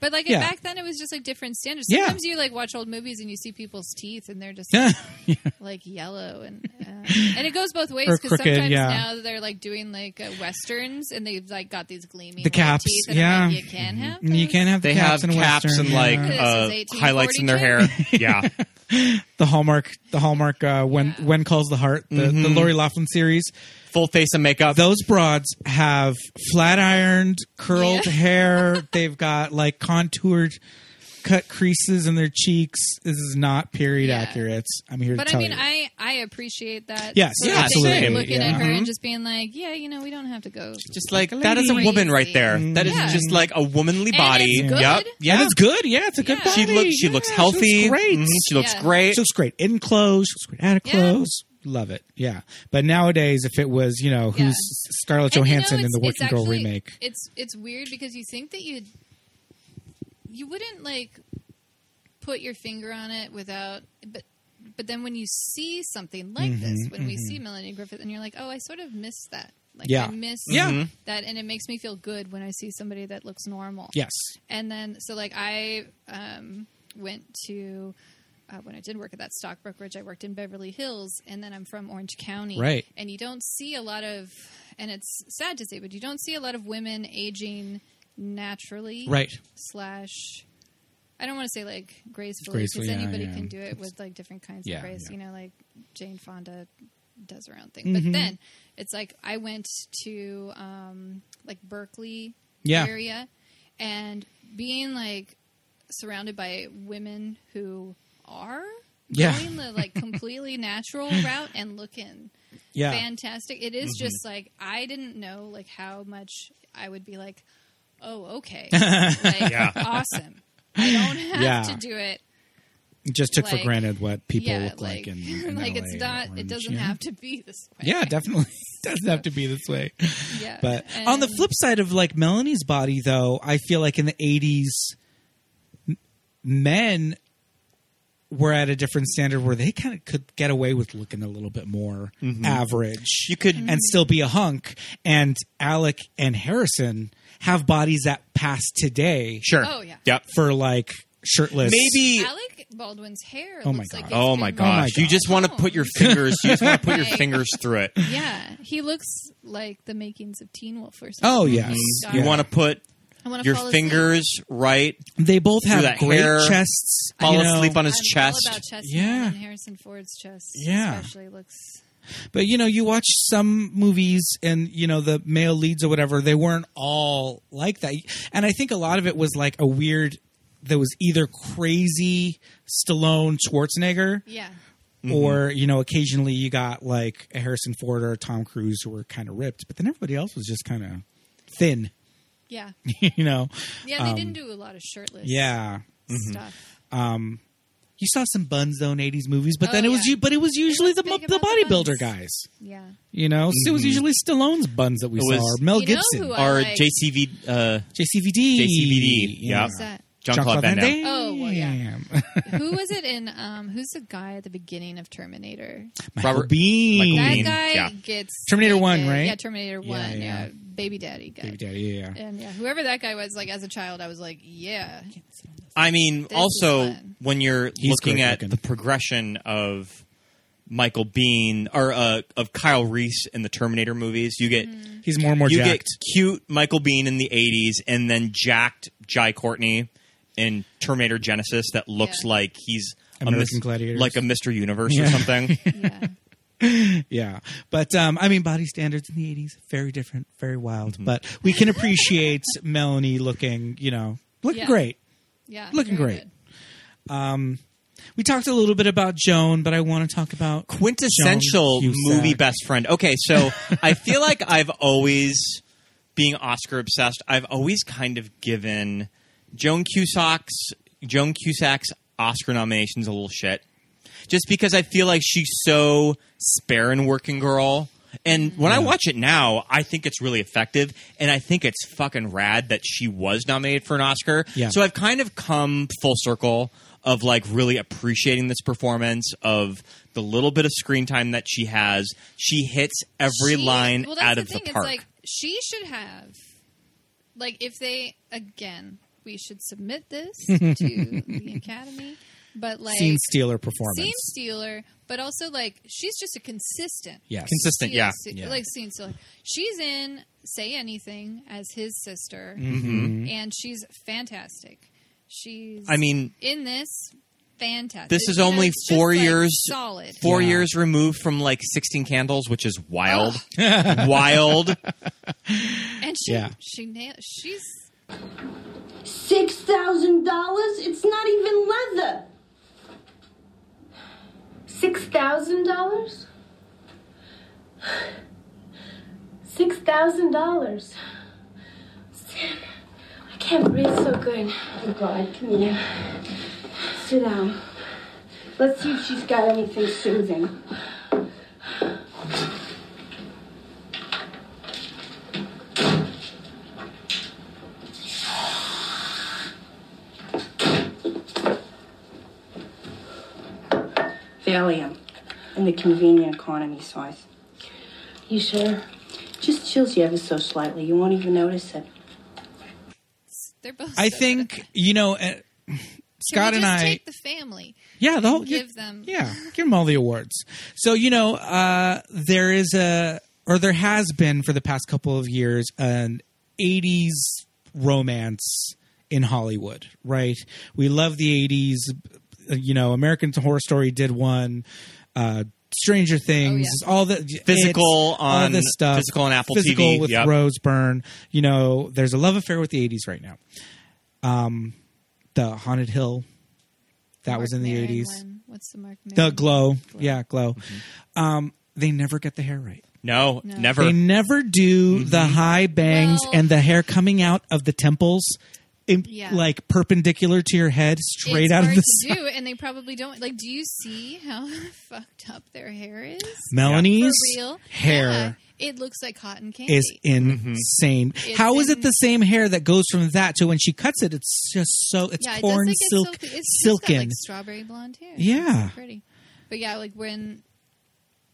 Speaker 6: But like
Speaker 5: Yeah.
Speaker 6: back then, it was just like different standards.
Speaker 5: Yeah.
Speaker 6: Sometimes you like watch old movies and you see people's teeth and they're just
Speaker 5: Yeah.
Speaker 6: like yellow and uh, and it goes both ways
Speaker 5: Or
Speaker 6: because
Speaker 5: crooked,
Speaker 6: sometimes
Speaker 5: yeah.
Speaker 6: now they're like doing like uh, westerns and they've like got these gleaming
Speaker 5: The
Speaker 6: white
Speaker 5: caps,
Speaker 6: teeth and
Speaker 5: yeah.
Speaker 6: I'm like, you can have
Speaker 5: And you
Speaker 6: those?
Speaker 5: can't have the
Speaker 4: they
Speaker 5: caps
Speaker 4: have
Speaker 5: and
Speaker 4: caps
Speaker 5: Western,
Speaker 4: and like
Speaker 5: yeah.
Speaker 4: uh,
Speaker 6: This is
Speaker 4: highlights in their hair. yeah,
Speaker 5: the hallmark, the hallmark. Uh, when when calls the heart, the, the
Speaker 4: Mm-hmm.
Speaker 5: Lori Laughlin series.
Speaker 4: full face of makeup.
Speaker 5: Those broads have flat ironed, curled
Speaker 6: Yeah.
Speaker 5: hair. They've got like contoured, cut creases in their cheeks. This is not period
Speaker 6: Yeah.
Speaker 5: accurate. I'm here to
Speaker 6: But I
Speaker 5: tell
Speaker 6: mean,
Speaker 5: you.
Speaker 6: I I appreciate that.
Speaker 5: Yes,
Speaker 6: sort
Speaker 4: yeah,
Speaker 6: of thing, like,
Speaker 4: absolutely.
Speaker 6: Looking
Speaker 5: Yeah. Mm-hmm.
Speaker 6: at her and just being like, yeah, you know, we don't have to go.
Speaker 4: just like that is a
Speaker 6: lady.
Speaker 4: woman right there. That is
Speaker 6: Yeah.
Speaker 4: just like a womanly body.
Speaker 6: it's good.
Speaker 4: Yep.
Speaker 5: Yeah,
Speaker 4: Yeah.
Speaker 5: it's good. Yeah, it's a good
Speaker 6: Yeah.
Speaker 5: body.
Speaker 4: She looks. She
Speaker 5: Yeah,
Speaker 4: looks
Speaker 5: she
Speaker 4: healthy.
Speaker 5: great.
Speaker 4: Mhm, She looks
Speaker 6: Yeah.
Speaker 4: great.
Speaker 5: She looks great in clothes. She looks great out of
Speaker 6: Yeah.
Speaker 5: clothes. Love it. Yeah. But nowadays, if it was, you know,
Speaker 6: Yeah.
Speaker 5: who's Scarlett
Speaker 6: And, you know,
Speaker 5: Johansson in
Speaker 6: it's-
Speaker 5: the
Speaker 6: it's
Speaker 5: Working Girl
Speaker 6: actually-
Speaker 5: remake?
Speaker 6: It's it's weird because you think that you you wouldn't like put your finger on it without, but but then when you see something like
Speaker 5: Mm-hmm,
Speaker 6: this, when we see Melanie Griffith, and you're like, oh, I sort of missed that. Like
Speaker 5: Yeah.
Speaker 6: I miss
Speaker 5: Yeah. Mhm.
Speaker 6: that, and it makes me feel good when I see somebody that looks normal.
Speaker 5: Yes.
Speaker 6: And then, so like I um, went to uh, when I did work at that stock brokerage, I worked in Beverly Hills, and then I'm from Orange County,
Speaker 5: Right.
Speaker 6: And you don't see a lot of, and it's sad to say, but you don't see a lot of women aging naturally,
Speaker 5: Right.
Speaker 6: Slash. I don't want to say like gracefully because
Speaker 5: Gracefully, yeah,
Speaker 6: anybody
Speaker 5: yeah.
Speaker 6: can do it with like different kinds
Speaker 5: Yeah,
Speaker 6: of grace.
Speaker 5: yeah. Mm-hmm.
Speaker 6: You know, like Jane Fonda does her own thing. But then it's like I went to um, like Berkeley
Speaker 5: Yeah.
Speaker 6: area and being like surrounded by women who are
Speaker 5: Yeah.
Speaker 6: going the like completely natural route and looking
Speaker 5: Yeah. Mm-hmm.
Speaker 6: fantastic. It is just like I didn't know like how much I would be like, oh okay, like, awesome. I don't have
Speaker 5: Yeah.
Speaker 6: to do it
Speaker 5: It just took for
Speaker 6: Like,
Speaker 5: granted what people
Speaker 6: yeah,
Speaker 5: look like, in, in
Speaker 6: like
Speaker 5: LA
Speaker 6: it's
Speaker 5: or
Speaker 6: not. It
Speaker 5: Orange,
Speaker 6: doesn't
Speaker 5: yeah.
Speaker 6: have to be this way.
Speaker 5: Yeah, definitely. It doesn't have to be this way.
Speaker 6: Yeah.
Speaker 5: But on the
Speaker 6: And-
Speaker 5: flip side of like Melanie's body, though, I feel like in the eighties, men were at a different standard where they kind of could get away with looking a little bit more
Speaker 4: Mm-hmm.
Speaker 5: average.
Speaker 4: You
Speaker 6: Mm-hmm.
Speaker 4: could-
Speaker 5: and still be a hunk. And Alec and Harrison have bodies that pass today
Speaker 4: Sure.
Speaker 6: Oh, yeah.
Speaker 4: Yep.
Speaker 5: for like shirtless.
Speaker 4: Maybe.
Speaker 6: Alec Baldwin's hair.
Speaker 5: Oh, my
Speaker 6: looks Like
Speaker 5: God.
Speaker 6: it's
Speaker 4: Oh
Speaker 6: been
Speaker 4: my
Speaker 5: my
Speaker 4: gosh! You
Speaker 5: gosh.
Speaker 4: just want
Speaker 6: Oh.
Speaker 4: to put your fingers. You just want to put your
Speaker 6: Like-
Speaker 4: fingers through it.
Speaker 6: Yeah, he looks like the makings of Teen Wolf or something.
Speaker 5: Oh, yes.
Speaker 6: Dark.
Speaker 4: Mm-hmm. You want to put
Speaker 6: I wanna
Speaker 4: your
Speaker 6: fall asleep.
Speaker 4: fingers right.
Speaker 5: they both
Speaker 4: Through
Speaker 5: have
Speaker 4: that
Speaker 5: great
Speaker 4: hair,
Speaker 5: chests.
Speaker 4: Fall
Speaker 5: you know.
Speaker 4: asleep on
Speaker 6: I'm
Speaker 4: his chest.
Speaker 6: All about chest
Speaker 5: Yeah.
Speaker 6: and Harrison Ford's chest.
Speaker 5: Yeah.
Speaker 6: especially looks.
Speaker 5: But you know, you watch some movies and you know the male leads or whatever, they weren't all like that. And I think a lot of it was like a weird that was either crazy Stallone Schwarzenegger
Speaker 6: Yeah,
Speaker 4: Mm-hmm.
Speaker 5: or you know occasionally you got like a Harrison Ford or a Tom Cruise who were kind of ripped, but then everybody else was just kind of thin,
Speaker 6: yeah,
Speaker 5: you know.
Speaker 6: yeah. They didn't do a lot of shirtless.
Speaker 5: Um, Yeah. Mm-hmm.
Speaker 6: stuff.
Speaker 5: You saw some buns though in 80s movies, but then
Speaker 6: Oh,
Speaker 5: it was
Speaker 6: yeah.
Speaker 5: you but it was usually
Speaker 6: was
Speaker 5: the mo-
Speaker 6: big
Speaker 5: the
Speaker 6: about the
Speaker 5: bodybuilder
Speaker 6: buns.
Speaker 5: guys.
Speaker 6: Yeah.
Speaker 5: You know, So it was usually Stallone's buns that we
Speaker 4: Mm-hmm. It
Speaker 5: saw
Speaker 4: was-
Speaker 5: or Mel
Speaker 6: You know
Speaker 5: Gibson.
Speaker 6: who I
Speaker 4: Or
Speaker 6: like-
Speaker 4: JCV. Uh,
Speaker 5: JCVD.
Speaker 4: JCVD, yeah.
Speaker 6: What's that?
Speaker 4: John Claude Van Damme.
Speaker 6: Oh, well, yeah.
Speaker 5: Damn.
Speaker 6: Who was it in? Um, who's the guy at the beginning of Terminator?
Speaker 5: Michael
Speaker 4: Robert-
Speaker 5: Bean.
Speaker 4: Michael
Speaker 6: That
Speaker 4: Bean.
Speaker 6: guy
Speaker 4: yeah.
Speaker 6: gets
Speaker 5: Terminator one,
Speaker 6: naked.
Speaker 5: right?
Speaker 6: Yeah, Terminator
Speaker 5: Yeah,
Speaker 6: One. Yeah,
Speaker 5: yeah.
Speaker 6: baby daddy guy.
Speaker 5: Baby daddy, yeah. yeah.
Speaker 6: And yeah, whoever that guy was, like as a child, I was like, yeah,
Speaker 4: I mean,
Speaker 6: This
Speaker 4: also
Speaker 6: is fun.
Speaker 4: when you're looking
Speaker 5: great
Speaker 4: at
Speaker 5: looking.
Speaker 4: the progression of Michael Bean or uh, of Kyle Reese in the Terminator movies, you get
Speaker 5: He's more and more
Speaker 4: you
Speaker 5: jacked.
Speaker 4: get cute Michael Bean in the '80s, and then jacked Jai Courtney in Terminator Genesis that looks
Speaker 6: Yeah.
Speaker 4: like he's a
Speaker 5: American
Speaker 4: mis-
Speaker 5: Gladiators.
Speaker 4: like a Mr. Universe or
Speaker 5: Yeah.
Speaker 4: something.
Speaker 6: yeah.
Speaker 5: yeah. But um, I mean, body standards in the 80s, very different, very wild.
Speaker 4: Mm-hmm.
Speaker 5: But we can appreciate Melanie looking, you know, looking
Speaker 6: Yeah.
Speaker 5: great.
Speaker 6: Yeah,
Speaker 5: Looking
Speaker 6: very
Speaker 5: great. We talked a little bit about Joan, but I want to talk about.
Speaker 4: quintessential
Speaker 5: Joan Cusack.
Speaker 4: movie best friend. Okay, so I feel like I've always, being Oscar obsessed, I've always kind of given Joan Cusack's Joan Cusack's Oscar nominations a little shit, just because I feel like she's so spare in Working Girl. And when I watch it now, I think it's really effective, and I think it's fucking rad that she was nominated for an Oscar.
Speaker 5: Yeah.
Speaker 4: So I've kind of come full circle of like really appreciating this performance of the little bit of screen time that she has. She hits every
Speaker 6: She-
Speaker 4: line
Speaker 6: well, that's
Speaker 4: out of
Speaker 6: the thing.
Speaker 4: the park.
Speaker 6: It's like she should have, like, if they again, we should submit this to the academy. But like,
Speaker 5: Scene stealer performance.
Speaker 6: scene stealer, but also like she's just a consistent.
Speaker 5: yes.
Speaker 4: Consistent,
Speaker 6: She
Speaker 4: yeah.
Speaker 6: is,
Speaker 5: Yeah.
Speaker 6: Like scene stealer, she's in "Say Anything" as his sister, and she's fantastic. She's.
Speaker 4: I mean,
Speaker 6: in this, fantastic.
Speaker 4: This is
Speaker 6: You know,
Speaker 4: only
Speaker 6: it's just,
Speaker 4: four
Speaker 6: like,
Speaker 4: years-
Speaker 6: solid.
Speaker 4: four
Speaker 5: Yeah.
Speaker 4: years removed from like 16 Candles, which is wild. wild.
Speaker 6: and she
Speaker 5: Yeah.
Speaker 6: she nailed. She's
Speaker 8: Six thousand dollars? It's not even leather. Six thousand dollars? Six thousand dollars. Sam, I can't breathe so good. Oh God, come here. Sit down. Let's see if she's got anything soothing.
Speaker 7: Valium in the convenient economy size.
Speaker 8: You sure?
Speaker 7: Just chills you ever so slightly. You won't even notice it.
Speaker 6: they're both.
Speaker 5: I
Speaker 6: so
Speaker 5: think, you know, uh,
Speaker 6: Can
Speaker 5: Scott
Speaker 6: we
Speaker 5: and
Speaker 6: just
Speaker 5: I.
Speaker 6: take the family.
Speaker 5: Yeah, the whole,
Speaker 6: give
Speaker 5: yeah,
Speaker 6: them-
Speaker 5: Yeah, give them all the awards. So you know, uh, there is a or there has been for the past couple of years an '80s romance in Hollywood. Right? We love the '80s. Uh, You know, American Horror Story did one. Uh, Stranger Things,
Speaker 6: Oh,
Speaker 5: all the
Speaker 4: Physical
Speaker 5: It's, all
Speaker 4: on-
Speaker 5: this stuff,
Speaker 4: physical on Apple
Speaker 5: physical
Speaker 4: TV,
Speaker 5: with
Speaker 4: yep.
Speaker 5: Rose Byrne. You know, there's a love affair with the '80s right now. Um, the Haunted Hill, that was
Speaker 6: Marc
Speaker 5: in the
Speaker 6: Maron
Speaker 5: '80s.
Speaker 6: one. What's the Mark?
Speaker 5: The glow. Yeah, glow. Um, they never get the hair right.
Speaker 4: No,
Speaker 6: No.
Speaker 4: never.
Speaker 5: They never do the high bangs
Speaker 6: Well-
Speaker 5: and the hair coming out of the temples. in,
Speaker 6: Yeah.
Speaker 5: like perpendicular to your head, straight
Speaker 6: it's
Speaker 5: out of
Speaker 6: hard
Speaker 5: the
Speaker 6: to
Speaker 5: side.
Speaker 6: do, and they probably don't. Like, do you see how fucked up their hair is? For
Speaker 5: Melanie's
Speaker 6: real,
Speaker 5: hair
Speaker 6: Yeah. It looks like cotton candy.
Speaker 5: is insane. How is it
Speaker 6: in-
Speaker 5: the same hair that goes from that to when she cuts it? It's just so it's
Speaker 6: yeah,
Speaker 5: corn
Speaker 6: it does,
Speaker 5: silk
Speaker 6: like, it's silky. It's just got,
Speaker 5: silken.
Speaker 6: like strawberry blonde hair.
Speaker 5: Yeah.
Speaker 6: It's pretty. But yeah, like when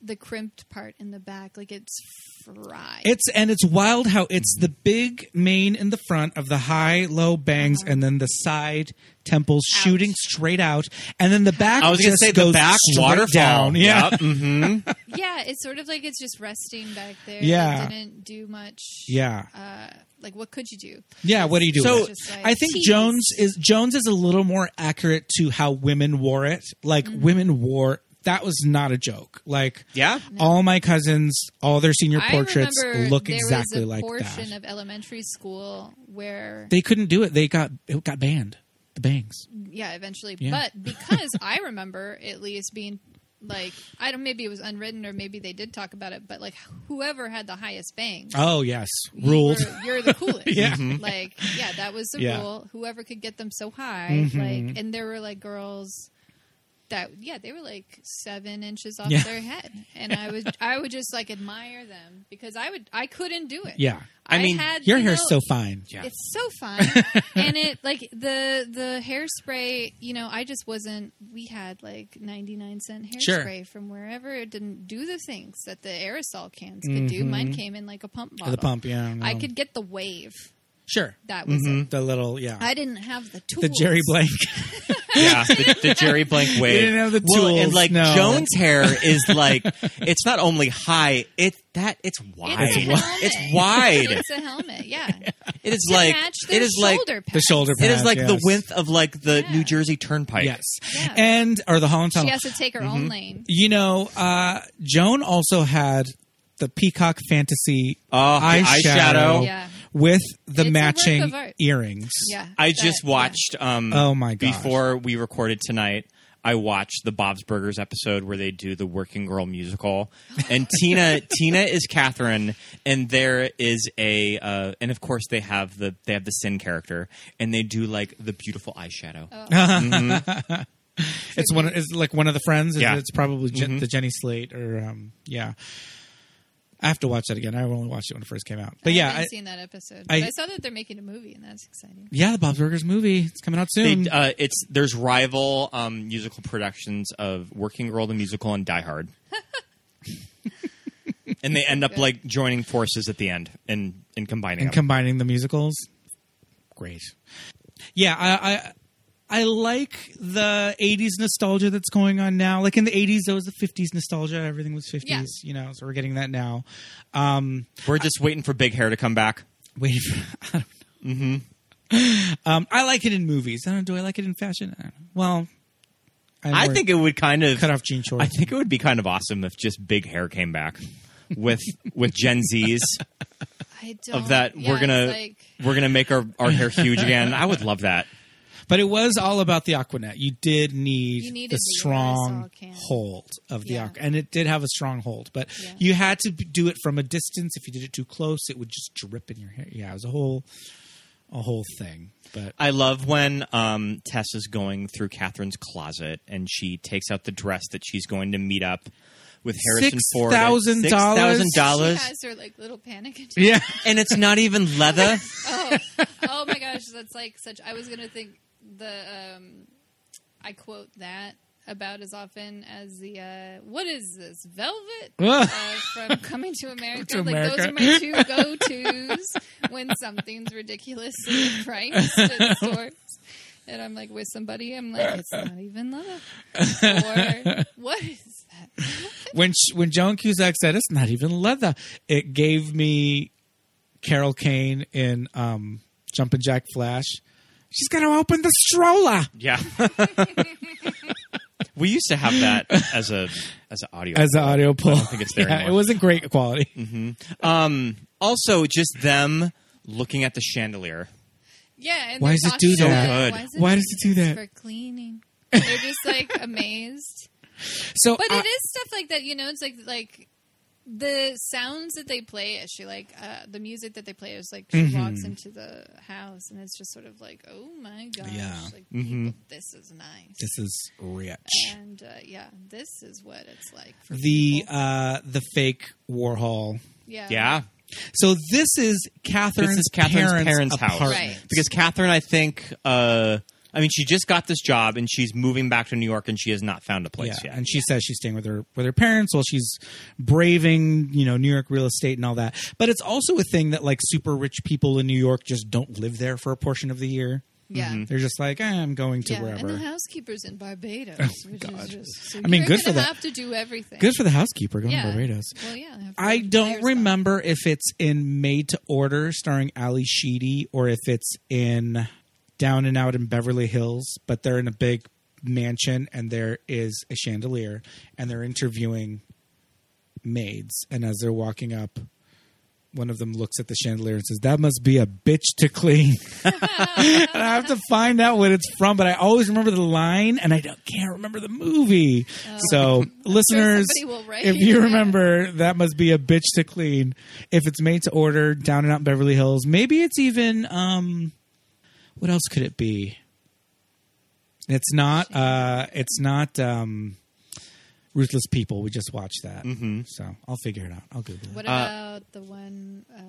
Speaker 6: the crimped part in the back, like it's fried.
Speaker 5: It's and it's wild how it's the big mane in the front of the high low bangs
Speaker 6: Uh-huh.
Speaker 5: and then the side temples shooting straight out and then the back.
Speaker 4: I was gonna
Speaker 5: just
Speaker 4: say the
Speaker 5: goes
Speaker 4: back
Speaker 5: straight
Speaker 4: waterfall.
Speaker 5: down. Yeah,
Speaker 4: Yep, mhm.
Speaker 6: yeah, it's sort of like it's just resting back there.
Speaker 5: Yeah.
Speaker 6: it didn't do much.
Speaker 5: Yeah.
Speaker 6: uh, like what could you do?
Speaker 5: yeah. What do you do?
Speaker 4: So-
Speaker 5: with it?
Speaker 6: Just like
Speaker 5: I think
Speaker 6: tease.
Speaker 5: Jones is Jones is a little more accurate to how women wore it. Like
Speaker 6: Mm-hmm.
Speaker 5: women wore that was not a joke. Like
Speaker 4: Yeah.
Speaker 5: all my cousins, all their senior portraits
Speaker 6: I remember
Speaker 5: look
Speaker 6: there
Speaker 5: exactly
Speaker 6: was a
Speaker 5: like
Speaker 6: portion
Speaker 5: that.
Speaker 6: of elementary school where
Speaker 5: they couldn't do it. They got it got banned. The bangs.
Speaker 6: yeah eventually
Speaker 5: Yeah.
Speaker 6: but because i remember at least being like i don't maybe it was unwritten or maybe they did talk about it but like whoever had the highest bang
Speaker 5: Oh yes,
Speaker 6: you
Speaker 5: ruled.
Speaker 6: were- you're the coolest
Speaker 5: Yeah.
Speaker 6: like yeah that was the
Speaker 5: Yeah.
Speaker 6: rule whoever could get them so high like and there were like girls that yeah they were like seven inches off
Speaker 5: Yeah.
Speaker 6: their head and i would i would just like admire them because i would i couldn't do it
Speaker 5: Yeah.
Speaker 4: I mean,
Speaker 6: had,
Speaker 5: Your
Speaker 6: you
Speaker 5: hair's
Speaker 6: know,
Speaker 5: so fine.
Speaker 6: it's so fun and it like the the hairspray you know i just wasn't we had like 99 cent
Speaker 5: Sure.
Speaker 6: hairspray from wherever it didn't do the things that the aerosol cans could do mine came in like a pump bottle
Speaker 5: The pump, yeah.
Speaker 6: i could get the wave
Speaker 5: sure. Mm-hmm.
Speaker 6: that was it
Speaker 5: The little, yeah.
Speaker 6: i didn't have the tools
Speaker 5: the Jerry Blank.
Speaker 4: yeah, the, the Jerry Blank wave.
Speaker 5: didn't have the
Speaker 4: Well, and
Speaker 5: tools,
Speaker 4: like
Speaker 5: no.
Speaker 4: Jones' hair is like it's not only high, it that it's wide.
Speaker 6: it's a helmet.
Speaker 4: It's wide.
Speaker 6: it's a helmet yeah
Speaker 4: It is
Speaker 6: To
Speaker 4: like
Speaker 6: match
Speaker 4: it
Speaker 6: their
Speaker 4: is like
Speaker 6: shoulder
Speaker 5: the
Speaker 6: pads.
Speaker 5: shoulder
Speaker 4: it is
Speaker 5: pad,
Speaker 4: like the
Speaker 5: yes.
Speaker 4: width of like the
Speaker 6: Yeah.
Speaker 4: New Jersey Turnpike.
Speaker 5: Yes.
Speaker 6: Yeah.
Speaker 5: And, or the Holland
Speaker 6: she
Speaker 5: Tunnel.
Speaker 6: has to take her own lane
Speaker 5: You know, uh, Joan also had the Peacock Fantasy
Speaker 4: Oh, the
Speaker 5: eyeshadow,
Speaker 4: eyeshadow.
Speaker 6: Yeah.
Speaker 5: with the
Speaker 6: It's a work
Speaker 5: matching
Speaker 6: of art.
Speaker 5: earrings.
Speaker 6: yeah
Speaker 4: I
Speaker 6: that-
Speaker 4: just
Speaker 6: yeah.
Speaker 4: watched. Um,
Speaker 5: Oh, my gosh.
Speaker 4: Before we recorded tonight, I watched the Bob's Burgers episode where they do the Working Girl musical, and Tina Tina is Catherine, and there is a uh, and of course they have the they have the Sin character, and they do like the beautiful eyeshadow.
Speaker 5: It's one. It's like one of the friends. and
Speaker 4: Yeah. Mm-hmm.
Speaker 5: It's probably Je- the Jenny Slate or um, yeah. I have to watch that again. I only watched it when it first came out. But
Speaker 6: I
Speaker 5: yeah,
Speaker 6: haven't
Speaker 5: I,
Speaker 6: seen that episode.
Speaker 5: I-
Speaker 6: But I saw that they're making a movie, and that's exciting.
Speaker 5: yeah, the Bob Burgers movie. It's coming out soon.
Speaker 4: They, uh, it's there's rival um, musical productions of Working Girl the musical and Die Hard, and they end up like joining forces at the end and and combining.
Speaker 5: and
Speaker 4: them.
Speaker 5: combining the musicals. Great. Yeah, I, I I like the '80s nostalgia that's going on now. Like in the '80s, there was the '50s nostalgia. Everything was '50s,
Speaker 6: Yeah.
Speaker 5: you know. So we're getting that now.
Speaker 4: We're just waiting for Big Hair to come back.
Speaker 5: Wait, for, I don't know. Mm-hmm. Um, I like it in movies. I don't. Do I like it in fashion? I don't know. Well,
Speaker 4: I
Speaker 5: wear-
Speaker 4: think it would kind of
Speaker 5: cut off jean shorts.
Speaker 4: I think it would be kind of awesome if just big hair came back with with Gen Zs
Speaker 6: I don't.
Speaker 4: of that
Speaker 6: yeah,
Speaker 4: we're gonna
Speaker 6: it's like-
Speaker 4: we're gonna make our, our hair huge again. I would love that.
Speaker 5: But it was all about the Aquanet. You did need
Speaker 6: You needed
Speaker 5: the
Speaker 6: the
Speaker 5: strong
Speaker 6: aerosol can.
Speaker 5: hold of the
Speaker 6: Yeah.
Speaker 5: Aquanet. And it did have a strong hold, but
Speaker 6: Yeah.
Speaker 5: you had to b- do it from a distance. If you did it too close, it would just drip in your hair. Yeah, it was a whole a whole thing. But
Speaker 4: I love when um, Tess is going through Catherine's closet and she takes out the dress that she's going to meet up with Harrison Ford. at
Speaker 5: $6,000?
Speaker 4: $6,000.
Speaker 6: She has her like little panic attack.
Speaker 5: yeah.
Speaker 4: And it's not even leather.
Speaker 6: Oh my gosh, that's like such. I was gonna think the. Um, I quote that about as often as the uh, what is this velvet uh, from Coming to America.
Speaker 5: to
Speaker 6: like those are my two go tos when something's ridiculously priced at stores. And I'm like with somebody, I'm like, it's not even love. Or what is that?
Speaker 5: When sh when Joan Cusack said it's not even leather, it gave me Carol Kane in um, Jumpin' Jack Flash. She's gonna open the stroller
Speaker 4: yeah. we used to have that as a as an audio.
Speaker 5: as an audio pull. I
Speaker 4: think it's there
Speaker 5: yeah,
Speaker 4: anymore. Mm.
Speaker 5: it wasn't great quality.
Speaker 4: Um, also, just them looking at the chandelier.
Speaker 6: Yeah. And
Speaker 5: Why
Speaker 6: they're
Speaker 5: does it
Speaker 6: talking
Speaker 5: do
Speaker 6: about
Speaker 5: that?
Speaker 6: it.
Speaker 4: Good.
Speaker 5: Why does it do that?
Speaker 6: It's for cleaning. They're just like amazed.
Speaker 5: So
Speaker 6: But
Speaker 5: I-
Speaker 6: it is stuff like that, you know. It's like like the sounds that they play as she like uh, the music that they play is like she
Speaker 5: Mm-hmm.
Speaker 6: walks into the house and it's just sort of like oh my gosh
Speaker 5: Yeah. Mm-hmm.
Speaker 6: like people, this is nice
Speaker 5: This is rich.
Speaker 6: and uh, yeah this is what it's like for
Speaker 5: The
Speaker 6: people.
Speaker 5: uh, the fake Warhol.
Speaker 6: yeah
Speaker 4: Yeah.
Speaker 5: So this is Catherine's,
Speaker 4: this is Catherine's parents', house
Speaker 5: apartment.
Speaker 6: Right.
Speaker 4: because Catherine, I think, uh, I mean, she just got this job and she's moving back to New York and she has not found a place
Speaker 5: yeah,
Speaker 4: yet.
Speaker 5: and she says she's staying with her with her parents while she's braving you know New York real estate and all that. But it's also a thing that like super rich people in New York just don't live there for a portion of the year.
Speaker 6: yeah
Speaker 4: Mm-hmm.
Speaker 5: They're just like, eh, I'm going to
Speaker 6: yeah, and
Speaker 5: wherever. Oh,
Speaker 6: the housekeeper's in Barbados, which is just. So
Speaker 5: I mean,
Speaker 6: you're
Speaker 5: good for
Speaker 6: gonna
Speaker 5: the-
Speaker 6: Have to do everything.
Speaker 5: Good for the housekeeper going
Speaker 6: yeah.
Speaker 5: to Barbados.
Speaker 6: Well, yeah. they have to
Speaker 5: I
Speaker 6: go to
Speaker 5: don't
Speaker 6: Bears
Speaker 5: remember if it's in Made to Order starring Ali Sheedy or if it's in Down and Out in Beverly Hills, but they're in a big mansion and there is a chandelier and they're interviewing maids. And as they're walking up, one of them looks at the chandelier and says, That must be a bitch to clean. and I have to find out what it's from, but I always remember the line and I don't, can't remember the movie. So, listeners,
Speaker 6: Oh. somebody will write
Speaker 5: if you
Speaker 6: it.
Speaker 5: remember, that must be a bitch to clean. If it's made to order, down and out in Beverly Hills, maybe it's even, um, what else could it be? It's not, uh, it's not, um, Ruthless People. We just watched that. So I'll figure it out. I'll Google it.
Speaker 6: What about the one uh,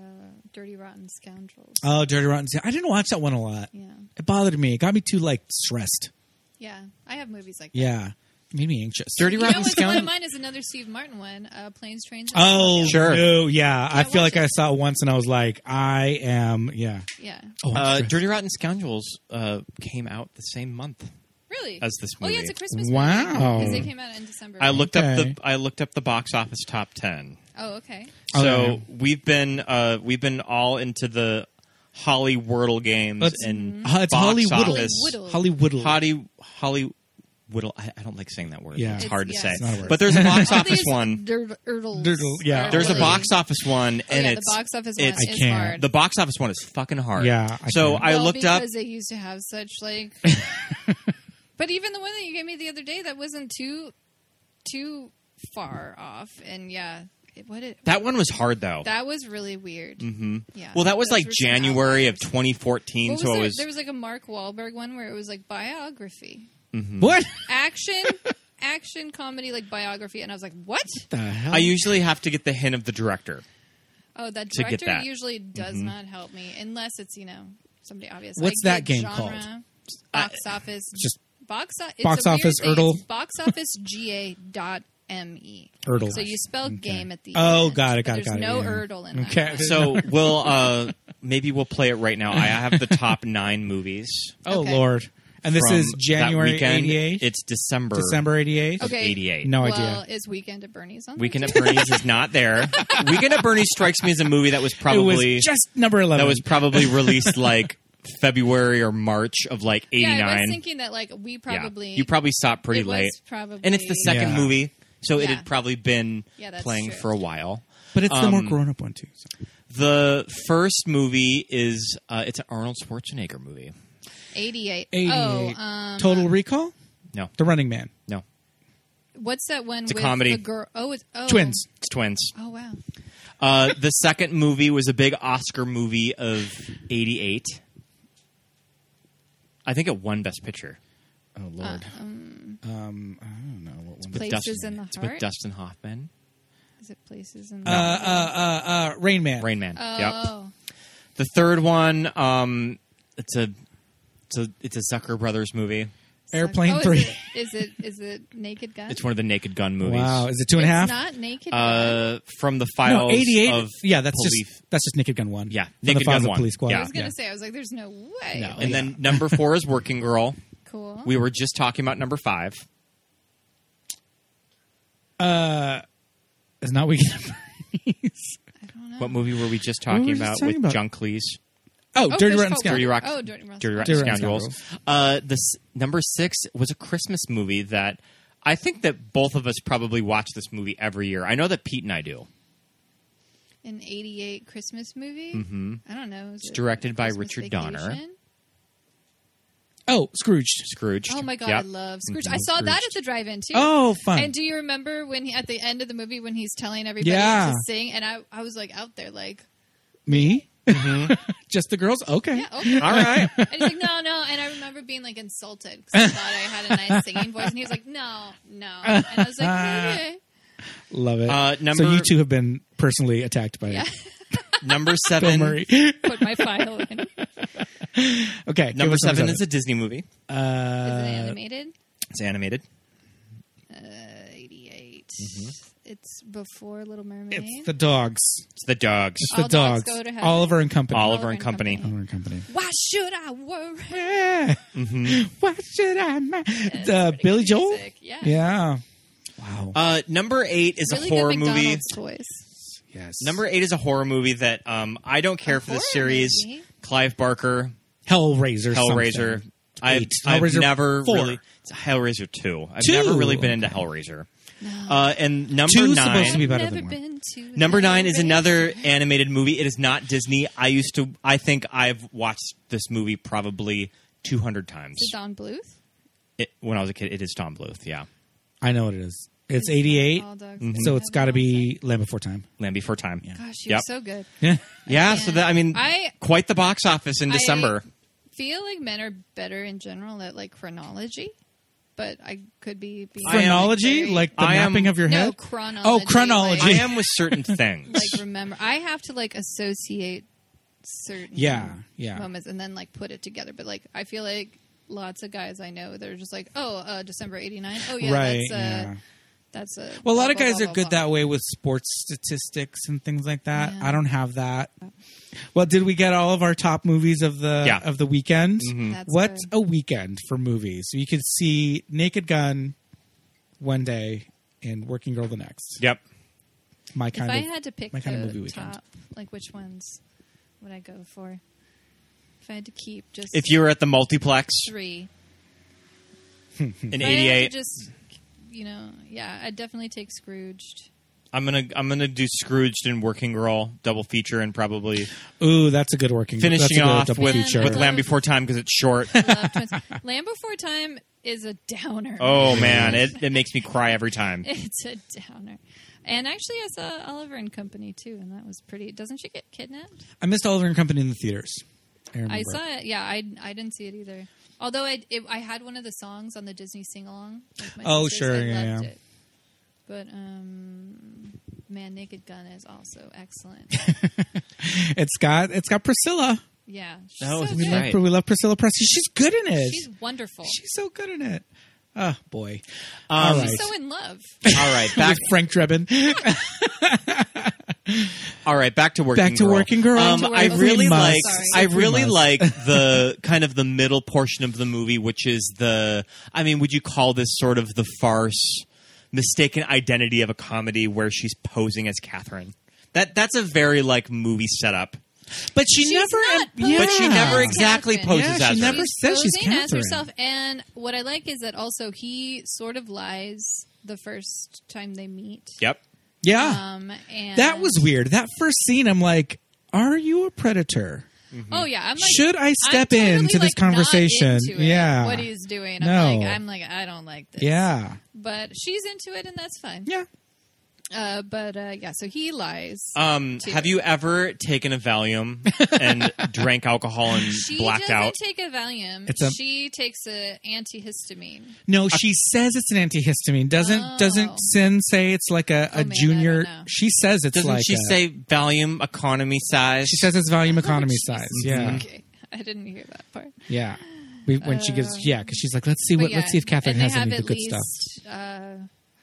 Speaker 6: Dirty Rotten Scoundrels?
Speaker 5: Oh, Dirty Rotten. Sa- I didn't watch that one a lot.
Speaker 6: Yeah.
Speaker 5: It bothered me. It got me too like stressed.
Speaker 6: yeah, I have movies like that.
Speaker 5: Yeah, it made me anxious.
Speaker 4: Dirty
Speaker 6: You know
Speaker 4: Rotten
Speaker 6: what's one of
Speaker 4: Scoundrels.
Speaker 6: mine is another Steve Martin one, uh, Planes, Trains. and
Speaker 5: Oh,
Speaker 6: Automobiles.
Speaker 4: Sure.
Speaker 5: no, yeah. I feel
Speaker 6: watch
Speaker 5: like I saw it once and I was like, I am. Yeah.
Speaker 6: Yeah.
Speaker 5: Oh, I'm
Speaker 4: Uh,
Speaker 5: stressed.
Speaker 4: Dirty Rotten Scoundrels uh, came out the same month.
Speaker 6: Really?
Speaker 4: As this
Speaker 6: Oh, yeah, it's
Speaker 4: movie.
Speaker 6: a Christmas
Speaker 5: Wow.
Speaker 6: Because they came out in December.
Speaker 4: I
Speaker 6: right?
Speaker 4: looked
Speaker 5: Okay.
Speaker 4: up the I looked up the box office top ten.
Speaker 6: Oh, okay.
Speaker 5: Oh,
Speaker 4: so
Speaker 5: yeah.
Speaker 4: we've been uh, we've been all into the Holly Wordle games
Speaker 5: Let's-
Speaker 4: and
Speaker 5: Uh, it's
Speaker 4: box
Speaker 5: Holly Woodle.
Speaker 4: office.
Speaker 6: Mm-hmm.
Speaker 5: Holly
Speaker 6: Hollywoodle.
Speaker 5: Woodle.
Speaker 4: Holly Holly Woodle. I, I don't like saying that word.
Speaker 5: Yeah.
Speaker 4: it's
Speaker 5: It's-
Speaker 4: hard
Speaker 6: yeah,
Speaker 4: to say.
Speaker 6: it's
Speaker 5: not a word.
Speaker 4: But there's a box
Speaker 6: I think
Speaker 4: office
Speaker 6: it's
Speaker 4: one.
Speaker 6: Dirt- Erdles.
Speaker 5: Dirtles, yeah.
Speaker 4: There's a
Speaker 6: Erdles.
Speaker 4: box office one,
Speaker 6: Oh,
Speaker 4: and
Speaker 6: yeah,
Speaker 4: it's
Speaker 6: the box office
Speaker 4: it's-
Speaker 6: one
Speaker 5: I
Speaker 6: is
Speaker 5: can't.
Speaker 6: hard.
Speaker 4: the box office one is fucking hard.
Speaker 5: Yeah, I
Speaker 4: so
Speaker 5: can't.
Speaker 4: I
Speaker 6: Well,
Speaker 4: looked up.
Speaker 6: because they used to have such like. but even the one that you gave me the other day, that wasn't too, too far off, and yeah, it, what it,
Speaker 4: That one was hard though.
Speaker 6: that was really weird. Mm-hmm. Yeah.
Speaker 4: well, that was
Speaker 6: those
Speaker 4: like
Speaker 6: were some
Speaker 4: January
Speaker 6: outliers.
Speaker 4: of 2014,
Speaker 6: What was
Speaker 4: so
Speaker 6: there?
Speaker 4: it was.
Speaker 6: there was like a Mark Wahlberg one where it was like biography,
Speaker 5: What
Speaker 6: action, action comedy, like biography, and I was like, what?
Speaker 5: the hell?
Speaker 4: I usually have to get the hint of the director.
Speaker 6: Oh, that
Speaker 4: To get
Speaker 6: director
Speaker 4: that. Mm-hmm.
Speaker 6: usually does not help me unless it's you know somebody obvious.
Speaker 5: What's that
Speaker 6: Like, the
Speaker 5: game
Speaker 6: genre,
Speaker 5: called?
Speaker 6: Box office.
Speaker 5: just-
Speaker 6: box. o- it's
Speaker 5: Box
Speaker 6: a weird
Speaker 5: office
Speaker 6: thing.
Speaker 5: Erdl?
Speaker 6: It's Box office ga dot me.
Speaker 5: Erdl.
Speaker 6: So you spell game at the
Speaker 5: Oh,
Speaker 6: end,
Speaker 5: got it,
Speaker 6: but
Speaker 5: got it, got
Speaker 6: There's
Speaker 5: it,
Speaker 6: no
Speaker 5: yeah.
Speaker 6: Erdl in that.
Speaker 5: Okay.
Speaker 6: one.
Speaker 4: So we'll uh, maybe we'll play it right now. I have the top nine movies.
Speaker 5: oh
Speaker 6: okay.
Speaker 5: Lord! And this
Speaker 4: from
Speaker 5: is
Speaker 4: that
Speaker 5: January
Speaker 4: weekend.
Speaker 5: '88.
Speaker 4: It's December.
Speaker 5: December '88.
Speaker 6: Okay.
Speaker 4: 88.
Speaker 5: No
Speaker 6: well,
Speaker 5: idea.
Speaker 6: Is Weekend at Bernie's on? there,
Speaker 4: Weekend at
Speaker 6: too?
Speaker 4: Bernie's is not there. Weekend at Bernie's strikes me as a movie that was
Speaker 5: it
Speaker 4: probably
Speaker 5: was just number eleven.
Speaker 4: that was probably released like February or March of like
Speaker 6: Yeah,
Speaker 4: '89.
Speaker 6: I was thinking that like we probably
Speaker 4: you probably stopped pretty
Speaker 6: it was
Speaker 4: late.
Speaker 6: probably
Speaker 4: and it's the second
Speaker 5: Yeah.
Speaker 4: movie, so it
Speaker 6: Yeah.
Speaker 4: had probably been
Speaker 6: Yeah, that's
Speaker 4: playing
Speaker 6: true.
Speaker 4: for a while.
Speaker 5: but it's the more
Speaker 4: um,
Speaker 5: grown-up one too.
Speaker 6: Oh,
Speaker 5: So.
Speaker 4: The first movie is uh, it's an Arnold Schwarzenegger movie.
Speaker 6: 88.
Speaker 5: '88.
Speaker 6: Oh, um,
Speaker 5: Total Recall.
Speaker 4: No,
Speaker 5: The Running Man.
Speaker 4: no,
Speaker 6: what's that one?
Speaker 4: It's a
Speaker 6: with
Speaker 4: comedy.
Speaker 6: The girl. Oh, it's oh.
Speaker 5: Twins.
Speaker 4: it's twins.
Speaker 6: Oh wow.
Speaker 4: Uh, the second movie was a big Oscar movie of '88. I think it won Best Picture.
Speaker 5: Oh Lord. um, I don't know what one.
Speaker 6: Uh, Places in the
Speaker 4: it's with
Speaker 6: Heart.
Speaker 4: Dustin Hoffman.
Speaker 6: Is it places in
Speaker 5: Uh,
Speaker 6: the?
Speaker 5: uh, uh, uh, Rain Man.
Speaker 4: Rain Man. Yep.
Speaker 6: Oh,
Speaker 4: The third one, um, it's a, it's a, it's a Zucker Brothers movie.
Speaker 5: Airplane
Speaker 6: oh,
Speaker 5: Three.
Speaker 6: Is it, is it is it Naked Gun?
Speaker 4: It's one of the Naked Gun movies.
Speaker 5: Wow, is it two and a half?
Speaker 6: It's not Naked Gun.
Speaker 4: Uh, from the
Speaker 5: no,
Speaker 4: files
Speaker 5: eighty-eight.
Speaker 4: of
Speaker 5: yeah, that's
Speaker 4: police.
Speaker 5: just that's just Naked Gun one.
Speaker 4: Yeah,
Speaker 5: From
Speaker 4: Naked
Speaker 5: the Files
Speaker 4: Gun
Speaker 5: of
Speaker 4: one.
Speaker 5: Police Squad.
Speaker 4: Yeah.
Speaker 6: I was gonna say, I was like, there's no way.
Speaker 4: No. And then number four is Working Girl.
Speaker 6: Cool.
Speaker 4: We were just talking about number five.
Speaker 5: It's not Oh, Weekend. at Bernie's.
Speaker 6: I don't know.
Speaker 4: What movie were we just
Speaker 5: were
Speaker 4: talking
Speaker 5: we just
Speaker 4: about
Speaker 5: talking
Speaker 4: with
Speaker 5: about?
Speaker 4: John Cleese?
Speaker 5: oh,
Speaker 6: Oh,
Speaker 5: Dirty
Speaker 6: Fish
Speaker 5: Rotten
Speaker 6: Called-
Speaker 5: Scoundrels.
Speaker 4: Dirty Rock,
Speaker 6: Oh, Dirty Rotten
Speaker 4: Dirty Rotten
Speaker 5: Dirty Rotten
Speaker 4: Scoundrels. Uh, this number six was a Christmas movie that I think that both of us probably watch this movie every year. I know that Pete and I do.
Speaker 6: An '88 Christmas movie. Mm-hmm. I don't know. Is
Speaker 4: It's
Speaker 6: it
Speaker 4: directed by
Speaker 6: Christmas
Speaker 4: Richard Donner.
Speaker 6: Vacation?
Speaker 5: Oh, Scrooged.
Speaker 4: Scrooge. Mm-hmm.
Speaker 6: Oh my god,
Speaker 4: Yeah.
Speaker 6: I love Scrooge. I saw that at the drive-in too.
Speaker 5: Mm-hmm. Oh, fun.
Speaker 6: And do you remember when he, at the end of the movie when he's telling everybody
Speaker 5: Yeah.
Speaker 6: to sing? And I, I was like out there like,
Speaker 5: Me? Just the girls? Okay.
Speaker 6: yeah, okay.
Speaker 4: All right.
Speaker 6: And he's like, no, no. And I remember being like insulted because I thought I had a nice singing voice, and he was like, no, no. And I was like, okay.
Speaker 5: Love it.
Speaker 4: Uh, number-
Speaker 5: so you two have been personally attacked by
Speaker 6: yeah.
Speaker 4: Number
Speaker 5: Bill
Speaker 4: seven.
Speaker 5: Murray.
Speaker 6: Put my file in. Is it
Speaker 5: okay.
Speaker 4: Number seven is a Disney movie.
Speaker 5: Uh,
Speaker 6: animated?
Speaker 4: It's animated.
Speaker 6: Uh, 88.
Speaker 5: mm-hmm.
Speaker 6: It's before Little Mermaid.
Speaker 5: It's the dogs.
Speaker 4: It's the dogs.
Speaker 5: It's the
Speaker 6: All dogs
Speaker 5: dogs.
Speaker 6: go to heaven.
Speaker 5: Oliver and company.
Speaker 4: Oliver, and Company.
Speaker 5: Oliver and company.
Speaker 6: Why should I worry?
Speaker 5: Yeah. Why should I? Ma- uh,
Speaker 6: pretty
Speaker 5: Billy
Speaker 6: good
Speaker 5: Joel.
Speaker 6: music, yeah.
Speaker 5: Yeah. Wow.
Speaker 4: Uh, number eight is
Speaker 6: Really
Speaker 4: a horror
Speaker 6: good
Speaker 4: movie.
Speaker 6: McDonald's toys.
Speaker 5: yes.
Speaker 4: Number eight is a horror movie that um, I don't care for the
Speaker 6: horror
Speaker 4: series.
Speaker 6: movie?
Speaker 4: Clive Barker,
Speaker 5: Hellraiser.
Speaker 4: Hellraiser.
Speaker 5: something.
Speaker 4: I've,
Speaker 5: Eight.
Speaker 4: I've
Speaker 5: Hellraiser
Speaker 4: never
Speaker 5: four.
Speaker 4: really it's Hellraiser two. I've
Speaker 5: Two.
Speaker 4: never really been into Hellraiser. Uh, and number
Speaker 5: Two's
Speaker 4: nine,
Speaker 5: supposed to be
Speaker 6: I've
Speaker 5: better
Speaker 6: never
Speaker 5: than one.
Speaker 6: been to
Speaker 4: number nine is
Speaker 6: Mermaid.
Speaker 4: another animated movie. It is not Disney. I used to. I think I've watched this movie probably two hundred times
Speaker 6: Is it Don Bluth?
Speaker 4: It- when I was a kid. It is Tom Bluth. Yeah,
Speaker 5: I know what it is. It's 88.
Speaker 6: All dogs
Speaker 4: Mm-hmm.
Speaker 5: So
Speaker 6: go
Speaker 5: it's
Speaker 6: to
Speaker 5: got to
Speaker 6: heaven.
Speaker 5: be Land Before Time.
Speaker 4: Land Before Time.
Speaker 6: Gosh, you're
Speaker 4: yep.
Speaker 6: so good.
Speaker 5: Yeah.
Speaker 4: yeah. So that I mean,
Speaker 6: I-
Speaker 4: quite the box office in December.
Speaker 6: Feel like men are better in general at like chronology, but I could be being
Speaker 4: I am-
Speaker 5: Chronology,
Speaker 6: very-
Speaker 5: like the
Speaker 4: I am-
Speaker 5: mapping of your
Speaker 6: no
Speaker 5: head.
Speaker 6: chronology.
Speaker 5: Oh, chronology.
Speaker 4: I
Speaker 6: Like,
Speaker 4: am with certain things.
Speaker 6: like remember, I have to like associate certain
Speaker 5: Yeah, yeah.
Speaker 6: moments and then like put it together. But like I feel like lots of guys I know they're just like, oh, uh, December '89. Oh yeah,
Speaker 5: right.
Speaker 6: that's uh,
Speaker 5: yeah.
Speaker 6: that's a
Speaker 5: Well, a lot
Speaker 6: blah,
Speaker 5: of
Speaker 6: blah,
Speaker 5: guys
Speaker 6: blah,
Speaker 5: are
Speaker 6: blah,
Speaker 5: good
Speaker 6: blah.
Speaker 5: that way with sports statistics and things like that.
Speaker 6: Yeah.
Speaker 5: I don't have that. Well, did we get all of our top movies of the
Speaker 4: Yeah.
Speaker 5: of the weekend?
Speaker 6: That's
Speaker 5: Mm. What
Speaker 6: good.
Speaker 5: a weekend for movies! So you could see Naked Gun one day and Working Girl the next.
Speaker 4: yep.
Speaker 5: My kind
Speaker 6: if
Speaker 5: of
Speaker 6: I had to pick
Speaker 5: my
Speaker 6: the
Speaker 5: kind of movie weekend.
Speaker 6: top, like which ones would I go for? If I had to keep just
Speaker 4: If you were at the multiplex
Speaker 6: three,
Speaker 4: in
Speaker 6: If I had to
Speaker 4: '88,
Speaker 6: just you know, yeah, I'd definitely take Scrooged.
Speaker 4: I'm gonna I'm gonna do Scrooged and Working Girl double feature and probably
Speaker 5: Ooh, that's a good working. that's a
Speaker 4: finishing
Speaker 5: good
Speaker 4: off
Speaker 5: double
Speaker 4: with
Speaker 5: feature.
Speaker 4: with Land Before Time because it's short.
Speaker 6: Love Twins. Land Before Time is a downer.
Speaker 4: oh man, it, it makes me cry every time.
Speaker 6: It's a downer. And actually, I saw Oliver and Company too, and that was pretty. Doesn't she get kidnapped?
Speaker 5: I missed Oliver and Company in the theaters. I,
Speaker 6: I
Speaker 5: remember.
Speaker 6: saw it. Yeah, I, I didn't see it either. Although I it, I had one of the songs on the Disney sing along.
Speaker 5: Oh, sure, yeah, yeah.
Speaker 6: It. But um, man, Naked Gun is also excellent.
Speaker 5: It's got it's got Priscilla.
Speaker 6: yeah, she's
Speaker 4: That was
Speaker 6: so
Speaker 5: We
Speaker 6: good.
Speaker 5: love
Speaker 4: Right.
Speaker 5: we love Priscilla Presley. She's good in it.
Speaker 6: She's wonderful.
Speaker 5: She's so good in it. Oh boy.
Speaker 4: Um,
Speaker 5: All
Speaker 6: She's
Speaker 5: right.
Speaker 6: so in love.
Speaker 4: All right, back
Speaker 5: With Frank Drebin.
Speaker 4: all right back to working
Speaker 5: Back to
Speaker 4: girl.
Speaker 5: Working Girl.
Speaker 4: Um,
Speaker 6: Back to
Speaker 4: I
Speaker 6: Working
Speaker 4: really
Speaker 5: Girl.
Speaker 4: like
Speaker 6: Sorry.
Speaker 4: I
Speaker 5: Supreme
Speaker 4: really
Speaker 5: must.
Speaker 4: like the kind of the middle portion of the movie, which is the I mean, would you call this sort of the farce, mistaken identity of a comedy where she's posing as Catherine? That that's a very like movie setup.
Speaker 5: But she
Speaker 6: She's
Speaker 5: never,
Speaker 6: not posing
Speaker 4: But she
Speaker 6: as
Speaker 4: never exactly
Speaker 6: Catherine.
Speaker 4: poses
Speaker 5: Yeah,
Speaker 4: as
Speaker 5: she
Speaker 4: her.
Speaker 5: never says she's
Speaker 6: posing as
Speaker 5: Catherine.
Speaker 6: herself. And what I like is that also he sort of lies the first time they meet.
Speaker 4: Yep.
Speaker 5: Yeah,
Speaker 6: Um, and
Speaker 5: that was weird. That first scene, I'm like, "Are you a predator?"
Speaker 6: Oh yeah, I'm like,
Speaker 5: Should I step
Speaker 6: I'm totally,
Speaker 5: into this
Speaker 6: like, not
Speaker 5: conversation?
Speaker 6: into it,
Speaker 5: Yeah.
Speaker 6: what he's doing.
Speaker 5: No.
Speaker 6: I'm like, I'm like, I don't like this.
Speaker 5: Yeah,
Speaker 6: but she's into it, and that's fine.
Speaker 5: yeah.
Speaker 6: Uh, but uh, yeah, so he lies.
Speaker 4: Um,
Speaker 6: Too.
Speaker 4: have you ever taken a Valium and drank alcohol and
Speaker 6: she
Speaker 4: blacked
Speaker 6: doesn't
Speaker 4: out?
Speaker 6: take a Valium.
Speaker 5: It's a-
Speaker 6: she takes a antihistamine.
Speaker 5: No, she says it's an antihistamine. Doesn't
Speaker 6: Oh.
Speaker 5: doesn't Sin say it's like a, a
Speaker 6: man, I
Speaker 5: junior?
Speaker 6: don't know.
Speaker 5: She says it's
Speaker 4: Doesn't
Speaker 5: like
Speaker 4: she
Speaker 5: a-
Speaker 4: say Valium economy size?
Speaker 5: she says it's volume economy
Speaker 6: Oh,
Speaker 5: size.
Speaker 6: Jesus.
Speaker 5: Yeah,
Speaker 6: Okay, I didn't hear that part.
Speaker 5: yeah. We, when she gives yeah, because she's like, "Let's see
Speaker 6: But
Speaker 5: what
Speaker 6: yeah,
Speaker 5: let's see if Catherine
Speaker 6: and they
Speaker 5: has
Speaker 6: have
Speaker 5: any of the
Speaker 6: at
Speaker 5: good
Speaker 6: least,
Speaker 5: stuff."
Speaker 6: Uh,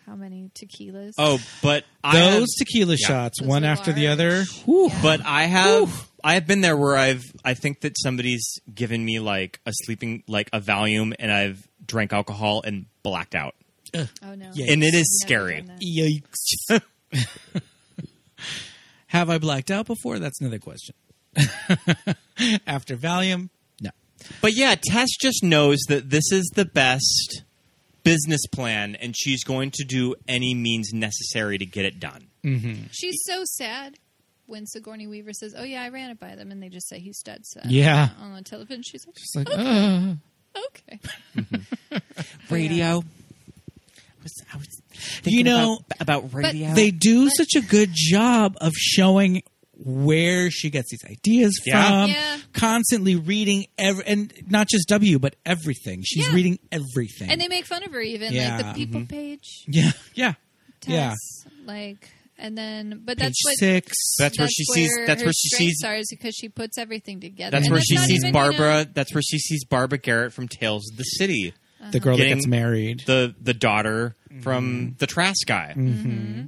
Speaker 6: how many tequilas?
Speaker 4: "Oh, but I have-
Speaker 5: Those tequila shots,
Speaker 6: Those
Speaker 5: one
Speaker 6: are
Speaker 5: after the
Speaker 6: large.
Speaker 5: other. Whew.
Speaker 4: But I have I have been there where I've I think that somebody's given me like a sleeping like a Valium and I've drank alcohol and blacked out.
Speaker 6: oh no,
Speaker 5: Yeah.
Speaker 4: And it is
Speaker 6: I've never
Speaker 4: scary.
Speaker 6: done that.
Speaker 5: Yikes. Have I blacked out before? That's another question. After Valium? No.
Speaker 4: But yeah, Tess just knows that this is the best business plan and she's going to do any means necessary to get it done.
Speaker 6: She's so sad when Sigourney Weaver says, "Oh yeah, I ran it by them," and they just say he said so.
Speaker 5: Yeah.
Speaker 6: on the television. She's like,
Speaker 5: It's like, uh,
Speaker 6: Okay.
Speaker 4: radio. I was, I was thinking
Speaker 5: You know-
Speaker 4: about, about radio.
Speaker 5: They do such a good job of showing where she gets these ideas
Speaker 4: Yeah.
Speaker 5: from.
Speaker 6: Yeah.
Speaker 5: Constantly reading every, and not just W, but everything. She's
Speaker 6: Yeah.
Speaker 5: reading everything.
Speaker 6: And they make fun of her even
Speaker 5: Yeah,
Speaker 6: like the people page
Speaker 5: yeah, yeah, yeah.
Speaker 6: text, like and then but
Speaker 5: Page
Speaker 6: that's what
Speaker 5: six.
Speaker 4: That's where she sees- that's
Speaker 6: her
Speaker 4: where she
Speaker 6: strengths
Speaker 4: sees-
Speaker 6: are is because she puts everything together.
Speaker 4: that's
Speaker 6: And
Speaker 4: where she
Speaker 6: not
Speaker 4: sees
Speaker 6: even in
Speaker 4: Barbara.
Speaker 6: a-
Speaker 4: That's where she sees Barbara Garrett from Tales of the City,
Speaker 6: Uh-huh.
Speaker 5: the girl that
Speaker 4: Getting-
Speaker 5: gets married.
Speaker 4: the the daughter from the Trask guy.
Speaker 6: Mm-hmm.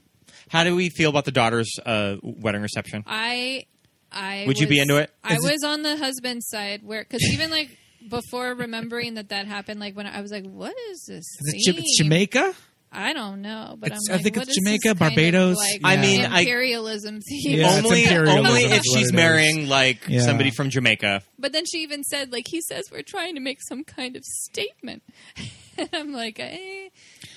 Speaker 4: How do we feel about the daughter's uh, wedding reception?
Speaker 6: I, I
Speaker 4: Would you be
Speaker 6: was-
Speaker 4: into it?
Speaker 6: I
Speaker 5: Is it-
Speaker 6: was on the husband's side where because even like before remembering that that happened, like when I was like, "What is this?"
Speaker 5: Is it, Ja-
Speaker 6: theme?
Speaker 5: it's Jamaica.
Speaker 6: I don't know, but
Speaker 5: It's-
Speaker 6: I'm
Speaker 5: I
Speaker 6: like,
Speaker 5: think
Speaker 6: what
Speaker 5: it's
Speaker 6: is this
Speaker 5: Jamaica,
Speaker 6: kind of,
Speaker 5: Barbados,
Speaker 6: like,
Speaker 5: I
Speaker 4: mean, I-
Speaker 6: imperialism theme.
Speaker 5: Yeah, it's
Speaker 4: only,
Speaker 5: imperialism
Speaker 4: only
Speaker 5: is
Speaker 4: if
Speaker 5: what it
Speaker 4: she's
Speaker 5: is.
Speaker 4: marrying like
Speaker 5: Yeah.
Speaker 4: somebody from Jamaica.
Speaker 6: But then she even said, like, he says we're trying to make some kind of statement. and I'm like, eh,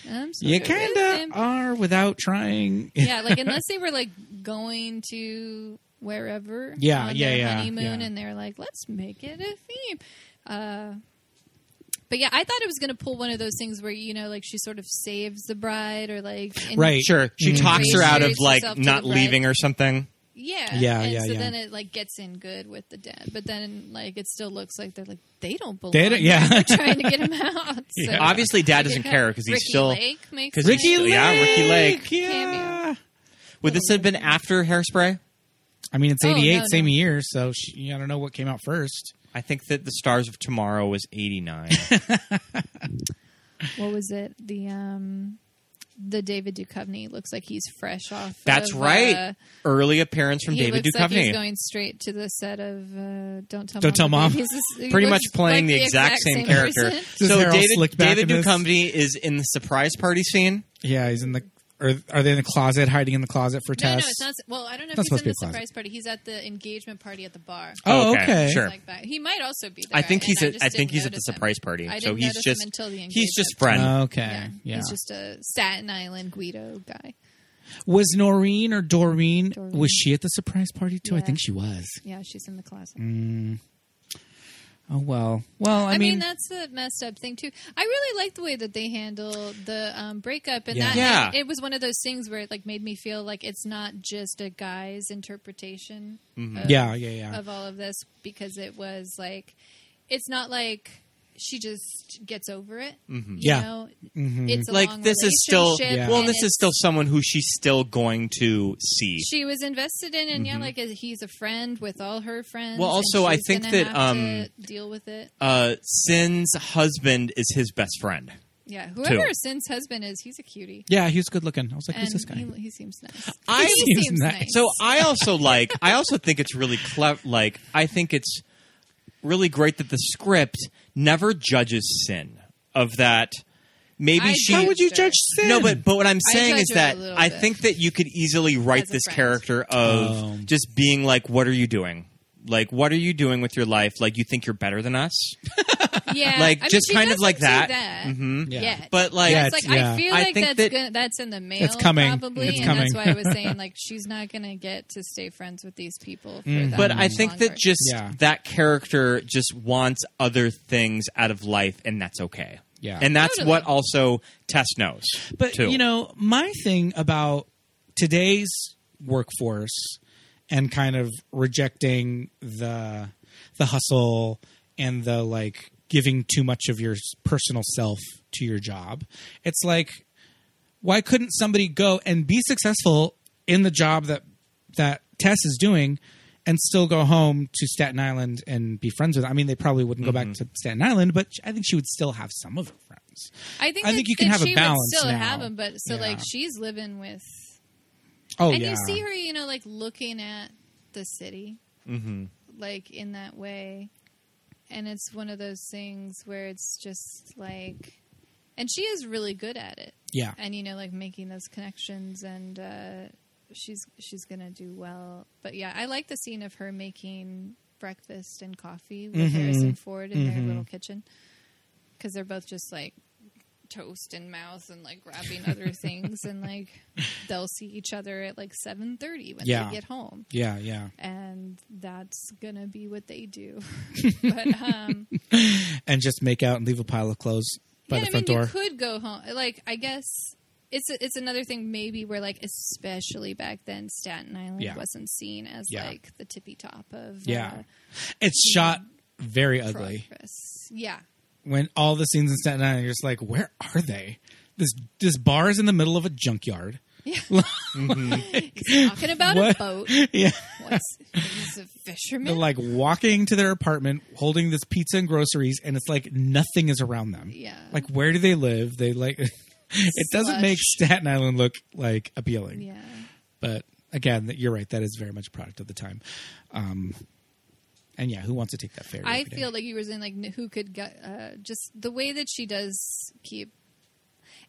Speaker 6: I'm so
Speaker 5: You
Speaker 6: good with
Speaker 5: kind
Speaker 6: him.
Speaker 5: of are without trying.
Speaker 6: yeah, like unless they were like going to wherever,
Speaker 5: Yeah,
Speaker 6: on
Speaker 5: yeah,
Speaker 6: their
Speaker 5: yeah,
Speaker 6: honeymoon,
Speaker 5: yeah.
Speaker 6: and they're like, let's make it a theme. Uh, but yeah, I thought it was going to pull one of those things where you know, like she sort of saves the bride, or like in-
Speaker 5: Right.
Speaker 4: Sure, she
Speaker 5: Mm.
Speaker 4: talks her out of
Speaker 6: Raises
Speaker 4: like
Speaker 6: herself to
Speaker 4: not
Speaker 6: the bride.
Speaker 4: leaving or something.
Speaker 6: Yeah,
Speaker 5: Yeah,
Speaker 6: and
Speaker 5: yeah,
Speaker 6: So
Speaker 5: yeah.
Speaker 6: then it like gets in good with the dad, but then like it still looks like they're like they don't belong.
Speaker 5: They don't- yeah.
Speaker 6: they're trying to get him out. So
Speaker 4: Obviously, Dad
Speaker 6: I did
Speaker 4: doesn't
Speaker 6: that.
Speaker 4: care because he's
Speaker 6: Ricky
Speaker 4: still.
Speaker 6: Lake makes
Speaker 4: 'cause
Speaker 6: it.
Speaker 4: he's still- yeah, Ricky Lake.
Speaker 5: Yeah.
Speaker 4: Would this have been after Hairspray?
Speaker 5: I mean, it's
Speaker 6: Oh,
Speaker 5: 88,
Speaker 6: no,
Speaker 5: same
Speaker 6: no.
Speaker 5: year, so she, I don't know what came out first.
Speaker 4: I think that the Stars of Tomorrow was eighty nine.
Speaker 6: what was it? The um, the David Duchovny looks like he's fresh off.
Speaker 4: That's
Speaker 6: of,
Speaker 4: right.
Speaker 6: Uh,
Speaker 4: Early appearance from
Speaker 6: he
Speaker 4: David
Speaker 6: looks
Speaker 4: Duchovny.
Speaker 6: like he's going straight to the set of uh, Don't Tell
Speaker 5: Don't Tell Mom.
Speaker 6: Mom. He's just- he
Speaker 4: pretty much
Speaker 6: looks
Speaker 4: playing
Speaker 6: like
Speaker 4: the exact, same, character.
Speaker 6: person.
Speaker 5: Is
Speaker 4: So
Speaker 5: Harold
Speaker 4: David
Speaker 5: slicked back
Speaker 4: David
Speaker 5: in this?
Speaker 4: Duchovny is in the surprise party scene.
Speaker 5: Yeah, he's in the. Are, are they in the closet, hiding in the closet for
Speaker 6: No, no,
Speaker 5: Tess?
Speaker 6: it's not. Well, I don't know
Speaker 5: Not
Speaker 6: if he's
Speaker 5: supposed to be
Speaker 6: in the
Speaker 5: a closet.
Speaker 6: surprise party. He's at the engagement party at the bar.
Speaker 5: Oh, okay.
Speaker 4: Sure.
Speaker 6: like that. He might also be there.
Speaker 4: I think
Speaker 6: and
Speaker 4: he's at
Speaker 6: just
Speaker 4: I think
Speaker 6: didn't
Speaker 4: he's at the
Speaker 6: notice him.
Speaker 4: surprise party.
Speaker 6: I
Speaker 4: so
Speaker 6: didn't
Speaker 4: he's
Speaker 6: notice
Speaker 4: just
Speaker 6: him until the
Speaker 4: he's just
Speaker 6: engagement.
Speaker 4: friend.
Speaker 5: Okay. Yeah.
Speaker 6: He's just a Staten Island Guido guy.
Speaker 5: was Noreen or Doreen,
Speaker 6: Doreen.
Speaker 5: was she at the surprise party too? I
Speaker 6: Yeah.
Speaker 5: think she was.
Speaker 6: Yeah, she's in the closet.
Speaker 5: Oh, well. Well, Mm. I,
Speaker 6: I mean, that's the messed up thing too. I really like the way that they handle the um, breakup, and
Speaker 5: Yeah.
Speaker 6: that
Speaker 4: Yeah.
Speaker 6: it was one of those things where it like made me feel like it's not just a guy's interpretation.
Speaker 4: Mm-hmm.
Speaker 6: Of,
Speaker 5: yeah, yeah, yeah.
Speaker 6: of all of this because it was like it's not like she just gets over it. You
Speaker 5: Yeah.
Speaker 6: know?
Speaker 5: Mm-hmm.
Speaker 6: it's a long
Speaker 4: Mm-hmm. Like this is still
Speaker 6: relationship,
Speaker 5: Yeah.
Speaker 4: well,
Speaker 6: and
Speaker 4: this is
Speaker 6: it's-
Speaker 4: still someone who she's still going to see.
Speaker 6: she was invested in, and yeah, like he's a friend with all her friends.
Speaker 4: Mm-hmm. Well,
Speaker 6: and
Speaker 4: also, I
Speaker 6: she's
Speaker 4: think
Speaker 6: gonna
Speaker 4: that,
Speaker 6: have
Speaker 4: um,
Speaker 6: to deal with it.
Speaker 4: Uh, Sin's husband is his best friend.
Speaker 6: Yeah, whoever Sin's husband is, he's a cutie,
Speaker 5: yeah, he was good looking. I was like,
Speaker 6: and
Speaker 5: who's this guy?
Speaker 6: he, he seems nice.
Speaker 4: I-
Speaker 6: he
Speaker 5: Seems
Speaker 6: seems,
Speaker 5: nice.
Speaker 6: nice.
Speaker 4: So I also like. I also think it's really clever. Like I think it's really great that the script never judges sin of that. Maybe
Speaker 6: I
Speaker 4: she.
Speaker 5: How
Speaker 6: How
Speaker 5: would
Speaker 6: would
Speaker 5: you
Speaker 6: you
Speaker 5: judge
Speaker 6: judge
Speaker 5: sin?
Speaker 4: No, but but what I'm
Speaker 6: I
Speaker 4: saying
Speaker 6: judge
Speaker 4: is
Speaker 6: her a
Speaker 4: that
Speaker 6: little
Speaker 4: I
Speaker 6: bit.
Speaker 4: think that you could easily write
Speaker 6: As a
Speaker 4: this
Speaker 6: friend.
Speaker 4: character of
Speaker 5: Oh.
Speaker 4: just being like, "What are you doing? Like, what are you doing with your life? Like, you think you're better than us?"
Speaker 6: yeah,
Speaker 4: like,
Speaker 6: I mean,
Speaker 4: just
Speaker 6: she
Speaker 4: kind of
Speaker 6: doesn't
Speaker 4: like
Speaker 6: do
Speaker 4: that.
Speaker 6: Mm-hmm.
Speaker 5: Yeah.
Speaker 6: yet.
Speaker 4: But, like-
Speaker 5: Yeah,
Speaker 6: That's,
Speaker 5: it's-
Speaker 6: like
Speaker 5: yeah.
Speaker 6: I feel
Speaker 4: I
Speaker 6: like
Speaker 4: think
Speaker 6: that's
Speaker 4: that-
Speaker 6: gonna, that's in the mail.
Speaker 5: It's coming.
Speaker 6: Probably,
Speaker 5: It's
Speaker 6: and
Speaker 5: coming.
Speaker 6: that's why I was saying like she's not gonna get to stay friends with these people. For that
Speaker 4: Mm. But I
Speaker 6: much
Speaker 4: think
Speaker 6: Um, longer.
Speaker 4: that just
Speaker 5: Yeah.
Speaker 4: that character just wants other things out of life, and that's okay.
Speaker 5: Yeah.
Speaker 4: and that's
Speaker 6: Totally.
Speaker 4: what also Tess knows.
Speaker 5: But
Speaker 4: too.
Speaker 5: you know, my thing about today's workforce and kind of rejecting the the hustle and the like giving too much of your s- personal self to your job. It's like why couldn't somebody go and be successful in the job that that Tess is doing and still go home to Staten Island and be friends with? I mean, they probably wouldn't go back to Staten Island, but I think she would still have some of her friends.
Speaker 6: I think
Speaker 5: I
Speaker 6: that-
Speaker 5: think you can
Speaker 6: that
Speaker 5: have a
Speaker 6: she
Speaker 5: balance
Speaker 6: Would still
Speaker 5: now.
Speaker 6: have him, but so
Speaker 5: Yeah.
Speaker 6: like she's living with,
Speaker 5: Oh
Speaker 6: and
Speaker 5: yeah.
Speaker 6: you see her, you know, like looking at the city,
Speaker 5: Mm-hmm.
Speaker 6: like in that way, and it's one of those things where it's just like, and she is really good at it.
Speaker 5: Yeah.
Speaker 6: and you know like making those connections and uh, she's she's gonna do well but yeah i like the scene of her making breakfast
Speaker 5: Mm-hmm.
Speaker 6: and coffee with harrison ford in their little kitchen because they're both just like toast in mouth and like grabbing other things and like they'll see each other at like 7:30 when
Speaker 5: Yeah.
Speaker 6: they get home
Speaker 5: Yeah, yeah.
Speaker 6: and that's going to be what they do. but um
Speaker 5: And just make out and leave a pile of clothes by
Speaker 6: yeah,
Speaker 5: the front
Speaker 6: I mean,
Speaker 5: door.
Speaker 6: You could go home. Like, I guess it's it's another thing. Maybe where like, especially back then, Staten Island
Speaker 5: Yeah.
Speaker 6: wasn't seen as
Speaker 5: Yeah.
Speaker 6: like the tippy top of
Speaker 5: Yeah.
Speaker 6: uh,
Speaker 5: It's shot very ugly.
Speaker 6: progress. Yeah,
Speaker 5: When all the scenes in Staten Island, you're just like, where are they? This this bar is in the middle of a junkyard.
Speaker 6: He's talking about
Speaker 5: What?
Speaker 6: a boat.
Speaker 5: Yeah.
Speaker 6: What's he's a fisherman?
Speaker 5: They're like walking to their apartment holding this pizza and groceries, and it's like nothing is around them.
Speaker 6: Yeah.
Speaker 5: Like, where do they live? They like. it doesn't make Staten Island look like appealing.
Speaker 6: yeah,
Speaker 5: But again, that- you're right. That is very much a product of the time. Um, and yeah, who wants to take that fair?
Speaker 6: I
Speaker 5: every day?
Speaker 6: feel like you were saying like who could get uh, just the way that she does keep.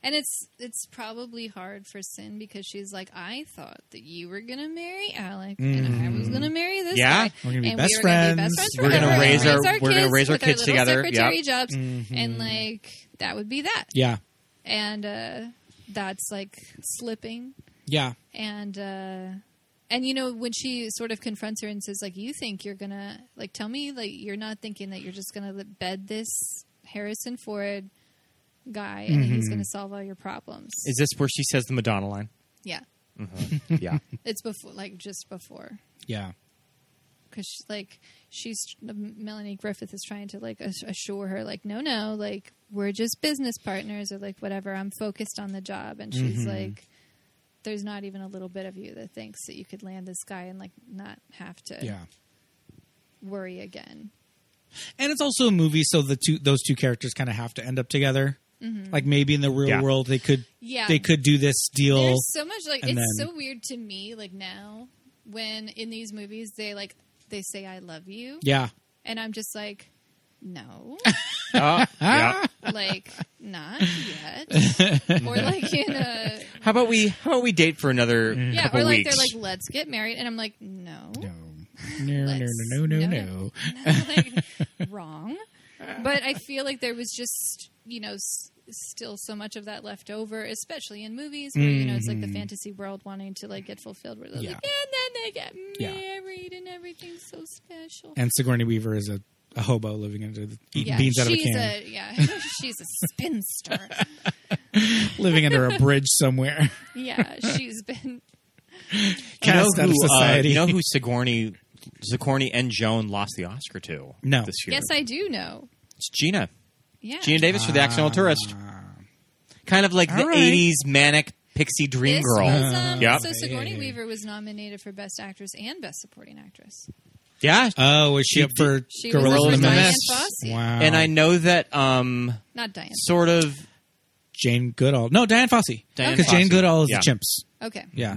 Speaker 6: And it's it's probably hard for Sin because she's like, I thought that you were gonna marry Alec and I was gonna marry this
Speaker 4: Mm. Yeah.
Speaker 6: guy.
Speaker 5: We're gonna be
Speaker 6: and
Speaker 5: best
Speaker 6: we were gonna be
Speaker 5: friends.
Speaker 6: best friends
Speaker 4: We're gonna
Speaker 6: forever, and
Speaker 4: raise our- we're gonna raise our
Speaker 6: with
Speaker 4: kids
Speaker 6: little
Speaker 4: together,
Speaker 6: Secretary
Speaker 4: yep. Mm-hmm.
Speaker 6: jobs, and like that would be that.
Speaker 5: Yeah,
Speaker 6: And uh, that's like slipping
Speaker 5: yeah,
Speaker 6: and uh and you know when she sort of confronts her and says like you think you're gonna like tell me like you're not thinking that you're just gonna li- bed this harrison ford guy and he's gonna solve all your problems
Speaker 4: Is this where she says the Madonna line?
Speaker 6: yeah
Speaker 4: Yeah.
Speaker 6: it's before like just before
Speaker 5: yeah,
Speaker 6: because like she's melanie griffith is trying to like ass- assure her like no no like we're just business partners or like whatever i'm focused on the job and she's like there's not even a little bit of you that thinks that you could land this guy and like not have to
Speaker 5: yeah.
Speaker 6: worry again
Speaker 5: And it's also a movie, so the two those two characters kind of have to end up together. Like maybe in the real
Speaker 4: Yeah.
Speaker 5: world, they could
Speaker 6: Mm-hmm. Yeah.
Speaker 5: they could do this deal.
Speaker 6: There's so much like
Speaker 5: and
Speaker 6: it's
Speaker 5: then-
Speaker 6: so weird to me like now when in these movies they like they say I love you
Speaker 5: yeah,
Speaker 6: and I'm just like no
Speaker 4: Oh, yeah.
Speaker 6: like not yet or like in a
Speaker 4: How about we? How about we date for another
Speaker 6: yeah
Speaker 4: couple
Speaker 6: or like
Speaker 4: weeks?
Speaker 6: they're like let's get married and I'm like no,
Speaker 5: no, no, no,
Speaker 6: Let's-
Speaker 5: no, no, no,
Speaker 6: no,
Speaker 5: no.
Speaker 6: like wrong but I feel like there was just you know s- still so much of that left over especially in movies where you know it's like the fantasy world wanting to like get fulfilled where they're
Speaker 5: Mm-hmm. Yeah.
Speaker 6: like and then they
Speaker 5: Yeah.
Speaker 6: get married and everything's so special
Speaker 5: And Sigourney Weaver is a, a hobo living under the, eating
Speaker 6: yeah,
Speaker 5: beans out of a
Speaker 6: she's
Speaker 5: can,
Speaker 6: a yeah, she's a spinster.
Speaker 5: living under a bridge somewhere.
Speaker 6: yeah, she's been
Speaker 4: you know
Speaker 5: Cast out of
Speaker 4: who, uh,
Speaker 5: society.
Speaker 4: you know who Sigourney, Sigourney and Joan lost the Oscar to?
Speaker 5: No.
Speaker 4: this year.
Speaker 6: Yes, I do know.
Speaker 4: it's Gina.
Speaker 6: Yeah.
Speaker 4: Gina Davis for the Accidental Tourist. Kind of like the
Speaker 5: Ah. All right. Uh.
Speaker 4: '80s manic pixie dream
Speaker 6: This
Speaker 4: girl.
Speaker 6: was,
Speaker 5: Uh-huh.
Speaker 6: um,
Speaker 4: Yep.
Speaker 6: So Sigourney Weaver was nominated for Best Actress and Best Supporting Actress.
Speaker 4: yeah,
Speaker 5: Oh, was she,
Speaker 4: She
Speaker 5: up for
Speaker 6: She was
Speaker 5: Gorillas
Speaker 4: up
Speaker 5: in the
Speaker 4: for Diane
Speaker 5: Mess?
Speaker 6: Fossey.
Speaker 5: Wow.
Speaker 4: and I know that um,
Speaker 6: Not Diane.
Speaker 4: sort of
Speaker 5: Jane Goodall. No, Diane Fossey. Mm-hmm.
Speaker 4: Diane
Speaker 5: Because Jane
Speaker 4: Fossey.
Speaker 5: Goodall is
Speaker 4: Yeah.
Speaker 5: the chimps.
Speaker 6: Okay.
Speaker 5: Yeah.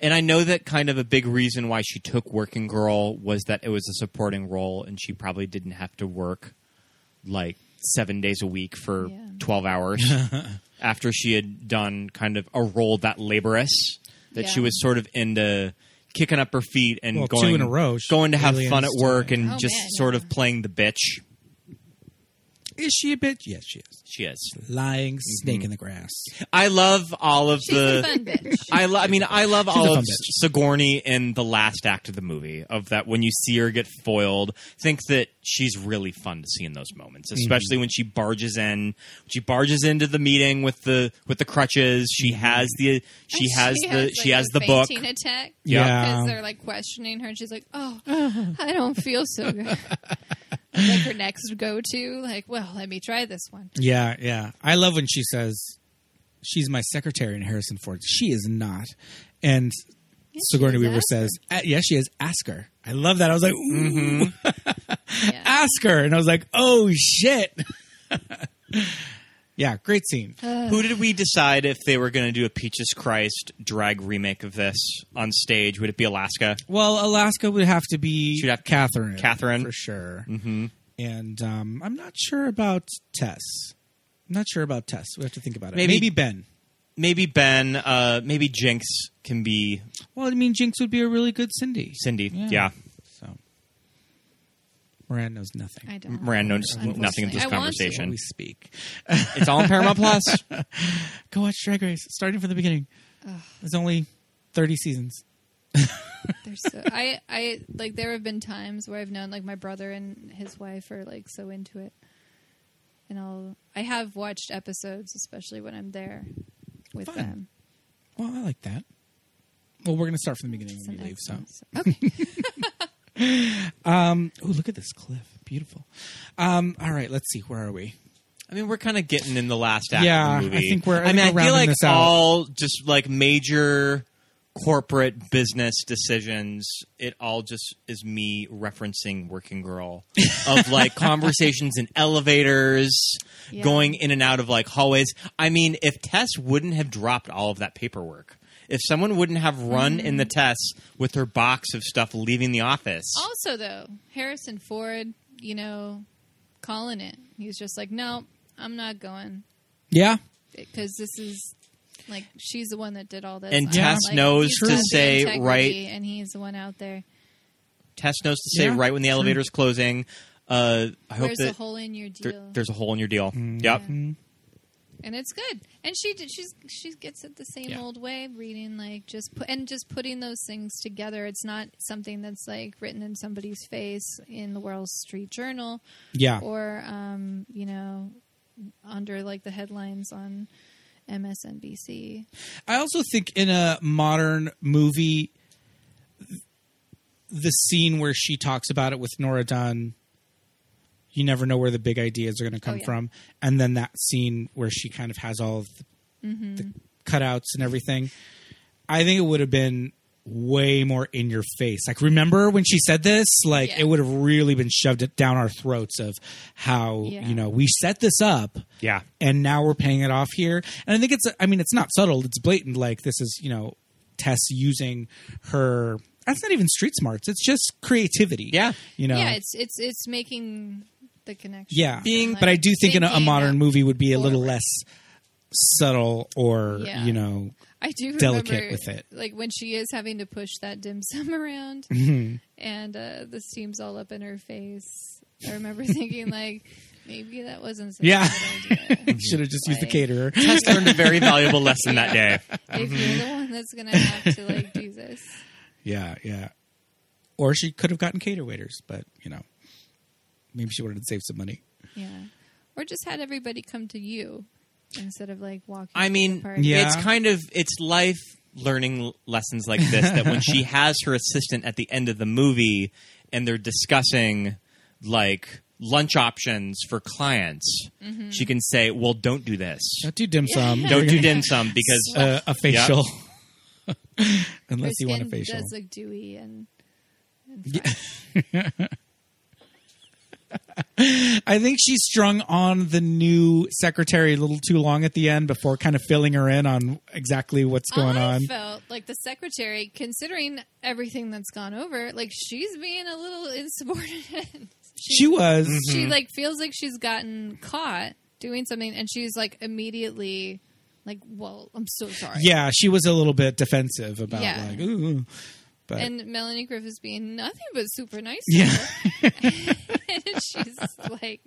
Speaker 4: And I know that kind of a big reason why she took Working Girl was that it was a supporting role and she probably didn't have to work like seven days a week for
Speaker 6: Yeah.
Speaker 4: 12 hours after she had done kind of a role that laborious, that she
Speaker 6: Yeah.
Speaker 4: was sort of into kicking up her feet and
Speaker 5: Well, two
Speaker 4: going,
Speaker 5: in a row. She-
Speaker 4: going to have
Speaker 5: Aliens
Speaker 4: fun at work and
Speaker 6: Oh,
Speaker 4: just
Speaker 6: man,
Speaker 4: sort
Speaker 6: yeah.
Speaker 4: of playing the bitch.
Speaker 5: Is she a bitch? Yes, she is.
Speaker 4: She is.
Speaker 5: Lying snake in the grass.
Speaker 4: I love all of
Speaker 6: She's
Speaker 4: the.
Speaker 6: a fun bitch.
Speaker 4: I, lo- I mean, I love
Speaker 5: a
Speaker 4: all
Speaker 5: fun
Speaker 4: of
Speaker 5: bitch.
Speaker 4: Sigourney in the last act of the movie. Of that, when you see her get foiled, think that she's really fun to see in those moments,
Speaker 5: Mm-hmm.
Speaker 4: especially when she barges in. She barges into the meeting with the with the crutches. She
Speaker 5: Mm-hmm.
Speaker 4: has the she has the she
Speaker 6: like,
Speaker 4: has
Speaker 6: a
Speaker 4: the book.
Speaker 6: fainting attack.
Speaker 4: Yeah.
Speaker 6: Because
Speaker 5: Yeah.
Speaker 6: they're like questioning her, and she's like, "Oh, I don't feel so good." like her next go to, like, "Well, let me try this one."
Speaker 5: Yeah, yeah. I love when she says, she's my secretary in Harrison Ford. She is not. And
Speaker 6: she
Speaker 5: Sigourney
Speaker 6: is.
Speaker 5: Weaver
Speaker 6: Ask her.
Speaker 5: says, "Uh, yes, she is. Ask her. I love that. I was like,
Speaker 4: Mm-hmm.
Speaker 5: ooh,
Speaker 6: Yeah.
Speaker 4: Ah,
Speaker 5: ask her. And I was like, oh, shit. yeah, great scene.
Speaker 6: Uh,
Speaker 4: Who did we decide if they were going to do a Peaches Christ drag remake of this on stage? Would it be Alaska?
Speaker 5: Well, Alaska would have to be
Speaker 4: She'd have-
Speaker 5: Catherine.
Speaker 4: Catherine.
Speaker 5: for sure. Mm-hmm. And um, I'm not sure about Tess. I'm not sure about Tess. We have to think about it.
Speaker 4: Maybe-
Speaker 5: Ben.
Speaker 4: Maybe Ben. Uh, maybe Jinx can be
Speaker 5: Well, I mean, Jinx would be a really good Cindy.
Speaker 4: Cindy.
Speaker 5: Yeah.
Speaker 4: yeah.
Speaker 5: So Moran knows nothing.
Speaker 6: I don't.
Speaker 4: Moran knows nothing of
Speaker 6: Unfortunately.
Speaker 4: this
Speaker 6: I want to.
Speaker 5: When
Speaker 4: conversation.
Speaker 5: we speak.
Speaker 4: It's all on Paramount Plus.
Speaker 5: Go watch Drag Race, starting from the beginning. There's only 30 seasons.
Speaker 6: They're so, I, I like. There have been times where I've known like my brother and his wife are like so into it, and I'll. I have watched episodes, especially when I'm there with
Speaker 5: Fun.
Speaker 6: them.
Speaker 5: Well, I like that. Well, we're going to start from the beginning when we
Speaker 6: Some
Speaker 5: leave. So,
Speaker 6: episodes. okay,
Speaker 5: oh, look at this cliff, beautiful. Um, all right, let's see. Where are we?
Speaker 4: I mean, we're kind of getting in the last act
Speaker 5: Yeah,
Speaker 4: of the movie.
Speaker 5: I think we're- I
Speaker 4: mean,
Speaker 5: think
Speaker 4: I
Speaker 5: we're
Speaker 4: feel like
Speaker 5: rounding this out.
Speaker 4: all just like major corporate business decisions. It all just is me referencing Working Girl of like conversations in elevators,
Speaker 6: Yeah.
Speaker 4: going in and out of like hallways. I mean, if Tess wouldn't have dropped all of that paperwork. If someone wouldn't have run in the Tess with her box of stuff leaving the office,
Speaker 6: Also, though, Harrison Ford, you know, calling it. He's just like, no, I'm not going
Speaker 5: Yeah,
Speaker 6: because this is like she's the one that did all this.
Speaker 4: And
Speaker 6: I'm
Speaker 4: Tess
Speaker 6: like,
Speaker 4: knows
Speaker 6: he's
Speaker 4: to
Speaker 6: got the
Speaker 4: say,
Speaker 6: integrity,
Speaker 4: right-
Speaker 6: and he's the one out there.
Speaker 4: Tess knows to say
Speaker 5: Yeah,
Speaker 4: right when the
Speaker 5: true.
Speaker 4: elevator's closing. Uh, I hope
Speaker 6: There's
Speaker 4: that
Speaker 6: a hole in your deal,
Speaker 4: there, there's a hole in your deal. Yep.
Speaker 6: and it's good. And she did. She's she gets it the same
Speaker 5: Yeah.
Speaker 6: old way, reading like just put and just putting those things together. It's not something that's like written in somebody's face in the Wall Street Journal.
Speaker 5: yeah.
Speaker 6: or um, you know, under like the headlines on MSNBC.
Speaker 5: I also think in a modern movie, the scene where she talks about it with Nora Dunn, you never know where the big ideas are going to come
Speaker 6: Oh, yeah.
Speaker 5: from. And then that scene where she kind of has all of the,
Speaker 6: Mm-hmm.
Speaker 5: the cutouts and everything. I think it would have been way more in your face. Like, remember when she said this? Like,
Speaker 6: Yeah.
Speaker 5: it would have really been shoved it down our throats of how,
Speaker 6: Yeah.
Speaker 5: you know, Uh, we set this up
Speaker 4: Yeah.
Speaker 5: and now we're paying it off here. And I think it's, I mean, it's not subtle, it's blatant. Like, this is, you know, Tess using her, that's not even street smarts, it's just creativity.
Speaker 4: Yeah.
Speaker 5: You know?
Speaker 6: Yeah, it's it's it's making the connection.
Speaker 5: Yeah.
Speaker 6: Being-
Speaker 5: but I do think in a, a
Speaker 6: thinking
Speaker 5: modern
Speaker 6: that
Speaker 5: movie would be a little
Speaker 6: forward.
Speaker 5: less subtle or,
Speaker 6: Yeah.
Speaker 5: you know,
Speaker 6: I do
Speaker 5: delicate
Speaker 6: remember,
Speaker 5: with it.
Speaker 6: Like when she is having to push that dim sum around,
Speaker 5: Mm-hmm.
Speaker 6: and uh, the steam's all up in her face. I remember thinking like. Maybe that wasn't such
Speaker 5: Yeah.
Speaker 6: a good idea.
Speaker 5: should have just used the
Speaker 6: Like,
Speaker 5: caterer.
Speaker 4: Tess learned a very valuable lesson that day.
Speaker 6: If you're the one that's gonna have to like do this,
Speaker 5: Yeah, yeah. Or she could have gotten cater waiters, but you know, maybe she wanted to save some money.
Speaker 6: yeah, or just had everybody come to you instead of like walking.
Speaker 4: I
Speaker 6: to
Speaker 4: mean,
Speaker 6: the party.
Speaker 5: Yeah.
Speaker 4: it's kind of it's life learning l- lessons like this that when she has her assistant at the end of the movie and they're discussing like lunch options for clients,
Speaker 6: Mm-hmm.
Speaker 4: she can say, "Well, don't do this.
Speaker 5: Don't do dim sum.
Speaker 4: Don't do dim sum because
Speaker 5: uh, a facial,
Speaker 6: Her
Speaker 5: unless you want a
Speaker 6: skin
Speaker 5: facial.
Speaker 6: Does look dewy and, and fresh.
Speaker 5: I think she strung on the new secretary a little too long at the end before kind of filling her in on exactly what's going
Speaker 6: I
Speaker 5: on.
Speaker 6: felt like the secretary, considering everything that's gone over, like she's being a little insubordinate.
Speaker 5: She Mm-hmm. was.
Speaker 4: Mm-hmm.
Speaker 6: she like feels like she's gotten caught doing something, and she's like immediately like, "Well, I'm so sorry."
Speaker 5: Yeah, she was a little bit defensive about
Speaker 6: Yeah.
Speaker 5: like, ooh, but
Speaker 6: And Melanie Griffith's being nothing but super nice. to
Speaker 5: yeah,
Speaker 6: her. and she's like,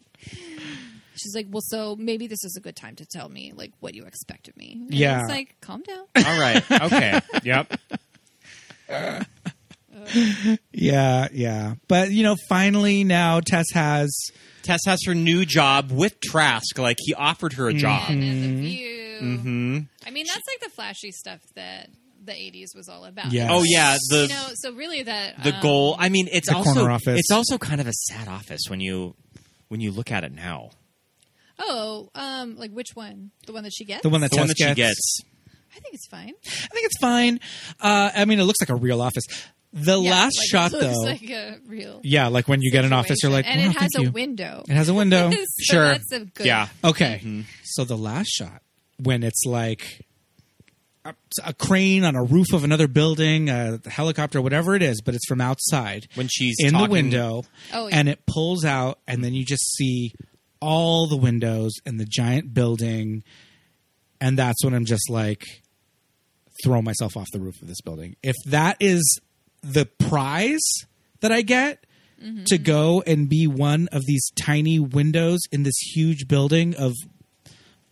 Speaker 6: she's like, well, so maybe this is a good time to tell me like what you expect of me. And
Speaker 5: Yeah.
Speaker 6: it's like calm down.
Speaker 4: all right, okay, yep,
Speaker 5: yeah, yeah. But you know, finally now Tess has
Speaker 4: Tess has her new job with Trask. Like he offered her a job.
Speaker 6: And
Speaker 5: Mm-hmm.
Speaker 6: then the view.
Speaker 4: hmm
Speaker 6: I mean, that's like the flashy stuff that the '80s was all about.
Speaker 5: Yeah.
Speaker 4: Oh yeah, the
Speaker 6: You know, so really that
Speaker 4: the
Speaker 6: um,
Speaker 4: goal. I mean, it's
Speaker 5: The
Speaker 4: also
Speaker 5: corner office.
Speaker 4: it's also kind of a sad office when you when you look at it now.
Speaker 6: Oh, um, like which one? The one that she gets.
Speaker 5: the one that
Speaker 4: The one
Speaker 5: Tess
Speaker 4: that she gets.
Speaker 6: I think it's fine.
Speaker 5: I think it's fine. Uh, I mean, it looks like a real office. The
Speaker 6: Yeah,
Speaker 5: last
Speaker 6: like,
Speaker 5: shot,
Speaker 6: it looks
Speaker 5: though,
Speaker 6: Like a real.
Speaker 5: yeah, like when you get an office, you're like,
Speaker 6: and
Speaker 5: wow,
Speaker 6: it has
Speaker 5: thank
Speaker 6: a
Speaker 5: you.
Speaker 6: window.
Speaker 5: it has a window.
Speaker 6: So
Speaker 5: sure,
Speaker 6: That's a good.
Speaker 4: Yeah. Mm-hmm.
Speaker 5: okay. So the last shot, when it's like a, a crane on a roof of another building, a helicopter, whatever it is, but it's from outside
Speaker 4: When she's
Speaker 5: in the
Speaker 4: talking-
Speaker 5: window,
Speaker 6: Oh, yeah.
Speaker 5: and it pulls out, and then you just see all the windows and the giant building, and that's when I'm just like, throw myself off the roof of this building. If that is the prize that I get,
Speaker 6: Mm-hmm.
Speaker 5: to go and be one of these tiny windows in this huge building of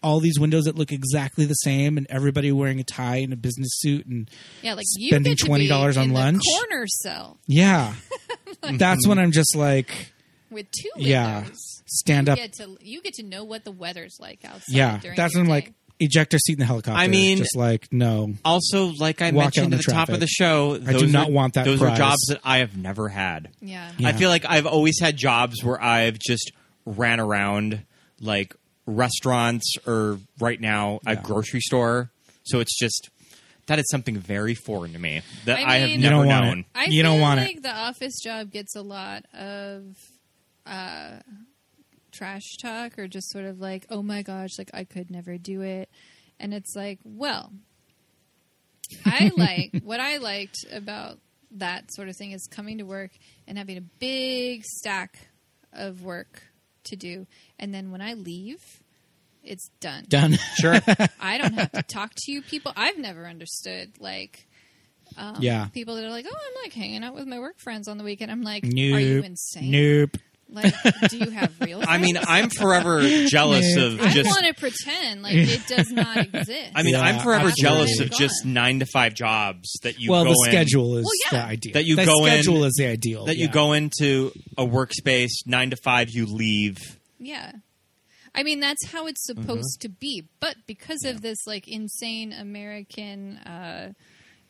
Speaker 5: all these windows that look exactly the same and everybody wearing a tie and a business suit and
Speaker 6: Yeah, like
Speaker 5: Spending
Speaker 6: you get to be
Speaker 5: $20 on
Speaker 6: in the
Speaker 5: lunch?
Speaker 6: corner cell
Speaker 5: yeah that's when i'm just like
Speaker 6: with two windows.
Speaker 5: Yeah. stand
Speaker 6: You
Speaker 5: up
Speaker 6: get to you get to know what the weather's like outside.
Speaker 5: yeah
Speaker 6: during
Speaker 5: that's
Speaker 6: your
Speaker 5: when i'm
Speaker 6: day.
Speaker 5: like ejector seat in the helicopter
Speaker 4: I mean-
Speaker 5: just like no
Speaker 4: Also, like I
Speaker 5: Walk out in
Speaker 4: mentioned at the
Speaker 5: the
Speaker 4: top of the
Speaker 5: traffic.
Speaker 4: show,
Speaker 5: I do
Speaker 4: those
Speaker 5: not
Speaker 4: are-
Speaker 5: want that
Speaker 4: Those are
Speaker 5: prize.
Speaker 4: jobs that I have never had.
Speaker 6: yeah,
Speaker 5: Yeah.
Speaker 4: I feel like I've always had jobs where I've just ran around like restaurants or right now a grocery store. So it's just that is something very foreign to me that
Speaker 6: I
Speaker 4: I, have
Speaker 6: mean- You
Speaker 5: you
Speaker 4: never
Speaker 5: don't want
Speaker 4: known.
Speaker 5: it
Speaker 6: I
Speaker 5: you
Speaker 6: feel
Speaker 5: don't want
Speaker 6: like
Speaker 5: it
Speaker 6: the office job gets a lot of uh, trash talk or just sort of like, oh my gosh, like I could never do it, and it's like, well, I like what I liked about that sort of thing is coming to work and having a big stack of work to do, and then when I leave, it's done.
Speaker 5: done
Speaker 4: Sure.
Speaker 6: I don't have to talk to you people. I've never understood like
Speaker 5: yeah
Speaker 6: people that are like, oh, I'm like hanging out with my work friends on the weekend. I'm like,
Speaker 5: nope
Speaker 6: are you insane?
Speaker 5: nope
Speaker 6: Like, do you have real?
Speaker 4: I mean,
Speaker 6: friends?
Speaker 4: I'm forever jealous of
Speaker 6: I
Speaker 4: just.
Speaker 6: want to pretend like it does not exist.
Speaker 4: I mean,
Speaker 5: Yeah,
Speaker 4: I'm forever
Speaker 5: absolutely.
Speaker 4: jealous of
Speaker 6: Gone.
Speaker 4: just nine to five jobs that you
Speaker 5: well
Speaker 4: go
Speaker 5: the
Speaker 4: in-
Speaker 5: schedule is
Speaker 6: Well, yeah.
Speaker 5: the ideal
Speaker 4: That you
Speaker 5: the
Speaker 4: go in-
Speaker 5: schedule is the ideal
Speaker 4: that you
Speaker 5: yeah.
Speaker 4: go into a workspace nine to five, you leave.
Speaker 6: yeah. I mean, that's how it's
Speaker 5: Mm-hmm.
Speaker 6: supposed to be, but because of this like insane American. uh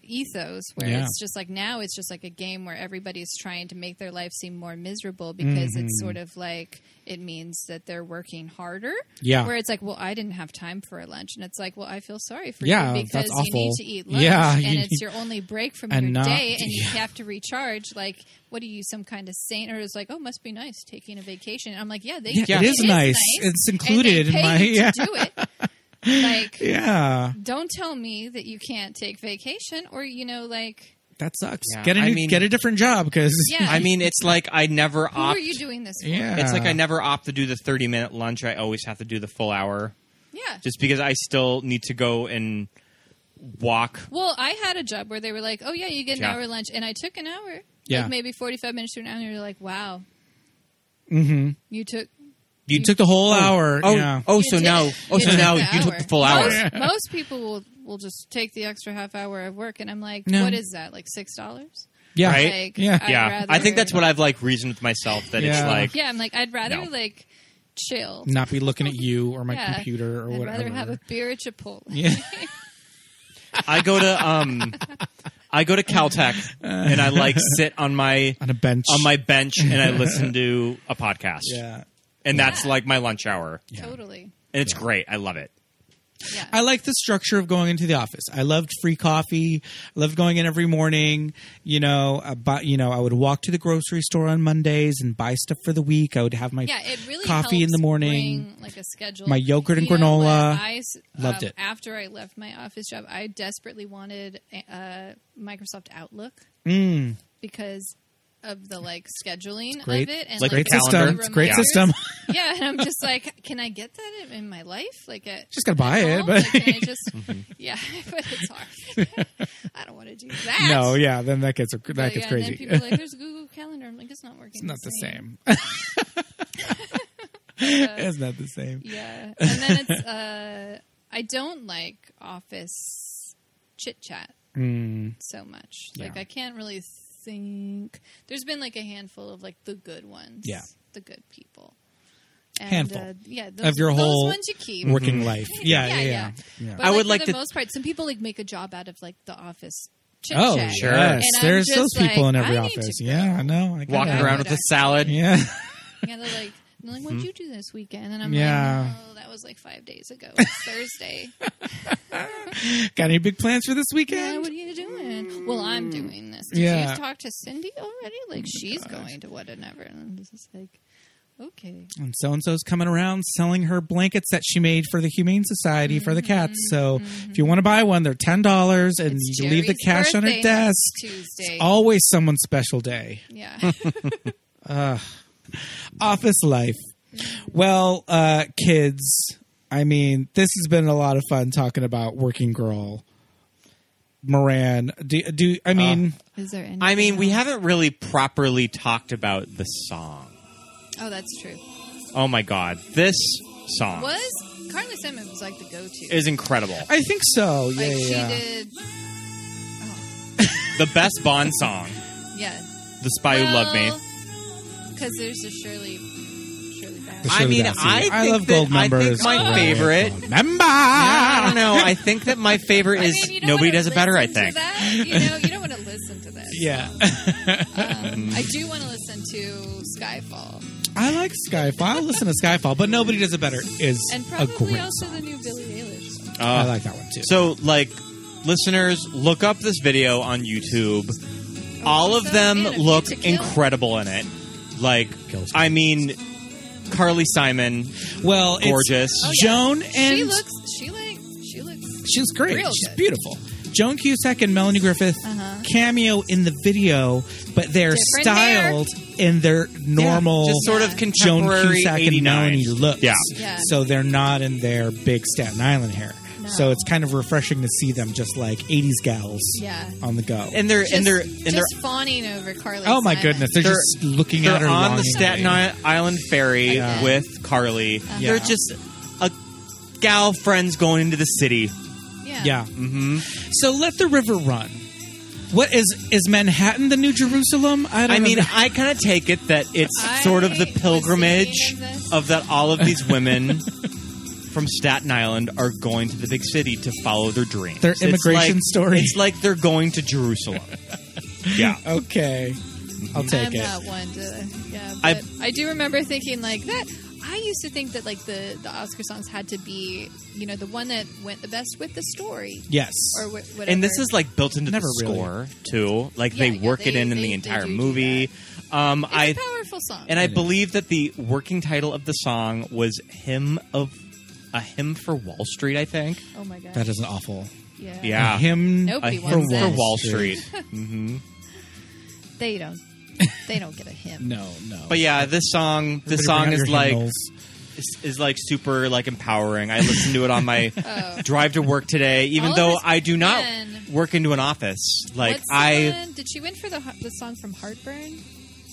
Speaker 6: ethos where
Speaker 5: Yeah.
Speaker 6: it's just like now it's just like a game where everybody's trying to make their life seem more miserable because it's
Speaker 5: Mm-hmm.
Speaker 6: sort of like it means that they're working harder
Speaker 5: Yeah.
Speaker 6: where it's like well i didn't have time for a lunch and it's like well i feel sorry for
Speaker 5: Yeah,
Speaker 6: you
Speaker 5: that's
Speaker 6: because you need
Speaker 5: awful.
Speaker 6: to eat lunch
Speaker 5: Yeah,
Speaker 6: and
Speaker 5: you
Speaker 6: it's
Speaker 5: need-
Speaker 6: your only break from
Speaker 5: and
Speaker 6: your
Speaker 5: not-
Speaker 6: day and you
Speaker 5: yeah.
Speaker 6: have to recharge like what are you some kind of saint or it's like oh must be nice taking a vacation and i'm like yeah they
Speaker 5: Yeah, it is nice. It's
Speaker 6: and they
Speaker 5: included in
Speaker 6: pay
Speaker 5: my-
Speaker 6: you
Speaker 5: yeah.
Speaker 6: to do it like
Speaker 5: yeah
Speaker 6: don't tell me that you can't take vacation or you know like
Speaker 5: that sucks
Speaker 4: Yeah,
Speaker 5: get a
Speaker 4: I
Speaker 5: new,
Speaker 4: mean-
Speaker 5: get a different job because
Speaker 6: Yeah.
Speaker 4: I mean, it's like I never
Speaker 6: who
Speaker 4: opt.
Speaker 6: are you doing this for
Speaker 5: yeah
Speaker 4: It's like I never opt to do the 30 minute lunch. I always have to do the full hour
Speaker 6: yeah
Speaker 4: just because I still need to go and walk.
Speaker 6: well i had a job where they were like oh yeah you get an
Speaker 4: Yeah.
Speaker 6: hour lunch and i took an hour
Speaker 5: Yeah.
Speaker 6: like maybe 45 minutes to an hour and you're like wow mm-hmm you took
Speaker 5: you Mm-hmm. took the whole hour
Speaker 4: Oh,
Speaker 5: yeah.
Speaker 4: oh,
Speaker 6: You
Speaker 4: so
Speaker 6: did-
Speaker 4: now, oh, so
Speaker 6: took
Speaker 4: now
Speaker 6: the
Speaker 4: you took the full hour.
Speaker 6: Most, most people will will just take the extra half hour of work, and I'm like,
Speaker 5: No.
Speaker 6: what is that? Like six dollars?
Speaker 5: yeah
Speaker 4: Right?
Speaker 6: Like,
Speaker 5: Yeah.
Speaker 6: I'd
Speaker 4: yeah,
Speaker 6: rather-
Speaker 4: I think that's what I've like reasoned with myself that it's
Speaker 5: Yeah.
Speaker 4: like
Speaker 6: Yeah, I'm like, I'd rather
Speaker 4: No.
Speaker 6: like chill.
Speaker 5: not be looking at you or my
Speaker 6: Yeah.
Speaker 5: computer or
Speaker 6: I'd
Speaker 5: whatever
Speaker 6: rather have a beer at Chipotle.
Speaker 5: yeah
Speaker 4: I go to um, I go to Caltech and I like sit on my
Speaker 5: on a bench
Speaker 4: on my bench and I listen to a podcast.
Speaker 5: yeah
Speaker 4: and that's like my lunch hour,
Speaker 6: Totally.
Speaker 4: and it's great. I love it.
Speaker 6: Yeah.
Speaker 5: I like the structure of going into the office. I loved free coffee. I loved going in every morning. You know, I bought, you know, I would walk to the grocery store on Mondays and buy stuff for the week. I would have my
Speaker 6: yeah, it really
Speaker 5: coffee in
Speaker 6: helps
Speaker 5: the morning.
Speaker 6: bring, like a schedule.
Speaker 5: my yogurt and
Speaker 6: You know, when
Speaker 5: granola.
Speaker 6: I s-
Speaker 5: Loved
Speaker 6: um,
Speaker 5: it.
Speaker 6: After I left my office job, I desperately wanted uh, Microsoft Outlook because of the like scheduling
Speaker 5: Mm. great.
Speaker 6: of it and
Speaker 4: Like
Speaker 5: Great
Speaker 4: calendar.
Speaker 5: system. It's a great
Speaker 4: Yeah.
Speaker 5: system.
Speaker 6: yeah, and I'm just like, can I get that in my life? Like, at,
Speaker 5: Just gotta buy
Speaker 6: at
Speaker 5: it,
Speaker 6: home?
Speaker 5: but- Mm-hmm.
Speaker 6: Like, can I just, yeah, but it's hard. I don't want to do that.
Speaker 5: no, yeah, then that gets that
Speaker 6: But
Speaker 5: gets
Speaker 6: yeah, And then
Speaker 5: crazy.
Speaker 6: people are like, "There's Google Calendar." I'm like, "It's not working.
Speaker 5: it's not the same. it's not the same.
Speaker 6: Yeah, and then it's. Uh, I don't like office chit chat so much. Like,
Speaker 5: Mm. Yeah.
Speaker 6: I can't really think. There's been like a handful of like the good ones.
Speaker 5: Yeah.
Speaker 6: the good people. And,
Speaker 5: Handful.
Speaker 6: Uh, yeah, those,
Speaker 5: your
Speaker 6: those
Speaker 5: whole
Speaker 6: ones you keep. Mm-hmm.
Speaker 5: Working life. Yeah, yeah,
Speaker 6: Yeah,
Speaker 5: yeah.
Speaker 6: yeah.
Speaker 5: yeah.
Speaker 6: But
Speaker 4: I
Speaker 6: like,
Speaker 4: would like
Speaker 6: for
Speaker 4: to-
Speaker 6: the most part. Some people like make a job out of like the office chit
Speaker 5: Oh,
Speaker 6: chat.
Speaker 4: Sure.
Speaker 5: yes.
Speaker 6: And I'm
Speaker 5: There's
Speaker 6: just
Speaker 5: those people
Speaker 6: like,
Speaker 5: in every
Speaker 6: I need to
Speaker 5: office.
Speaker 6: grow.
Speaker 5: Yeah, I know. I
Speaker 4: Walking
Speaker 5: gotta-
Speaker 4: around with a salad.
Speaker 5: Yeah.
Speaker 6: Yeah, they're like, they're like, what'd you do this weekend? And I'm
Speaker 5: Hmm? Yeah.
Speaker 6: like, no, that was like five days ago. It's Thursday.
Speaker 5: Got any big plans for this
Speaker 6: yeah,
Speaker 5: weekend?
Speaker 6: what are you doing? Well, I'm doing this. Did
Speaker 5: Yeah. Oh
Speaker 6: you talk to Cindy already? Like, she's going to whatever. And I'm just like, okay.
Speaker 5: And so and so's coming around selling her blankets that she made for the Humane Society for the cats. So if you want to buy one, they're ten dollars, and
Speaker 6: It's
Speaker 5: you leave the
Speaker 6: Jerry's
Speaker 5: cash on her
Speaker 6: birthday
Speaker 5: desk.
Speaker 6: next Tuesday.
Speaker 5: Always someone's special day.
Speaker 6: yeah.
Speaker 5: Office life. Well, uh, kids, I mean, this has been a lot of fun talking about Working Girl. Moran? Do, do I mean?
Speaker 6: Is there any?
Speaker 4: I mean, we haven't really properly talked about the song.
Speaker 6: Oh, that's true.
Speaker 4: Oh my god, this song
Speaker 6: Was Carly Simon was like the go-to.
Speaker 4: is incredible.
Speaker 5: I think so. Yeah,
Speaker 6: like
Speaker 5: yeah,
Speaker 6: she
Speaker 5: yeah.
Speaker 6: did.
Speaker 4: The best Bond song,
Speaker 6: Yeah.
Speaker 4: "The Spy Who Loved Me."
Speaker 6: Because there's a Shirley. Shirley Bassey.
Speaker 5: The
Speaker 4: I mean,
Speaker 5: Shirley Bassey.
Speaker 4: I think
Speaker 5: love
Speaker 4: that-
Speaker 5: gold
Speaker 4: I think
Speaker 5: members.
Speaker 4: my
Speaker 5: Gold
Speaker 4: favorite-
Speaker 5: member.
Speaker 4: I don't know. I think that my favorite
Speaker 6: I
Speaker 4: is
Speaker 6: mean, you don't
Speaker 4: nobody
Speaker 6: wanna
Speaker 4: does it better. I
Speaker 6: listen to
Speaker 4: think.
Speaker 6: that, you know you don't want to listen to that.
Speaker 5: Yeah,
Speaker 6: Um,
Speaker 4: Mm-hmm.
Speaker 6: I do want to listen to Skyfall
Speaker 5: I like Skyfall. I listen to Skyfall, but nobody does it better. Is
Speaker 6: and
Speaker 5: a
Speaker 6: probably
Speaker 5: great.
Speaker 6: also
Speaker 5: song.
Speaker 6: the new Billie Eilish.
Speaker 4: Uh,
Speaker 6: Song.
Speaker 5: I like that one too.
Speaker 4: So, like, listeners, look up this video on YouTube. All of
Speaker 6: also,
Speaker 4: them
Speaker 6: Man, A View
Speaker 4: look
Speaker 6: to Kill.
Speaker 4: incredible in it. Like,
Speaker 5: Kills.
Speaker 4: I mean, Carly Simon,
Speaker 5: well, it's-
Speaker 4: gorgeous.
Speaker 6: oh,
Speaker 5: Joan and
Speaker 6: she looks she like she looks
Speaker 5: She's great.
Speaker 6: Real
Speaker 5: She's
Speaker 6: good.
Speaker 5: beautiful. Joan Cusack and Melanie Griffith
Speaker 6: Uh-huh.
Speaker 5: cameo in the video, but they're
Speaker 6: Different
Speaker 5: styled in their normal
Speaker 4: just sort of
Speaker 6: Yeah.
Speaker 5: Joan
Speaker 4: contemporary
Speaker 5: Cusack and
Speaker 4: 89.
Speaker 5: Melanie looks.
Speaker 4: Yeah.
Speaker 6: Yeah.
Speaker 5: So they're not in their big Staten Island hair.
Speaker 6: No.
Speaker 5: So it's kind of refreshing to see them just like 80s gals
Speaker 6: yeah.
Speaker 5: on the go.
Speaker 4: and they're
Speaker 6: Just,
Speaker 4: and they're and
Speaker 6: just
Speaker 4: they're
Speaker 6: fawning over Carly.
Speaker 5: oh my
Speaker 6: Simon.
Speaker 5: goodness, they're,
Speaker 4: They're-
Speaker 5: just looking at
Speaker 4: they're
Speaker 5: her
Speaker 4: on the
Speaker 5: longingly.
Speaker 4: Staten I- Island ferry
Speaker 5: Yeah.
Speaker 4: with Carly.
Speaker 6: Uh-huh.
Speaker 5: Yeah.
Speaker 4: They're just a gal friends going into the city. Mm-hmm.
Speaker 6: Yeah.
Speaker 5: Yeah. So let the river run. What is is Manhattan the new Jerusalem? I don't
Speaker 4: I mean,
Speaker 5: know.
Speaker 4: I kind of take it that it's
Speaker 6: I
Speaker 4: sort of the
Speaker 6: was thinking
Speaker 4: pilgrimage
Speaker 6: of this.
Speaker 4: of that all of these women from Staten Island are going to the big city to follow their dreams.
Speaker 5: Their
Speaker 4: It's
Speaker 5: immigration
Speaker 4: like-
Speaker 5: story.
Speaker 4: It's like they're going to Jerusalem. yeah.
Speaker 5: okay. I'll take
Speaker 6: I'm
Speaker 5: it.
Speaker 6: not one to. Yeah,
Speaker 4: I-
Speaker 6: but I, do remember thinking like that. I used to think that like the the Oscar songs had to be you know the one that went the best with the story
Speaker 5: Yes.
Speaker 6: or wh- whatever.
Speaker 4: And this is like built into
Speaker 5: Never
Speaker 4: the
Speaker 5: really.
Speaker 4: score too. Like they
Speaker 6: Yeah, yeah,
Speaker 4: work it
Speaker 6: they-
Speaker 4: in in
Speaker 6: they-
Speaker 4: the
Speaker 6: they
Speaker 4: entire
Speaker 6: do do
Speaker 4: movie. Um,
Speaker 6: It's a
Speaker 4: I
Speaker 6: powerful song.
Speaker 4: and I believe that the working title of the song was "Hymn of a Hymn for Wall Street." I think.
Speaker 6: oh my god,
Speaker 5: That is an awful.
Speaker 6: yeah.
Speaker 4: Yeah.
Speaker 5: Him.
Speaker 6: Nope.
Speaker 4: A
Speaker 6: Nobody
Speaker 4: hymn
Speaker 6: wants
Speaker 4: for
Speaker 6: that.
Speaker 4: Wall Street.
Speaker 6: they don't they don't get a hymn.
Speaker 5: No, no.
Speaker 4: But yeah, this song,
Speaker 5: Everybody
Speaker 4: this
Speaker 5: bring out
Speaker 4: song is
Speaker 5: your
Speaker 4: like
Speaker 5: hymnals.
Speaker 4: is, is like super like empowering. I listened to it on my drive to work today, even
Speaker 6: Oh. All of
Speaker 4: though
Speaker 6: us
Speaker 4: I do not
Speaker 6: can.
Speaker 4: work into an office. Like
Speaker 6: What's the
Speaker 4: I,
Speaker 6: one- did she win for the the song from Heartburn?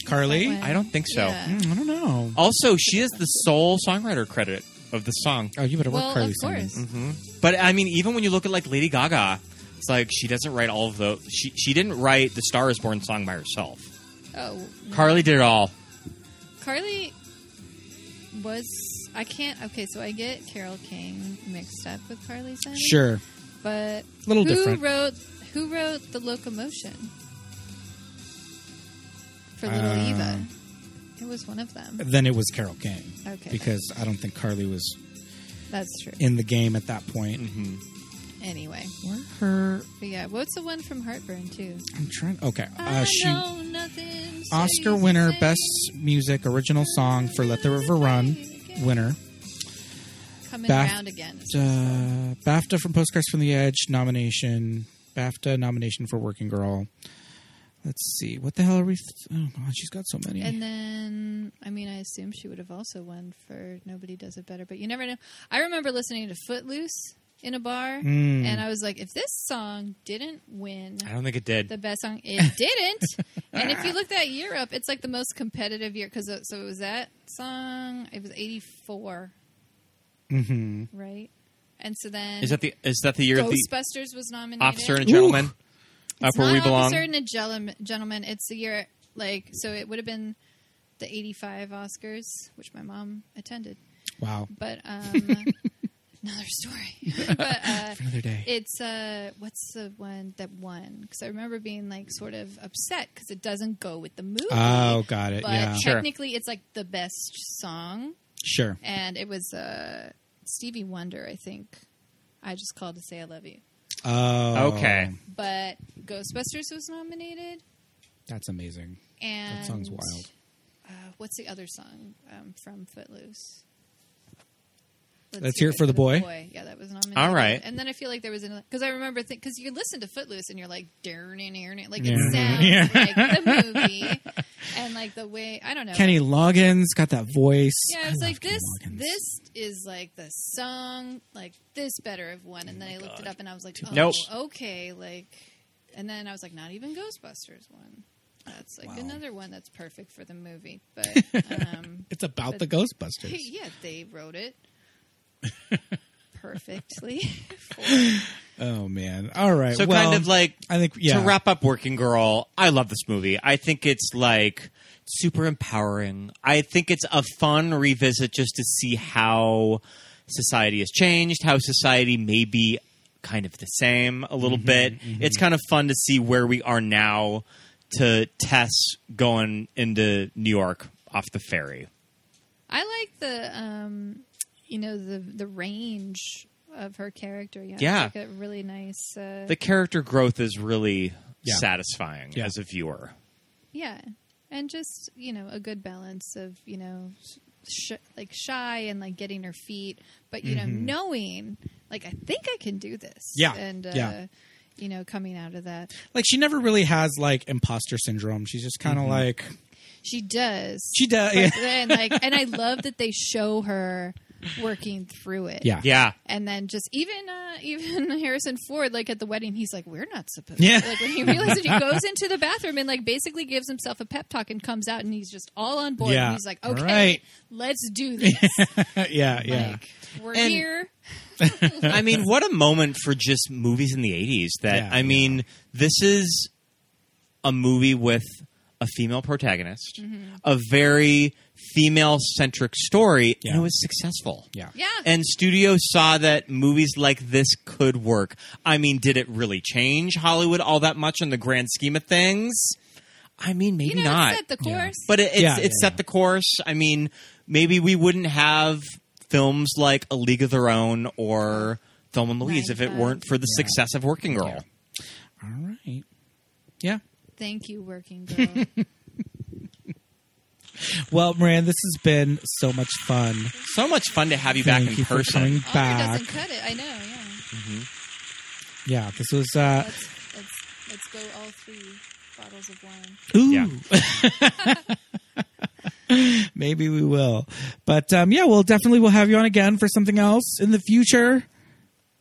Speaker 5: Carly.
Speaker 6: That one?
Speaker 4: I don't think so.
Speaker 6: Yeah.
Speaker 5: Mm, I don't know.
Speaker 4: Also, she is the sole songwriter credit of the song.
Speaker 5: Oh, you better work,
Speaker 6: Well,
Speaker 5: Carly.
Speaker 6: of
Speaker 5: Simon.
Speaker 6: course.
Speaker 4: But I mean, even when you look at like Lady Gaga, it's like she doesn't write all of the. She she didn't write the Star Is Born song by herself.
Speaker 6: Oh, no.
Speaker 4: Carly did it all.
Speaker 6: Carly was I can't. Okay, so I get Carol King mixed up with Carly Simon.
Speaker 5: Sure.
Speaker 6: but
Speaker 5: Little
Speaker 6: who
Speaker 5: different.
Speaker 6: wrote who wrote the locomotion for Little
Speaker 5: Uh,
Speaker 6: Eva? It was one of them.
Speaker 5: Then it was Carol King.
Speaker 6: Okay.
Speaker 5: Because I don't think Carly was
Speaker 6: That's true.
Speaker 5: in the game at that point.
Speaker 6: Anyway,
Speaker 5: Her.
Speaker 6: but yeah, what's the one from Heartburn too?
Speaker 5: I'm trying. Okay.
Speaker 6: I
Speaker 5: Uh, she.
Speaker 6: know nothing, so
Speaker 5: Oscar
Speaker 6: you
Speaker 5: winner,
Speaker 6: say-
Speaker 5: best music, original song for Let the River Run. Winner.
Speaker 6: coming
Speaker 5: Bath-
Speaker 6: around again.
Speaker 5: uh, BAFTA from Postcards from the Edge nomination. BAFTA nomination for Working Girl. Let's see. What the hell are we? oh God, she's got so many.
Speaker 6: And then, I mean, I assume she would have also won for Nobody Does It Better, but you never know. I remember listening to Footloose in a bar,
Speaker 5: Hmm.
Speaker 6: and I was like, if this song didn't win
Speaker 4: I don't think it did.
Speaker 6: the best song, it didn't. and if you look that year up, it's like the most competitive year because so it was that song. It was eighty mm-hmm. right? And so then
Speaker 4: Is that the is that the year of the
Speaker 6: Ghostbusters was nominated.
Speaker 4: Officer and a
Speaker 5: Ooh.
Speaker 4: Gentleman? Up
Speaker 6: It's
Speaker 4: where
Speaker 6: not
Speaker 4: we belong.
Speaker 6: Officer and a Gentleman. Gentleman. It's the year like so. It would have been the '85 Oscars, which my mom attended.
Speaker 5: wow.
Speaker 6: But um, another story. but uh,
Speaker 5: Another day.
Speaker 6: it's uh, what's the one that won? Because I remember being like sort of upset because it doesn't go with the movie.
Speaker 5: Oh, got it.
Speaker 6: but
Speaker 5: yeah.
Speaker 4: Sure.
Speaker 6: technically, it's like the best song,
Speaker 5: Sure.
Speaker 6: and it was uh, Stevie Wonder, I think. I just called to say I love you.
Speaker 5: Oh.
Speaker 4: Okay.
Speaker 6: But Ghostbusters was nominated.
Speaker 5: That's amazing.
Speaker 6: And
Speaker 5: song's wild.
Speaker 6: Uh, what's the other song um, from Footloose?
Speaker 5: Let's Hear It for the Boy.
Speaker 6: Yeah, that was nominated.
Speaker 4: All right.
Speaker 6: And then I feel like there was another because I remember because you listen to Footloose and you're like darn it, darn it, like
Speaker 5: Yeah.
Speaker 6: it sounds like the movie. and like the way I don't know.
Speaker 5: Kenny Loggins got that voice.
Speaker 6: yeah, I
Speaker 5: I
Speaker 6: was
Speaker 5: love
Speaker 6: like
Speaker 5: Kenny
Speaker 6: this.
Speaker 5: Loggins.
Speaker 6: This is like the song, like this better of one. And then I looked it up, and I was like, oh,
Speaker 4: Nope.
Speaker 6: okay, like. And then I was like, not even Ghostbusters one. That's like another one that's perfect for the movie, but um,
Speaker 5: It's about the
Speaker 6: but-
Speaker 5: Ghostbusters.
Speaker 6: yeah, they wrote it perfectly. for
Speaker 5: Oh man! All right.
Speaker 4: So
Speaker 5: well,
Speaker 4: kind of like
Speaker 5: I think yeah.
Speaker 4: to wrap up Working Girl, I love this movie. I think it's like super empowering. I think it's a fun revisit just to see how society has changed, how society may be kind of the same a
Speaker 5: Mm-hmm,
Speaker 4: little bit. It's kind of fun to see where we are now to Tess going into New York off the ferry.
Speaker 6: I like the um you know the the range of her character. Yeah,
Speaker 4: Yeah.
Speaker 6: It's like a really nice. Uh,
Speaker 4: The character growth is really
Speaker 5: Yeah.
Speaker 4: satisfying
Speaker 5: Yeah.
Speaker 4: as a viewer.
Speaker 6: yeah, and just you know a good balance of you know sh- like shy and like getting her feet, but you know knowing like I think I can do this.
Speaker 5: Mm-hmm. Yeah.
Speaker 6: and uh,
Speaker 5: Yeah.
Speaker 6: you know coming out of that,
Speaker 5: like she never really has like imposter syndrome. She's just kind of
Speaker 4: Mm-hmm.
Speaker 5: like
Speaker 6: she does.
Speaker 5: she does.
Speaker 6: But
Speaker 5: Yeah.
Speaker 6: then like, and I love that they show her working through it.
Speaker 5: Yeah.
Speaker 4: Yeah.
Speaker 6: And then just even uh, even Harrison Ford, like at the wedding, he's like, "We're not supposed."
Speaker 5: Yeah.
Speaker 6: to. Like when he realizes he goes into the bathroom and like basically gives himself a pep talk and comes out and he's just all on board.
Speaker 5: Yeah.
Speaker 6: And he's like, "Okay,
Speaker 5: Right.
Speaker 6: let's do this.
Speaker 5: yeah, yeah.
Speaker 6: Like, we're
Speaker 4: And-
Speaker 6: here."
Speaker 4: I mean, what a moment for just movies in the 80s that,
Speaker 5: Yeah,
Speaker 4: I mean, this is a movie with a female protagonist,
Speaker 6: Mm-hmm.
Speaker 4: a very female centric story,
Speaker 5: Yeah.
Speaker 4: and it was successful.
Speaker 5: Yeah.
Speaker 6: Yeah.
Speaker 4: And studios saw that movies like this could work. I mean, did it really change Hollywood all that much in the grand scheme of things? I mean, maybe
Speaker 6: you know,
Speaker 4: not.
Speaker 6: set the course.
Speaker 4: But it, it's,
Speaker 5: Yeah,
Speaker 4: it
Speaker 5: yeah,
Speaker 4: set
Speaker 5: yeah.
Speaker 4: the course. I mean, maybe we wouldn't have films like A League of Their Own or Thelma and Louise if it
Speaker 6: Right.
Speaker 4: weren't for the success of Working Girl.
Speaker 5: All right. Yeah.
Speaker 6: Thank you, working girl.
Speaker 5: Well, Moran, this has been so much fun.
Speaker 4: So much fun to have you
Speaker 5: Thank
Speaker 4: back in
Speaker 5: you for coming
Speaker 4: person.
Speaker 6: Honor
Speaker 5: back.
Speaker 6: Oh, doesn't cut it. I know. Yeah.
Speaker 5: Yeah, this was. uh
Speaker 6: Let's let's let's go all three bottles of
Speaker 5: Ooh.
Speaker 6: wine.
Speaker 4: Yeah.
Speaker 5: Maybe we will. But um, yeah, we'll definitely we'll have you on again for something else in the future.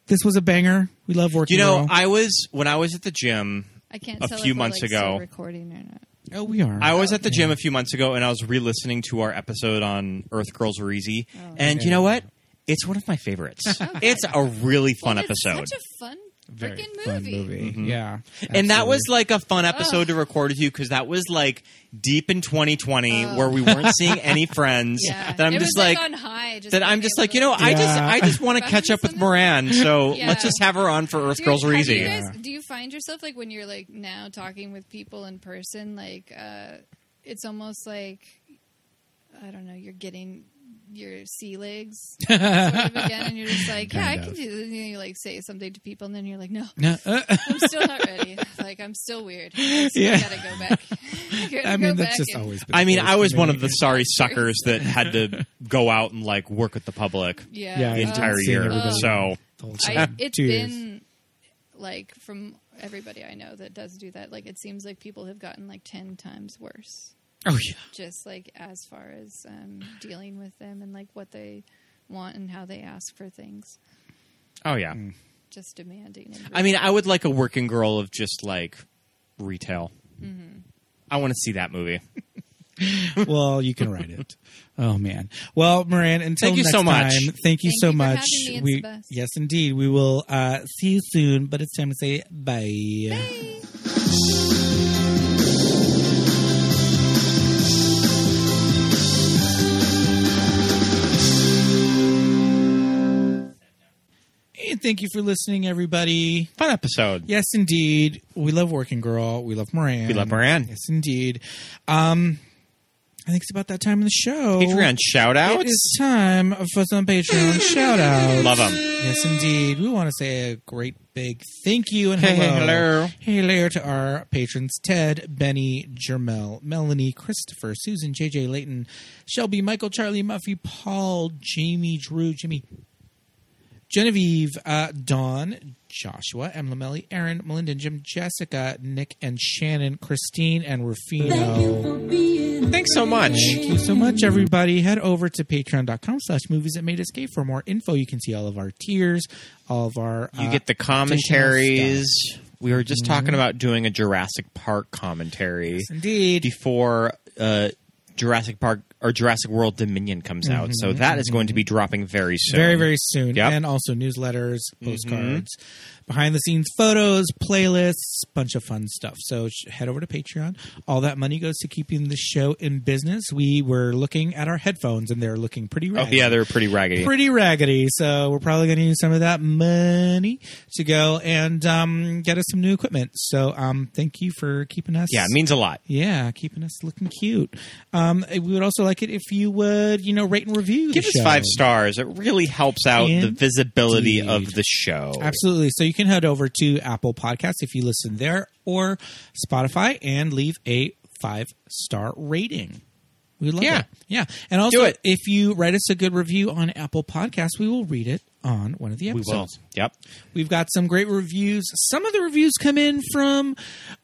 Speaker 5: This was a banger. We love working.
Speaker 4: You know,
Speaker 5: girl.
Speaker 4: I was when I was at the gym.
Speaker 6: I can't.
Speaker 4: A
Speaker 6: tell
Speaker 4: few
Speaker 6: if we're,
Speaker 4: months
Speaker 6: like, still
Speaker 4: ago.
Speaker 6: recording or not.
Speaker 5: oh, we are.
Speaker 4: I was at the gym a few months ago, and I was re-listening to our episode on Earth Girls Are Easy.
Speaker 6: Oh.
Speaker 4: and you know what? It's one of my favorites. it's a really fun
Speaker 6: Well, it's
Speaker 4: episode.
Speaker 6: Such a fun
Speaker 5: Very
Speaker 6: freaking
Speaker 5: fun
Speaker 6: movie.
Speaker 5: Yeah,
Speaker 4: Mm-hmm. And that
Speaker 5: absolutely.
Speaker 4: was like a fun episode to record with you because that was like deep in 2020
Speaker 6: Oh.
Speaker 4: where we weren't seeing any friends.
Speaker 6: Yeah.
Speaker 4: That I'm
Speaker 6: It
Speaker 4: just
Speaker 6: was,
Speaker 4: like,
Speaker 6: like, on high. Just
Speaker 4: that
Speaker 6: being
Speaker 4: I'm just
Speaker 6: able
Speaker 4: like,
Speaker 6: to,
Speaker 4: you know, I just
Speaker 5: Yeah.
Speaker 4: I just want to
Speaker 6: Focus
Speaker 4: catch up with
Speaker 6: on that.
Speaker 4: Moran, so
Speaker 6: Yeah.
Speaker 4: let's just have her on for Earth
Speaker 6: Dude,
Speaker 4: Girls Are
Speaker 6: have
Speaker 4: Easy.
Speaker 6: You guys, do you find yourself like when you're like now talking with people in person, like uh, it's almost like I don't know, you're getting your sea legs sort of again, and you're just like, yeah, I
Speaker 5: Kind
Speaker 6: can
Speaker 5: of.
Speaker 6: do this. And you like say something to people, and then you're like, no,
Speaker 5: No, uh,
Speaker 6: I'm still not ready. like I'm still weird. I still
Speaker 5: Yeah.
Speaker 6: gotta go back. I, gotta
Speaker 5: I
Speaker 6: go
Speaker 5: mean, that's
Speaker 6: back
Speaker 5: just
Speaker 6: and-
Speaker 5: always. Been
Speaker 4: I mean,
Speaker 5: the case
Speaker 4: I was
Speaker 5: for
Speaker 4: one
Speaker 5: me.
Speaker 4: of the sorry suckers that had to go out and like work with the public
Speaker 6: yeah,
Speaker 5: Yeah,
Speaker 4: the
Speaker 5: I
Speaker 6: um,
Speaker 4: entire
Speaker 5: didn't see
Speaker 4: year.
Speaker 5: everybody.
Speaker 4: So
Speaker 5: The whole
Speaker 6: I,
Speaker 5: time.
Speaker 6: it's
Speaker 5: Two years.
Speaker 6: been like from everybody I know that does do that. Like it seems like people have gotten like ten times worse,
Speaker 5: Oh yeah.
Speaker 6: just like as far as um, dealing with them and like what they want and how they ask for things,
Speaker 4: oh yeah.
Speaker 6: Mm. just demanding. And
Speaker 4: I mean, I would like a working girl of just like retail.
Speaker 6: Mm-hmm.
Speaker 4: I want to see that movie.
Speaker 5: well, you can write it. Oh man. Well, Moran, until
Speaker 4: Thank you
Speaker 5: next
Speaker 4: so much.
Speaker 5: time, thank you
Speaker 6: Thank
Speaker 5: so
Speaker 6: you for
Speaker 5: much.
Speaker 6: having me. It's
Speaker 5: we
Speaker 6: the best.
Speaker 5: yes, indeed, we will uh, see you soon. But it's time to say bye. And thank you for listening, everybody.
Speaker 4: Fun episode.
Speaker 5: Yes, indeed. We love Working Girl. We love Moran.
Speaker 4: We love Moran.
Speaker 5: Yes, indeed. Um, I think it's about that time in the show.
Speaker 4: Patreon shout
Speaker 5: It
Speaker 4: outs.
Speaker 5: is time for some Patreon shout outs.
Speaker 4: Love 'em.
Speaker 5: Yes, indeed. We want to say a great big thank you and
Speaker 4: Hey,
Speaker 5: hello.
Speaker 4: hello.
Speaker 5: Hello to our patrons Ted, Benny, Jermel, Melanie, Christopher, Susan, JJ Layton, Shelby, Michael, Charlie, Muffy, Paul, Jamie, Drew, Jimmy, Genevieve, uh, Dawn, Joshua, M. Lamelli, Aaron, Melinda, Jim, Jessica, Nick, and Shannon, Christine, and Rufino.
Speaker 1: for being
Speaker 4: Thanks so much.
Speaker 5: Thank you so much, everybody. Head over to patreon.com slash movies that made us gay for more info. You can see all of our tiers, all of our.
Speaker 4: You
Speaker 5: uh,
Speaker 4: get the
Speaker 5: additional
Speaker 4: commentaries.
Speaker 5: stuff.
Speaker 4: We were just talking about doing a Jurassic Park commentary
Speaker 5: Indeed.
Speaker 4: before uh, Jurassic Park or Jurassic World Dominion comes out. So that is going to be dropping very soon.
Speaker 5: Mm-hmm. Very, very soon.
Speaker 4: Yep. Mm-hmm.
Speaker 5: And also newsletters, postcards, behind the scenes photos, playlists, bunch of fun stuff. So sh- head over to Patreon. All that money goes to keeping the show in business. We were looking at our headphones and they're looking pretty
Speaker 4: Oh
Speaker 5: raggedy.
Speaker 4: yeah, they're pretty raggedy.
Speaker 5: pretty raggedy. So we're probably going to use some of that money to go and um, get us some new equipment. So um, thank you for keeping us.
Speaker 4: yeah, it means a lot.
Speaker 5: Yeah, keeping us looking cute. Um, we would also like it if you would, you know, rate and review. the
Speaker 4: Give us
Speaker 5: show.
Speaker 4: five stars. It really helps out the
Speaker 5: Indeed.
Speaker 4: visibility of the show.
Speaker 5: Absolutely. So you can head over to Apple Podcasts if you listen there or Spotify and leave a five star rating. We would love
Speaker 4: Yeah.
Speaker 5: it. Yeah. And also,
Speaker 4: it.
Speaker 5: if you write us a good review on Apple Podcasts, we will read it on one of the
Speaker 4: We
Speaker 5: episodes.
Speaker 4: will. Yep.
Speaker 5: We've got some great reviews. Some of the reviews come in from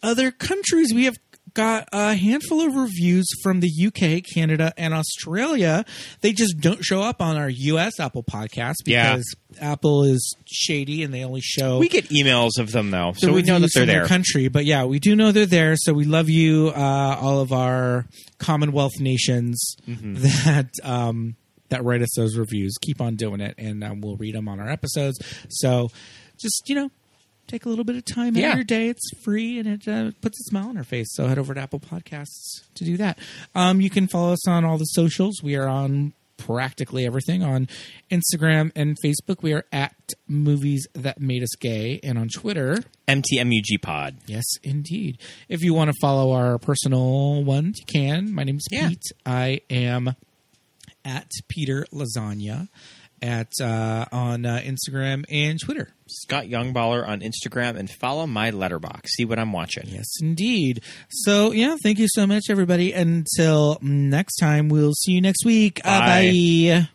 Speaker 5: other countries. We have got a handful of reviews from the UK, Canada, and Australia. They just don't show up on our US Apple podcast
Speaker 4: Yeah.
Speaker 5: because Apple is shady and they only show
Speaker 4: We get emails of them though,
Speaker 5: the
Speaker 4: so we know that
Speaker 5: reviews
Speaker 4: they're
Speaker 5: from their
Speaker 4: there.
Speaker 5: country. But yeah, we do know they're there. So we love you, uh, all of our Commonwealth nations
Speaker 4: Mm-hmm.
Speaker 5: that um, that write us those reviews. Keep on doing it, and um, we'll read them on our episodes. So just you know. Take a little bit of time out
Speaker 4: Yeah.
Speaker 5: of your day. It's free and it uh, puts a smile on our face. So head over to Apple Podcasts to do that. Um, you can follow us on all the socials. We are on practically everything on Instagram and Facebook. We are at Movies That Made Us Gay and on Twitter.
Speaker 4: MTMUG Pod.
Speaker 5: Yes, indeed. If you want to follow our personal ones, you can. My name's
Speaker 4: Yeah.
Speaker 5: Pete. I am at Peter Lasagna at uh, on uh, Instagram and Twitter.
Speaker 4: Scott Youngballer on Instagram and follow my letterbox. See what I'm watching.
Speaker 5: Yes, indeed. So yeah, thank you so much, everybody. Until next time, we'll see you next week. Uh,
Speaker 4: Bye.
Speaker 5: bye.